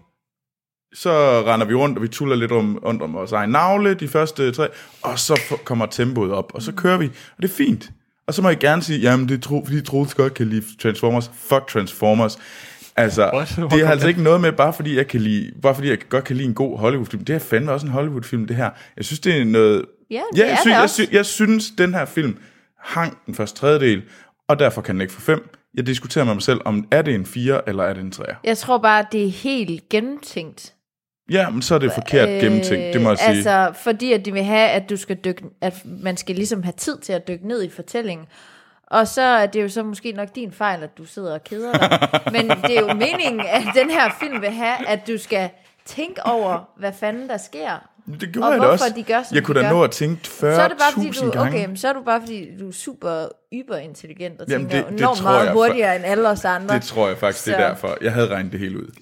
S2: Så render vi rundt, og vi tuller lidt om, rundt om vores egen navle, de første tre, og så f- kommer tempoet op,
S1: Mm.
S2: og så kører vi, og det er fint. Og så må jeg gerne sige, jamen det er tro, fordi Troels godt kan lide Transformers. Fuck Transformers. Altså,
S1: What? Hvor
S2: det
S1: kom
S2: har altså ikke noget med, bare fordi jeg kan lide, bare fordi jeg godt kan lide en god Hollywood-film. Det er fandme også en Hollywood-film, det her. Jeg synes, det er noget...
S3: Ja, det
S2: ja
S3: er
S2: jeg,
S3: det
S2: synes, jeg,
S3: også.
S2: synes, jeg synes, den her film hang den første tredjedel, og derfor kan den ikke få fem. Jeg diskuterer med mig selv, om er det en 4 eller er det en 3.
S3: Jeg tror bare, det er helt gennemtænkt.
S2: Ja, men så er det forkert øh, gennemtænkt, det må jeg
S3: altså,
S2: sige.
S3: Altså, fordi at de vil have, at, du skal dykke, at man skal ligesom have tid til at dykke ned i fortællingen. Og så er det jo så måske nok din fejl, at du sidder og keder dig. Men det er jo meningen, at den her film vil have, at du skal tænke over, hvad fanden der sker.
S2: Det gjorde
S3: og
S2: jeg da
S3: hvorfor
S2: også.
S3: de gør, som
S2: jeg kunne
S3: de
S2: da
S3: gør.
S2: nå at tænke 40.000
S3: så er det bare, fordi du,
S2: gange.
S3: okay, men så er du bare, fordi du er super yberintelligent og
S2: Jamen,
S3: tænker
S2: det- det
S3: enormt
S2: tror
S3: meget
S2: jeg fa-
S3: hurtigere end alle os andre.
S2: Det tror jeg faktisk, det er
S3: Så-
S2: derfor. Jeg havde regnet det hele ud.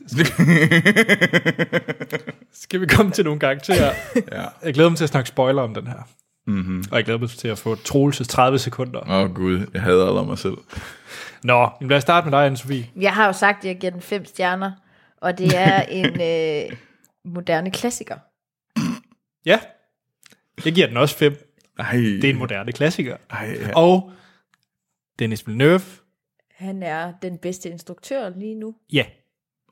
S1: Skal vi komme til nogle karakterer?
S2: Ja.
S1: Jeg glæder mig til at snakke spoiler om den her. Mm-hmm. Og jeg glæder mig til at få Troelses 30 sekunder.
S2: Åh oh, gud, jeg hader allerede mig selv.
S1: Nå, men lad os starte med dig, Anne-Sophie.
S3: Jeg har jo sagt, at jeg giver den fem stjerner, og det er en øh, moderne klassiker.
S1: Ja, jeg giver den også fem.
S2: Ej,
S1: Det er en moderne klassiker.
S2: ej, ja.
S1: Og Dennis Villeneuve,
S3: Han er den bedste instruktør lige nu.
S1: ja.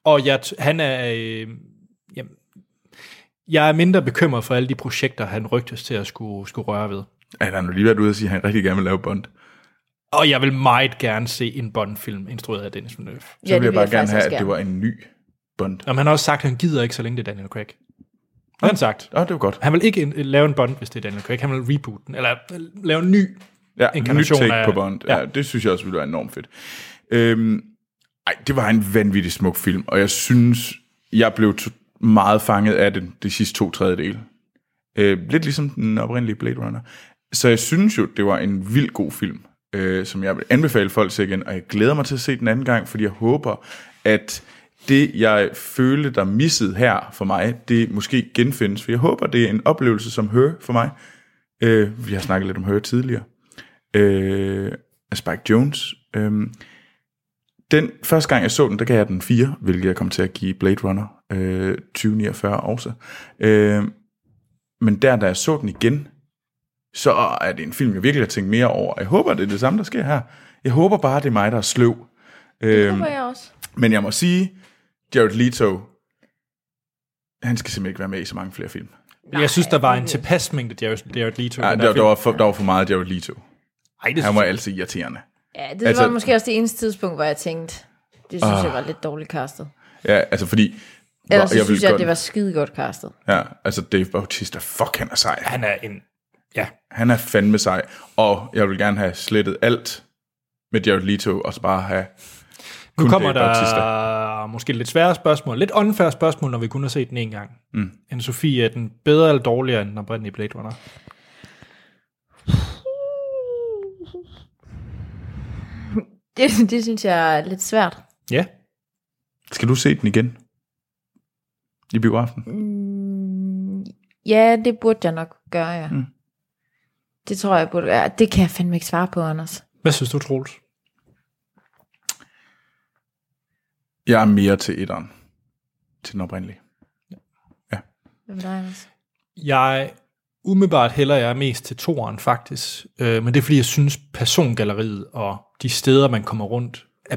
S1: Og jeg, t- han er... Øh, jamen, jeg er mindre bekymret for alle de projekter, han rygtes til at skulle, skulle røre ved.
S2: Ej, der er nu lige været ude og sige, at han rigtig gerne vil lave Bond.
S1: Og jeg vil meget gerne se en Bond-film instrueret af Dennis Villeneuve.
S2: Så ja,
S3: det
S2: vil jeg
S3: vil
S2: bare
S3: jeg
S2: gerne
S3: faktisk
S2: have,
S3: også
S2: at det
S3: gerne.
S2: var en ny Bond.
S1: Og han har også sagt, at han gider ikke, så længe det er Daniel Craig. Det har han sagt.
S2: Åh, oh, det var godt.
S1: Han vil ikke en, lave en Bond, hvis det er Daniel Craig. Han vil reboot den, eller øh, lave en ny.
S2: Ja, en nyt
S1: inkarnation
S2: take
S1: af-
S2: på Bond. Ja.
S1: Ja.
S2: ja, det synes jeg også ville være enormt fedt. Øhm, ej, det var en vanvittig smuk film, og jeg synes, jeg blev to- meget fanget af den de sidste to tredjedele. Øh, lidt ligesom den oprindelige Blade Runner. Så jeg synes jo, det var en vild god film, øh, som jeg vil anbefale folk til igen, og jeg glæder mig til at se den anden gang, fordi jeg håber, at det, jeg følte, der missede her for mig, det måske genfindes, for jeg håber, det er en oplevelse som Her for mig. Øh, vi har snakket lidt om Her tidligere øh, af Spike Jones. Øhm, den første gang, jeg så den, der gav jeg den 4, hvilket jeg kom til at give Blade Runner øh, 2049 også. Øh, men der, da jeg så den igen, så er det en film, jeg virkelig har tænkt mere over. Jeg håber, det er det samme, der sker her. Jeg håber bare, det er mig, der er sløv.
S3: Det
S2: Øhm,
S3: var jeg også.
S2: men jeg må sige, Jared Leto, han skal simpelthen ikke være med i så mange flere film.
S1: Nej, jeg synes, der var en tilpas mængde Jared Jared Leto. i
S2: Ej,
S1: den her
S2: der, der,
S1: film.
S2: var for, der var for meget Jared Leto.
S1: Ej, det
S2: Han
S1: synes
S2: var altid irriterende.
S3: Ja, det
S2: Altså- Ah.
S3: altså, var måske også det eneste tidspunkt, hvor jeg tænkte, det synes jeg var lidt dårligt castet.
S2: Ja, altså fordi...
S3: Ellers så
S2: ville
S3: synes jeg,
S2: godt-
S3: at det var skide godt castet.
S2: Ja, altså Dave Bautista, fuck han er sej.
S1: han er en... Ja,
S2: Han er fandme sej. Og jeg vil gerne have slettet alt med Jared Leto, og så bare have
S1: nu
S2: kun
S1: kommer
S2: Dave
S1: der
S2: Bautista.
S1: måske lidt svære spørgsmål. Lidt unfair spørgsmål, når vi kun har set den en gang. Mm. En Sofie, er den bedre eller dårligere end den oprindelige Blade Runner?
S3: Det, det synes jeg er lidt svært.
S1: Ja.
S2: Skal du se den igen? I biografen?
S3: Ja, det burde jeg nok gøre, ja. Mm. Det tror jeg burde være. Det kan jeg fandme ikke svare på, Anders.
S1: Hvad synes du, Troels?
S2: Jeg er mere til etteren. Til den oprindelige.
S3: Hvad med dig, Anders?
S1: Jeg umiddelbart hælder jeg mest til toeren faktisk, øh, men det er fordi, jeg synes persongalleriet og de steder, man kommer rundt, er,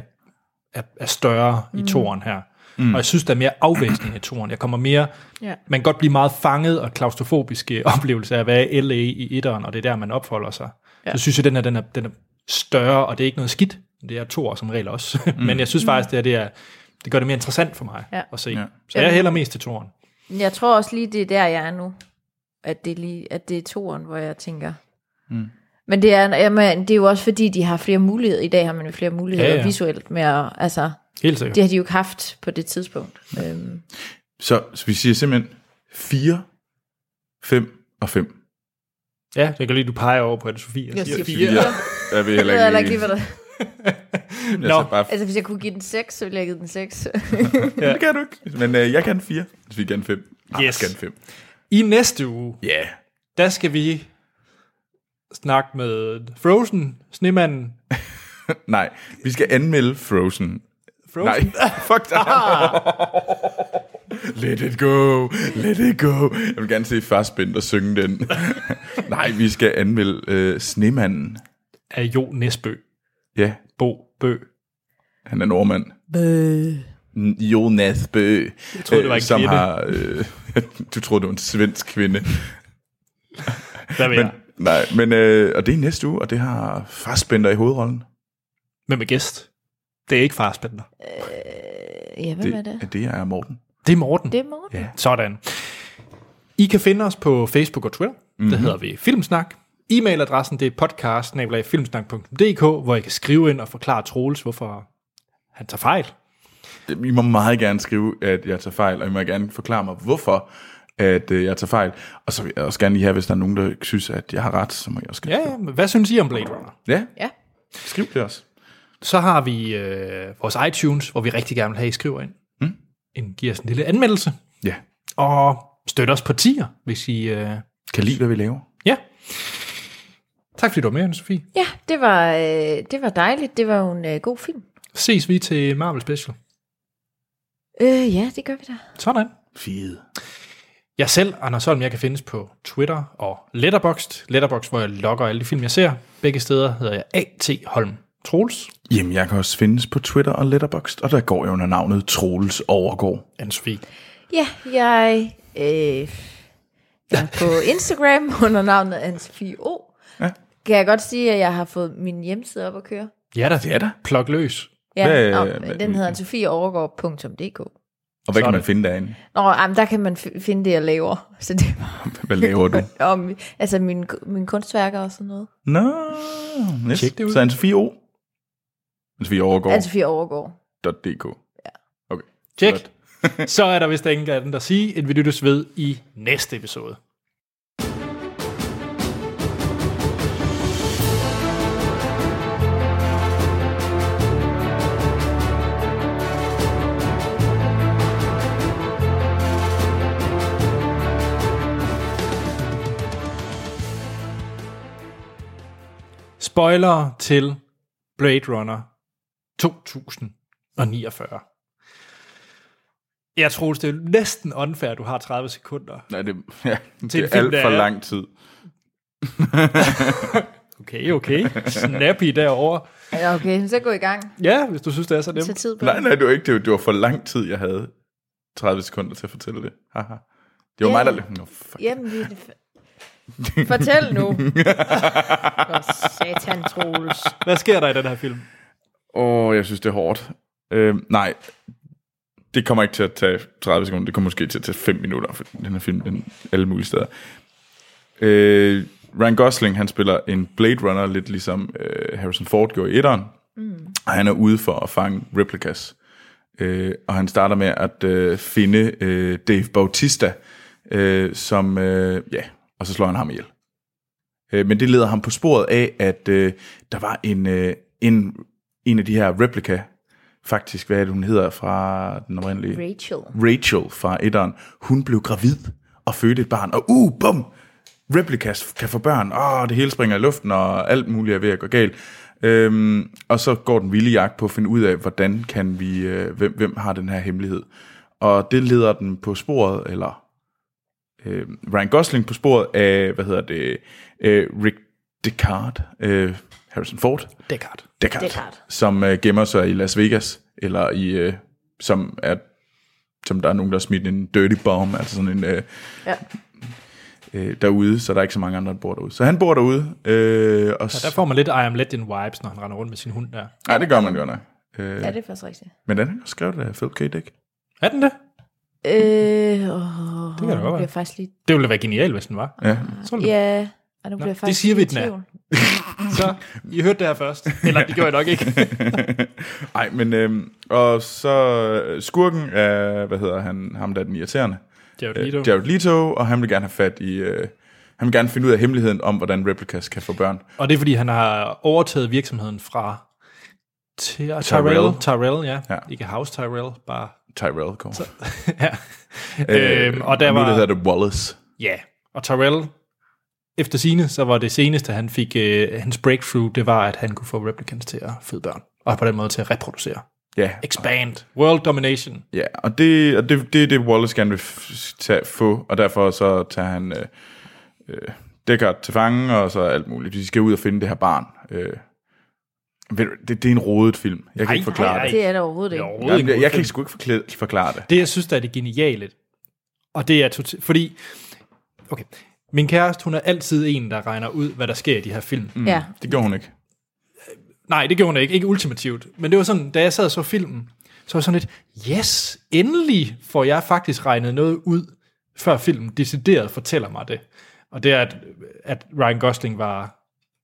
S1: er, er større mm. i toeren her. Mm. Og jeg synes, der er mere afvæsning i toeren. Jeg kommer mere...
S3: Ja.
S1: Man kan godt blive meget fanget og klaustrofobiske oplevelser af at være i LA i etteren, og det er der, man opholder sig. Ja. Så synes jeg, den er, den, er, den er større, og det er ikke noget skidt. Det er toer som regel også. Mm. men jeg synes faktisk, det, er, det, er, det gør det mere interessant for mig
S3: Ja.
S1: at se.
S2: Ja.
S1: Så jeg hælder mest til toeren.
S3: Men Jeg tror også lige, det er der, jeg er nu. At det er, lige, at det er toren, hvor jeg tænker. Mm. Men det er, jamen, det er jo også fordi, de har flere muligheder. I dag har man jo flere muligheder
S1: Ja,
S3: ja,
S1: ja.
S3: ja. visuelt med at, altså,
S1: Helt sikkert.
S3: det har de jo ikke haft på det tidspunkt. Øhm,
S2: Så, så vi siger simpelthen 4, 5 og 5.
S1: Ja, jeg kan lige, du peger over på det, Sofie. Jeg siger fire.
S2: Jeg ved
S3: jeg ved heller
S2: heller
S3: ikke lige,
S2: ikke.
S3: hvad der...
S2: Jeg tager bare
S3: Altså, hvis jeg kunne give den 6, så ville jeg give den 6.
S2: ja. Det kan du ikke. Men øh, jeg kan 4. Så vi kan 5. Ah,
S1: Yes.
S2: Jeg kan 5.
S1: I næste uge,
S2: Ja. Yeah.
S1: der skal vi snakke med Frozen, Snemanden.
S2: Nej, vi skal anmelde Frozen.
S1: Frozen?
S2: Nej, fuck dig. Let it go, let it go. Jeg vil gerne se Fassbind og synge den. Nej, vi skal anmelde øh, Snemanden.
S1: af Jo Nesbø.
S2: Ja,
S1: Bo Bø.
S2: han er nordmand. Bø. Jonas Bø. Jeg
S1: troede, det var en
S2: som
S1: kvinde.
S2: Har, øh, du troede, det var en svensk kvinde.
S1: Der vil
S2: Men,
S1: jeg.
S2: nej, men øh, og det er næste uge, og det har Fassbinder i hovedrollen.
S1: Men med gæst. Det er ikke farspændende.
S3: ja, hvem er det?
S2: Det, det er Morten.
S1: Det er Morten.
S3: Det er Morten. Ja.
S1: Sådan. I kan finde os på Facebook og Twitter. Mm-hmm. Det hedder vi Filmsnak. E-mailadressen det er podcast hvor I kan skrive ind og forklare Troels, hvorfor han tager fejl.
S2: I må meget gerne skrive, at jeg tager fejl, og I må gerne forklare mig, hvorfor at øh, jeg tager fejl. Og så vil jeg også gerne lige have, hvis der er nogen, der synes, at jeg har ret, så må jeg også gerne.
S1: Ja, ja, men hvad synes I om Blade Runner?
S2: Ja,
S3: ja.
S2: skriv det også.
S1: Så har vi øh, vores iTunes, hvor vi rigtig gerne vil have, at I skriver ind. Mm. En, giver os en lille anmeldelse.
S2: Ja.
S1: Og støt os på tier, hvis I... Øh,
S2: Kan lide, hvad vi laver.
S1: ja. Tak fordi du var med, Anne-Sophie.
S3: ja, det var, øh, det var dejligt. Det var jo en øh, god film.
S1: Ses vi til Marvel Special.
S3: Øh, ja, det gør vi da.
S1: Sådan.
S2: Fed.
S1: Jeg selv, Anders Holm, jeg kan findes på Twitter og Letterboxd. Letterboxd, hvor jeg logger alle de film, jeg ser. Begge steder hedder jeg A.T. Holm Troels.
S2: Jamen, jeg kan også findes på Twitter og Letterboxd, og der går jeg under navnet Troels Overgård.
S1: Anne-Sophie.
S3: Ja, jeg, øh, jeg er på Instagram under navnet anne O. Ja. Kan jeg godt sige, at jeg har fået min hjemmeside op at køre?
S1: Ja da.
S2: Det er der.
S1: Plok løs.
S3: Ja,
S2: Hvad-
S3: nå,
S2: hvad-
S3: den hedder sofieovergaard.dk.
S2: Og hvad kan
S1: Sådan.
S2: man finde derinde?
S3: Nå, jamen, der kan man f- finde det, jeg laver. Så det var
S2: Hvad laver du?
S3: om, altså mine, mine kunstværker og sådan noget.
S2: Nå, yes.
S1: Tjek det ud.
S2: Så Anne-Sophie O. Anne-Sophie
S3: Oh.
S2: Overgaard.
S3: Altså Sofie Overgaard.
S2: .dk. Okay.
S1: Tjek.
S2: Godt.
S1: Så er der vist ingen anden, der siger, end vi lyttes ved i næste episode. Spoiler til Blade Runner 2049. Jeg tror, det er næsten unfair, at du har 30 sekunder.
S2: Nej, det, ja, det
S1: en
S2: er
S1: film,
S2: alt
S1: der
S2: for
S1: er-
S2: lang tid.
S1: Okay, okay. Snappy derovre.
S3: Ja, okay, så gå i gang.
S1: Ja, hvis du synes, det er så nemt.
S3: Tag tid på
S2: Nej,
S3: det.
S2: nej, det var ikke det. Det var for lang tid, jeg havde 30 sekunder til at fortælle det. Haha. Det var
S3: Ja.
S2: yeah. mig, der... Nå, fuck.
S3: Jamen, det er det fa- Fortæl nu. For satan, Troels.
S1: Hvad sker der i den her film?
S2: Åh, oh, jeg synes, det er hårdt. Øhm, nej, det kommer ikke til at tage 30 sekunder. Det kommer måske til at tage 5 minutter, for den her film, den alle mulige steder. Øh, Ryan Gosling, han spiller en Blade Runner, lidt ligesom øh, Harrison Ford gjorde i etteren. Mm. Og han er ude for at fange replicas. Øh, og han starter med at øh, finde øh, Dave Bautista, øh, som, øh, ja, og så slår han ham ihjel. Øh, men det leder ham på sporet af, at øh, der var en, øh, en, en af de her replika, faktisk, hvad er det, hun hedder fra den oprindelige?
S3: Rachel.
S2: Rachel fra etteren, hun blev gravid og fødte et barn, og uh, bum, replicas kan få børn, og det hele springer i luften, og alt muligt er ved at gå galt. Øhm, og så går den vilde jagt på at finde ud af, hvordan kan vi, øh, hvem, hvem har den her hemmelighed. Og det leder den på sporet, eller øh, Ryan Gosling på sporet af, hvad hedder det, øh, Rick Descartes, øh, Harrison Ford,
S1: Descartes.
S2: Deckard,
S3: Deckard.
S2: som øh, gemmer sig i Las Vegas, eller i, øh, som er som der er nogen, der har smidt en dirty bomb, altså sådan en, øh,
S3: Ja.
S2: øh, derude, så der er ikke så mange andre, der bor derude. Så han bor derude, øh, og
S1: Der
S2: s-
S1: får man lidt I am legend vibes, når han render rundt med sin hund der.
S2: nej, det gør man jo nok. Øh,
S3: Ja, det er faktisk rigtigt.
S2: men den er skrevet af Philip K. Dick.
S1: Er den det?
S3: Øh, åh,
S1: Det kan det godt
S3: nu bliver
S1: være.
S3: jeg faktisk lige...
S1: Det ville da være genialt, hvis den var.
S2: Ja.
S1: Så ville det.
S3: Ja, og nu bliver jeg
S1: det
S3: faktisk
S1: siger vi,
S3: lidt i
S1: den er.
S3: tvivl.
S1: Så, I hørte det her først. Eller, det gjorde jeg nok ikke.
S2: Ej, men øh, og så øh, skurken er, hvad hedder han, ham der er den irriterende,
S1: Jared
S2: øh,
S1: Leto.
S2: Jared Leto, og han vil gerne have fat i, øh, han vil gerne finde ud af hemmeligheden om, hvordan replicas kan få børn.
S1: Og det er, fordi han har overtaget virksomheden fra Ty- Tyrell. Tyrell, ja.
S2: Ja.
S1: Ikke House Tyrell, bare...
S2: Tyrell kommer. Så,
S1: ja. øhm, og der
S2: nu det
S1: var...
S2: hedder det Wallace.
S1: Ja, og Tyrell, efter sine, så var det seneste, han fik, øh, hans breakthrough, det var, at han kunne få replicants til at føde børn. Og på den måde til at reproducere.
S2: Ja,
S1: Expand. World domination.
S2: Ja, og det og det, det er det, Wallace gerne vil f- tage, få, og derfor så tager han øh, øh, Deckard til fange, og så alt muligt. De skal ud og finde det her barn. Øh, ved du, det, det er en rodet film. Jeg kan
S1: Ej,
S2: ikke forklare
S1: ej,
S2: ej,
S1: ej.
S2: ej.
S3: Det er det overhovedet ikke.
S2: det. Jamen, jeg, jeg kan ikke sgu ikke forklare, forklare det.
S1: Det, jeg synes, der er det geniale, og det er totalt... Fordi, okay, min kæreste, hun er altid en, der regner ud, hvad der sker i de her film. Mm.
S3: Ja,
S2: Det gjorde hun ikke.
S1: Nej, det gjorde hun ikke. Ikke ultimativt. Men det var sådan, da jeg sad og så filmen, så var jeg sådan lidt, yes, endelig får jeg faktisk regnet noget ud, før filmen decideret fortæller mig det. Og det er, at, at Ryan Gosling var,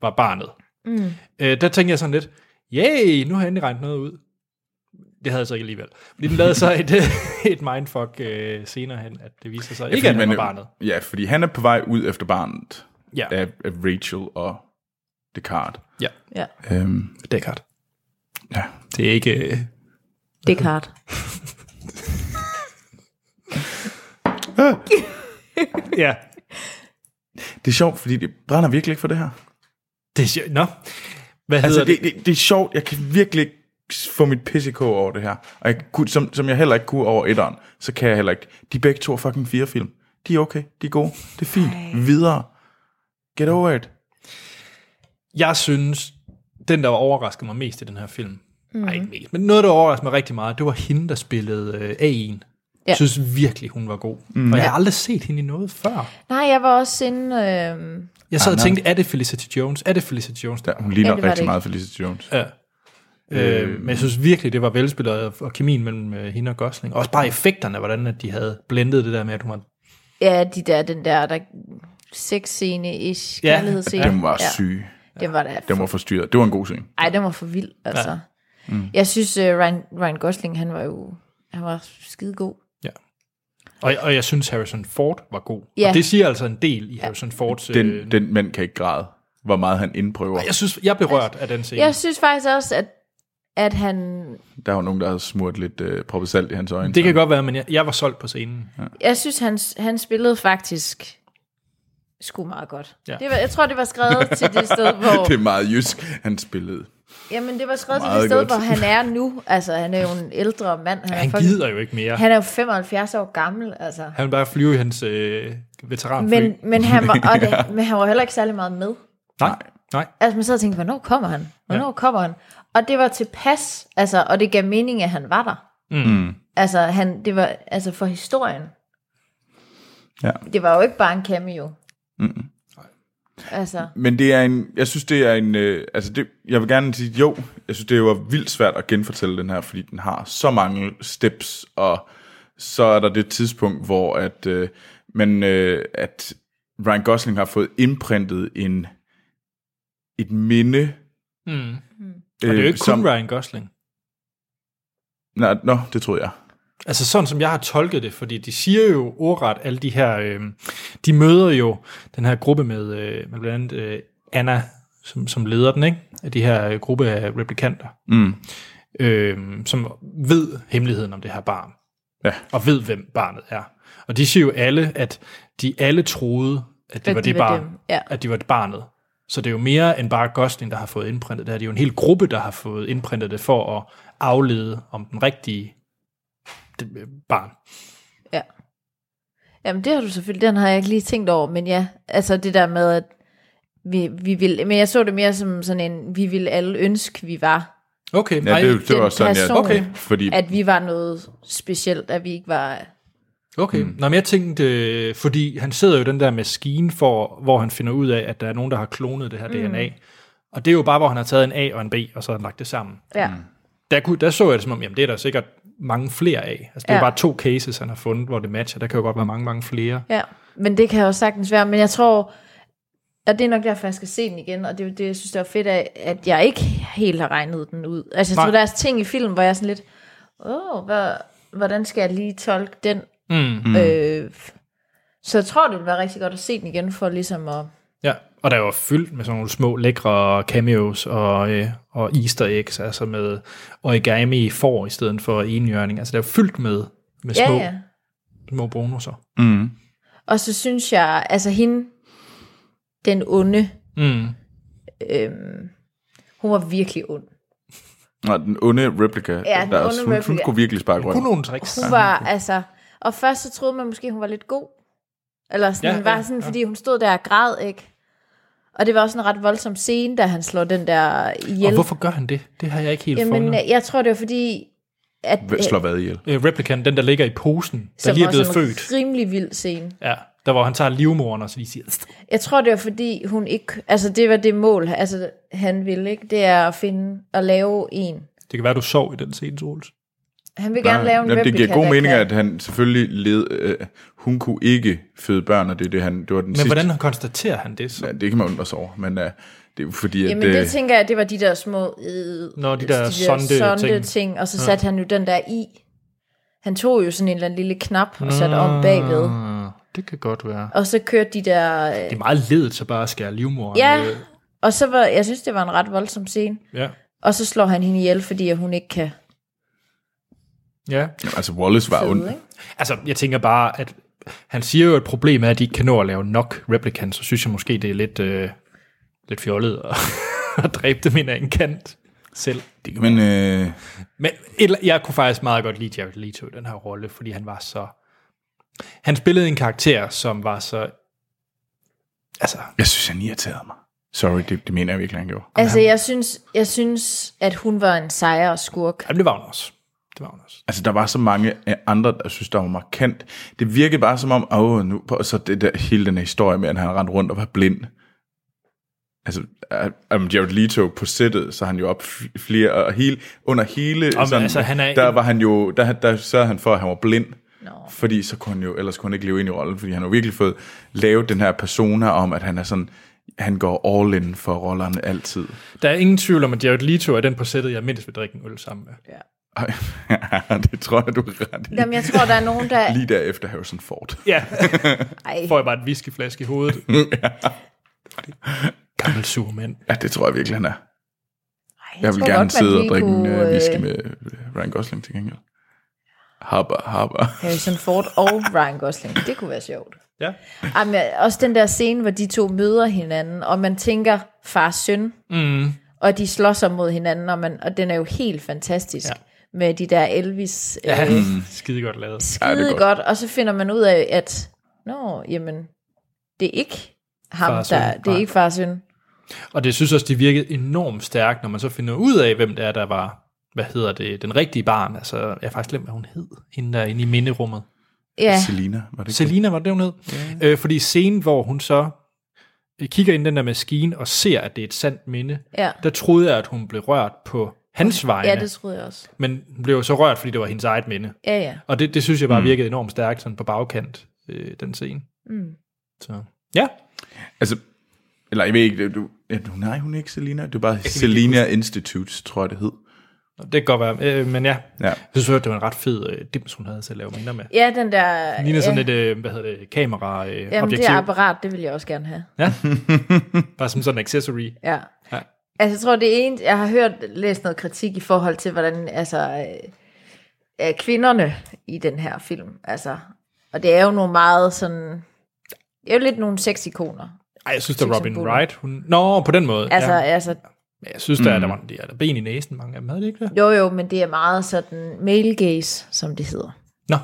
S1: var barnet. Mm. Øh, der tænkte jeg sådan lidt, yay, nu har jeg endelig regnet noget ud. Det havde jeg så ikke alligevel. Fordi den lavede så et, et mindfuck øh, senere hen, at det viser sig ikke, at han var barnet.
S2: Ja, fordi han er på vej ud efter barnet
S1: Ja,
S2: af, af Rachel og Deckard.
S1: ja.
S3: ja.
S2: Øhm,
S1: Descartes.
S2: ja.
S1: Det er ikke... Øh,
S3: Descartes.
S1: ja,
S2: Det er sjovt, fordi det brænder virkelig ikke for det her.
S1: det er sjovt. Nå, hvad
S2: Altså,
S1: hedder det?
S2: det, det, det er sjovt. Jeg kan virkelig ikke få mit PCK over det her. Og jeg kunne, som, som jeg heller ikke kunne over etteren, så kan jeg heller ikke. De er begge to fucking fire film. De er okay. De er gode. Det er fint. Ej. Videre. Get over it.
S1: Jeg synes, den, der overraskede mig mest i den her film, mm. ej, ikke mest, men noget, der overraskede mig rigtig meget, det var hende, der spillede øh, A1.
S3: Ja.
S1: Jeg synes virkelig, hun var god. Mm. Og jeg har aldrig set hende i noget før.
S3: Nej, jeg var også inde øh,
S1: Jeg sad og tænkte, er det Felicity Jones? Er det Felicity Jones?
S2: Ah, Ja, hun ligner
S3: Ja, det var
S2: rigtig
S3: det
S2: meget Felicity Jones.
S1: Ja. Øh, men jeg synes virkelig, det var velspillet, og- og kemien mellem øh, hende og Gosling. Også bare effekterne, hvordan at de havde blendet det der med, at hun var...
S3: Ja, de der, den der, der sexscene-ish,
S1: Ja,
S3: kærlighedsscene.
S2: Den var syg.
S3: Den var da
S2: Den var forstyrret. Det var en god scene.
S3: Ej, den var for vild, altså. Ja. Mm. Jeg synes, uh, Ryan, Ryan Gosling, han var jo han var skidegod.
S1: Ja. Og, og jeg synes, Harrison Ford var god.
S3: Ja.
S1: Og det siger altså en del i Harrison Fords... øh,
S2: Den, den mand kan ikke græde, hvor meget han indprøver.
S1: jeg synes, jeg blev rørt af den scene.
S3: Altså, Jeg synes faktisk også, at, at han...
S2: Der var nogen, der havde smurt lidt øh, proppet salt i hans øjne.
S1: Det kan godt være, men jeg, jeg var solgt på scenen. Ja.
S3: Jeg synes, han, han spillede faktisk sgu meget godt.
S1: Ja.
S3: Ja. Det var, jeg tror, det var skrevet til det sted,
S2: det er
S3: hvor...
S2: meget jysk, han spillede.
S3: Jamen, det var skrevet til
S2: meget
S3: det sted,
S2: godt.
S3: hvor han er nu. Altså, han er jo en ældre mand. Han, er
S1: Han
S3: fucking-
S1: gider jo ikke mere. Han,
S3: Han er jo 75 år gammel, altså.
S1: han vil bare flyve i hans øh, veteranfly.
S3: Men, men, han var, og det, men han var heller ikke særlig meget med.
S1: nej, nej.
S3: Altså man sad og tænkte, hvornår kommer han? Hvornår ja. kommer han? Og det var tilpas, altså, og det gav mening, at han var der. Mm. Altså, han, det var, altså for historien.
S2: Ja.
S3: Det var jo ikke bare en cameo. Mm. Altså,
S2: Men det er en, jeg synes det er en, øh, altså det, jeg vil gerne sige jo, jeg synes det var vildt svært at genfortælle den her, fordi den har så mange steps, og så er der det tidspunkt, hvor at, øh, men, øh, at Ryan Gosling har fået indprintet en, et minde,
S1: Mm.
S2: øh,
S1: Og det er jo ikke kun som... Ryan Gosling.
S2: Nej, nå, det troede jeg.
S1: Altså sådan som jeg har tolket det, fordi de siger jo ordret alle de her, øh, de møder jo den her gruppe med, øh, med blandt andet øh, Anna, som, som leder den, ikke? Af de her øh, gruppe af replikanter,
S2: Mm.
S1: øh, som ved hemmeligheden om det her barn,
S2: Ja.
S1: og ved hvem barnet er. Og de siger jo alle, at de alle troede, at det
S3: At
S1: var
S3: de
S1: det
S3: var
S1: barn,
S3: dem, ja.
S1: at de var barnet. Så det er jo mere end bare Gosling, der har fået indprintet det her. Det er jo en hel gruppe, der har fået indprintet det for at aflede om den rigtige øh, barn.
S3: ja. Jamen, det har du selvfølgelig, den har jeg ikke lige tænkt over, men ja, altså det der med, at vi, vi vil, men jeg så det mere som sådan en, vi ville alle ønske, vi var.
S1: Okay,
S2: Ja,
S1: nej,
S2: det, det, det
S3: den
S2: var sådan, jeg,
S3: person, Okay.
S2: fordi
S3: At vi var noget specielt, at vi ikke var,
S1: okay. Mm. Nå, men jeg tænkte, øh, fordi han sidder jo i den der maskine, for, hvor han finder ud af, at der er nogen, der har klonet det her mm. DNA. Og det er jo bare, hvor han har taget en A og en B, og så har han lagt det sammen.
S3: ja.
S2: Mm.
S1: Der, kunne, der så jeg det som om, jamen det er der sikkert mange flere af. Altså det er
S3: Ja.
S1: bare to cases, han har fundet, hvor det matcher. Der kan jo godt være mange, mange flere.
S3: Ja, men det kan jo sagtens være. Men jeg tror, at det er nok derfor, jeg skal se den igen. Og det er jo det, jeg synes, der er fedt af, at jeg ikke helt har regnet den ud. Altså, jeg
S1: Nej.
S3: tror, der er ting i filmen, hvor jeg er sådan lidt, åh, hvad, hvordan skal jeg lige tolke den?
S1: Mm.
S3: Mm. Øh, så jeg tror, det ville være rigtig godt at se den igen, for ligesom at...
S1: Ja, og der var fyldt med sådan nogle små lækre cameos og, øh, og easter eggs, altså med origami i får i stedet for enhjørning. Altså det er jo fyldt med, med
S3: Ja,
S1: små,
S3: ja.
S1: små bonusser.
S3: Og så synes jeg, altså hende, den onde,
S1: Mm.
S3: øhm, hun var virkelig ond.
S2: nej, den onde replika, ja,
S3: den
S2: der,
S3: onde
S2: hun, hun
S3: replika.
S2: kunne virkelig sparke
S1: Kun
S2: røven.
S1: nogle tricks.
S3: Hun var altså, og først så troede man måske, hun var lidt god. Eller sådan,
S1: Ja,
S3: ja, var
S1: ja,
S3: sådan, fordi hun stod der og græd, ikke? Og det var også en ret voldsom scene, da han slår den der
S1: Og
S3: ihjel.
S1: hvorfor gør han det? Det har jeg ikke helt Jamen,
S3: Jamen, øh,
S1: fundet.
S3: jeg tror, det var fordi, at
S2: Hvem Slår hvad ihjel?
S1: Øh, Replicant, den der ligger i posen, der
S3: som
S1: lige er
S3: også
S1: blevet
S3: en
S1: født.
S3: rimelig vild scene.
S1: Ja, der hvor han tager livmoren og så lige siger...
S3: Jeg tror, det var fordi, hun ikke... Altså, det var det mål, altså, han ville, ikke? Det er at finde og lave en.
S1: Det kan være, du sov i den scene, Troels.
S3: Han vil gerne lave en
S2: Jamen, det
S3: replika,
S2: giver god
S3: der
S2: mening,
S3: kan-
S2: at han selvfølgelig led, øh, hun kunne ikke føde børn, og det, er det, han, det var den
S1: Men
S2: sidste.
S1: hvordan konstaterer han det så?
S2: Ja, det kan man undre sig over, men uh, det er jo fordi, at...
S3: Jamen det,
S2: øh,
S3: tænker jeg, det var de der små øh,
S1: Nå, de der sonde-ting.
S3: ting, og så satte han jo den der i. Han tog jo sådan en eller anden lille knap og satte
S2: Mm.
S3: om bagved.
S1: Ah, det kan godt være.
S3: Og så kørte de der... Øh,
S1: Det er meget ledet så bare at skære livmoren.
S3: ja,
S1: øh,
S3: og så var... Jeg synes, det var en ret voldsom scene.
S1: Ja.
S3: Og så slår han hende ihjel, fordi at hun ikke kan
S1: ja.
S2: altså, Wallace var ond.
S3: føde, ikke?
S1: Altså, jeg tænker bare, at han siger jo, at problemet er, at de ikke kan nå at lave nok replicants, så synes jeg måske, det er lidt, øh, lidt fjollet at, at dræbe dem ind af en kant selv.
S2: Det kan man... Øh,
S1: Men et- jeg kunne faktisk meget godt lide Jared Leto i den her rolle, fordi han var så... Han spillede en karakter, som var så... Altså,
S2: jeg synes, han irriterede mig. Sorry, det, det mener jeg virkelig, han gjorde.
S3: Altså, jeg synes, jeg synes, at hun var en sejere skurk.
S1: jamen, det var hun også. Det var hun også.
S2: Altså, der var så mange øh, andre, der synes, der var markant. Det virkede bare som om, åh, nu... Og så det der, hele den her historie med, at han rendte rundt og var blind. altså, om Jared Leto på sættet, så er han jo op flere, og hele, under hele,
S1: Om, altså, han er
S2: der
S1: en-
S2: var han jo, der, der sørgede han for, at han var blind,
S3: Nå.
S2: fordi så kunne han jo, ellers kunne han ikke leve ind i rollen, fordi han har jo virkelig fået lavet den her persona om, at han er sådan, han går all in for rollerne altid.
S1: Der er ingen tvivl om, at Jared Leto er den på sættet, jeg mindst vil drikke en øl sammen med.
S2: Ej, det tror jeg, du er ret i.
S3: Jamen, jeg tror, der er nogen, der...
S2: Lige derefter Harrison Ford.
S1: Ja,
S3: Ej,
S1: får jeg bare en whiskyflaske i hovedet. Gammel sur mand.
S2: Ja, det tror jeg virkelig, han er.
S3: ej,
S2: Jeg vil
S3: tror
S2: gerne
S3: godt, man
S2: sidde og
S3: lige
S2: drikke en
S3: kunne,
S2: øh, whisky
S3: øh,
S2: med Ryan Gosling til gengæld. Harper, Harper.
S3: Harrison Ford og Ryan Gosling. Det kunne være sjovt.
S1: Ja.
S3: Jamen, ja, også den der scene, hvor de to møder hinanden, og man tænker far og søn, mm. og de slår sig mod hinanden, og, man, og den er jo helt fantastisk. Ja. Med de der Elvis ja.
S1: Mm.
S3: øh,
S1: Skide godt lavet.
S2: Ja, det er
S3: skide
S2: godt.
S3: godt. godt, og så finder man ud af, at nå, jamen, det er ikke ham,
S1: Far
S3: far
S1: og søn.
S3: der, det er
S1: Nej.
S3: ikke far og søn.
S1: Og det synes også, det virkede enormt stærkt, når man så finder ud af, hvem det er, der var, hvad hedder det, den rigtige barn. Altså, jeg har faktisk glemt, hvad hun hed, hende der inde i minderummet.
S3: Ja,
S2: Selina, var det ikke
S1: Selina var det, hun hed. Yeah. Øh, fordi scenen, hvor hun så øh, kigger ind i den der maskine og ser, at det er et sandt minde,
S3: Ja.
S1: der troede jeg, at hun blev rørt på hans vegne,
S3: ja,
S1: ja,
S3: det troede jeg også.
S1: men hun blev jo så rørt, fordi det var hendes eget minde.
S3: Ja, ja.
S1: Og det, det synes jeg bare virkede enormt stærkt sådan på bagkant, øh, den scene. Mm. Så ja,
S2: Altså, eller jeg ved ikke, du, ja, du- nej, hun er ikke Selina, det er bare Selina Institute, tror jeg det hed.
S1: det kan godt være. Øh, men ja,
S2: Ja.
S1: jeg synes, det var en ret fed øh, dims, hun havde til at lave minder med.
S3: Ja, den der...
S1: Den ligner sådan
S3: ja.
S1: et, øh, hvad hedder det, kamera øh,
S3: Jamen,
S1: objektiv.
S3: det apparat, det vil jeg også gerne have.
S1: Bare som sådan en accessory.
S3: Ja.
S1: Ja.
S3: ja. Altså, jeg tror, det ene, jeg har hørt læst noget kritik i forhold til, hvordan altså, øh, øh, kvinderne i den her film, altså, og det er jo nogle meget sådan, det er jo lidt nogle sexikoner.
S1: Ej, jeg synes, der
S3: Sex
S1: Robin
S3: symbol.
S1: Wright, hun... Nå, på den måde.
S3: Altså,
S1: ja.
S3: ja. altså,
S1: Men Jeg synes, der,
S2: Mm.
S1: er- der var de er der ben i næsen, mange af dem havde det ikke det?
S3: jo jo, men det er meget sådan male gaze, som det hedder.
S1: Nå,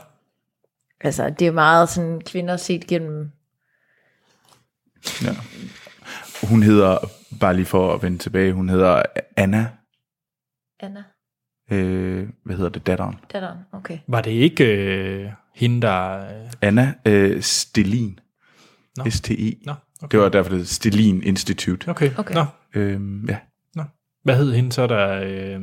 S3: Altså, det er meget sådan kvinder set gennem,
S2: Ja. Hun hedder, bare lige for at vende tilbage, hun hedder Anna,
S3: Anna,
S2: øh, hvad hedder det, datteren?
S3: datteren, okay.
S1: var det ikke øh, hende, der... Øh,
S2: Anna øh, Stelin.
S1: Nå.
S2: S-T-I.
S1: nå, okay.
S2: Det var derfor, det hed Stelin Institute.
S1: Okay, okay.
S3: Okay.
S1: Nå,
S2: Øhm, ja.
S1: nå. Hvad hed hende så, der... Øh,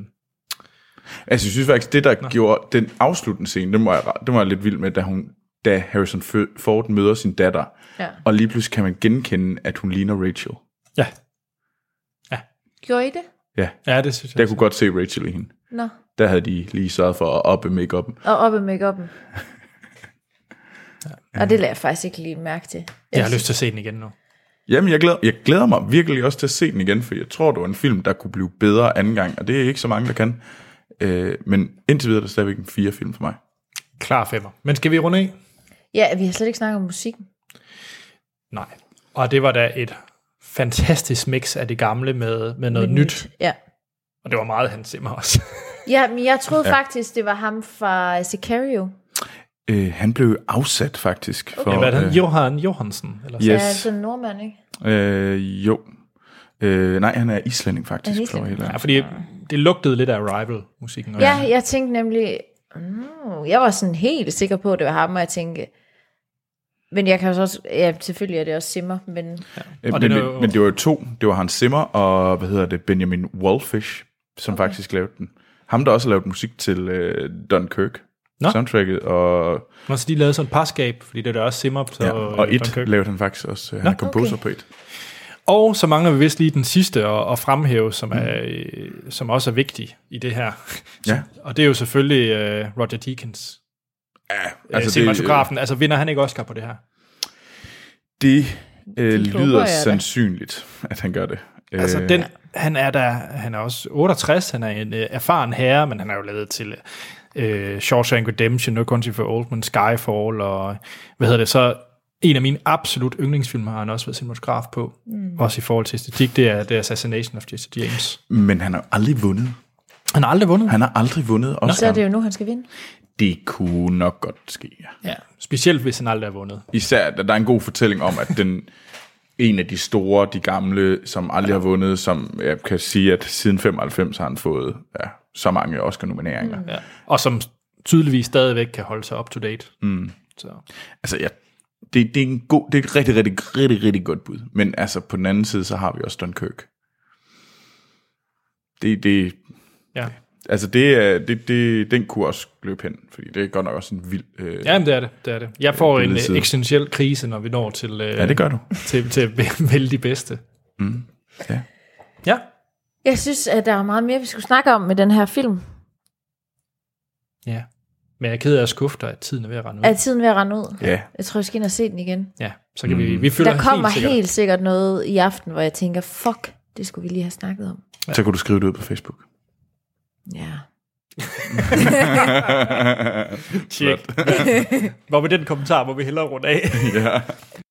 S2: Altså, jeg synes faktisk, det der Nå. gjorde den afsluttende scene, det var, jeg, det var jeg lidt vild med, da, hun, da Harrison F- Ford møder sin datter.
S3: Ja.
S2: Og lige pludselig kan man genkende, at hun ligner Rachel.
S1: ja.
S3: Gjorde I det?
S2: Ja,
S1: ja, det synes jeg.
S2: der kunne godt se Rachel i hende.
S3: Nå,
S2: Der havde de lige sørget for at oppe make
S3: og op med make-up'en. Og det lader jeg faktisk ikke lige mærke til. Altså,
S1: Jeg har lyst til at se den igen nu.
S2: Jamen, jeg glæder, jeg glæder mig virkelig også til at se den igen, for jeg tror, det var en film, der kunne blive bedre anden gang, og det er ikke så mange, der kan. Øh, men indtil videre er det stadigvæk en fire film for mig.
S1: Klar femmer. Men skal vi runde af?
S3: Ja, vi har slet ikke snakket om musikken.
S1: Nej. Og det var da et fantastisk mix af det gamle med, med noget
S3: Men
S1: nyt. nyt.
S3: Ja.
S1: Og det var meget Hans Zimmer også.
S3: Ja, men jeg troede ja. faktisk, det var ham fra Sicario.
S2: Øh, han blev afsat faktisk. For,
S1: Ja, hvad er det?
S2: øh,
S1: Johan Johansen? Eller
S3: Ja,
S2: Yes.
S3: altså en nordmand, ikke?
S2: Øh, jo. Øh, nej, han er islænding faktisk.
S3: Er
S2: Er
S3: han islænding?
S1: Ja, fordi det lugtede lidt af Arrival-musikken. også.
S3: Ja, jeg tænkte nemlig, mm, jeg var sådan helt sikker på, at det var ham, og jeg tænkte, men jeg kan jo så også, ja, selvfølgelig er det også Simmer, men ja.
S2: Øh,
S1: Og
S2: men,
S1: den er
S2: det,
S1: jo-
S2: men det var jo to. Det var Hans Zimmer og, hvad hedder det, Benjamin Wallfish, som okay. faktisk lavede den. Ham, der også har lavet musik til øh, Dunkirk.
S1: Nå.
S2: Soundtracket og,
S1: Nå, så de lavede sådan et parskab, fordi det er der også Simmer. Så,
S2: ja,
S1: øh,
S2: og et
S1: Dunkirk.
S2: lavede han faktisk også. Øh, han er komposer okay. på et.
S1: Og så mangler vi vist lige den sidste at, at fremhæve, som, er, øh, som også er vigtig i det her.
S2: Ja.
S1: Og det er jo selvfølgelig øh, Roger Deakins,
S2: Ja,
S1: altså cinematografen. Altså vinder han ikke Oscar på det her?
S2: Det øh,
S3: Det håber
S2: lyder
S3: jeg da.
S2: sandsynligt, at han gør det. Øh,
S1: Altså den, han er der, han er også 68, han er en øh, erfaren herre, men han har jo lavet til øh, Shawshank Redemption, No Country for Old Men, Skyfall og hvad hedder det så, en af mine absolut yndlingsfilm har han også været cinematograf på, mm. også i forhold til æstetik, det er The Assassination of Jesse James.
S2: Men han har aldrig vundet.
S1: Han har aldrig vundet.
S2: Han har aldrig vundet
S3: så er
S2: Oscar.
S3: det jo nu, han skal vinde.
S2: det kunne nok godt ske, ja.
S1: Ja, specielt hvis han aldrig har vundet.
S2: Især, da der er en god fortælling om, at den en af de store, de gamle, som aldrig har vundet, som jeg kan sige, at siden 95 har han fået ja, så mange Oscar-nomineringer. Mm.
S1: Ja. Og som tydeligvis stadigvæk kan holde sig up to date. Mm. Så.
S2: Altså, jeg, det, det, er en god, det er et rigtig, rigtig, rigtig, rigtig godt bud. Men altså, på den anden side, så har vi også Dunkirk. Det, det,
S1: Ja.
S2: altså det, er- det, det, den kunne også løbe hen, fordi det er godt nok også en vild... Øh,
S1: Jamen, det er det. det, er det. Jeg får
S2: det er
S1: en
S2: lidt
S1: øh,
S2: siden.
S1: eksistentiel krise, når vi når til, øh,
S2: ja, det gør du.
S1: til, til at vælge de bedste.
S2: Ja.
S1: Ja,
S3: Jeg synes, at der er meget mere, vi skulle snakke om med den her film.
S1: ja. Men jeg er ked af at skuffe dig, at tiden er ved at rende ud.
S3: Er tiden ved at rende ud?
S2: Ja,
S3: Jeg tror, jeg skal ind og se den igen.
S1: Ja, så kan vi... Vi følger
S3: Der kommer
S1: helt sikkert.
S3: helt sikkert noget i aften, hvor jeg tænker, fuck, det skulle vi lige have snakket om.
S2: så kunne du skrive det ud på Facebook.
S3: Ja.
S1: Tjek. Hvor med den kommentar, hvor vi hellere rundt af.
S2: ja.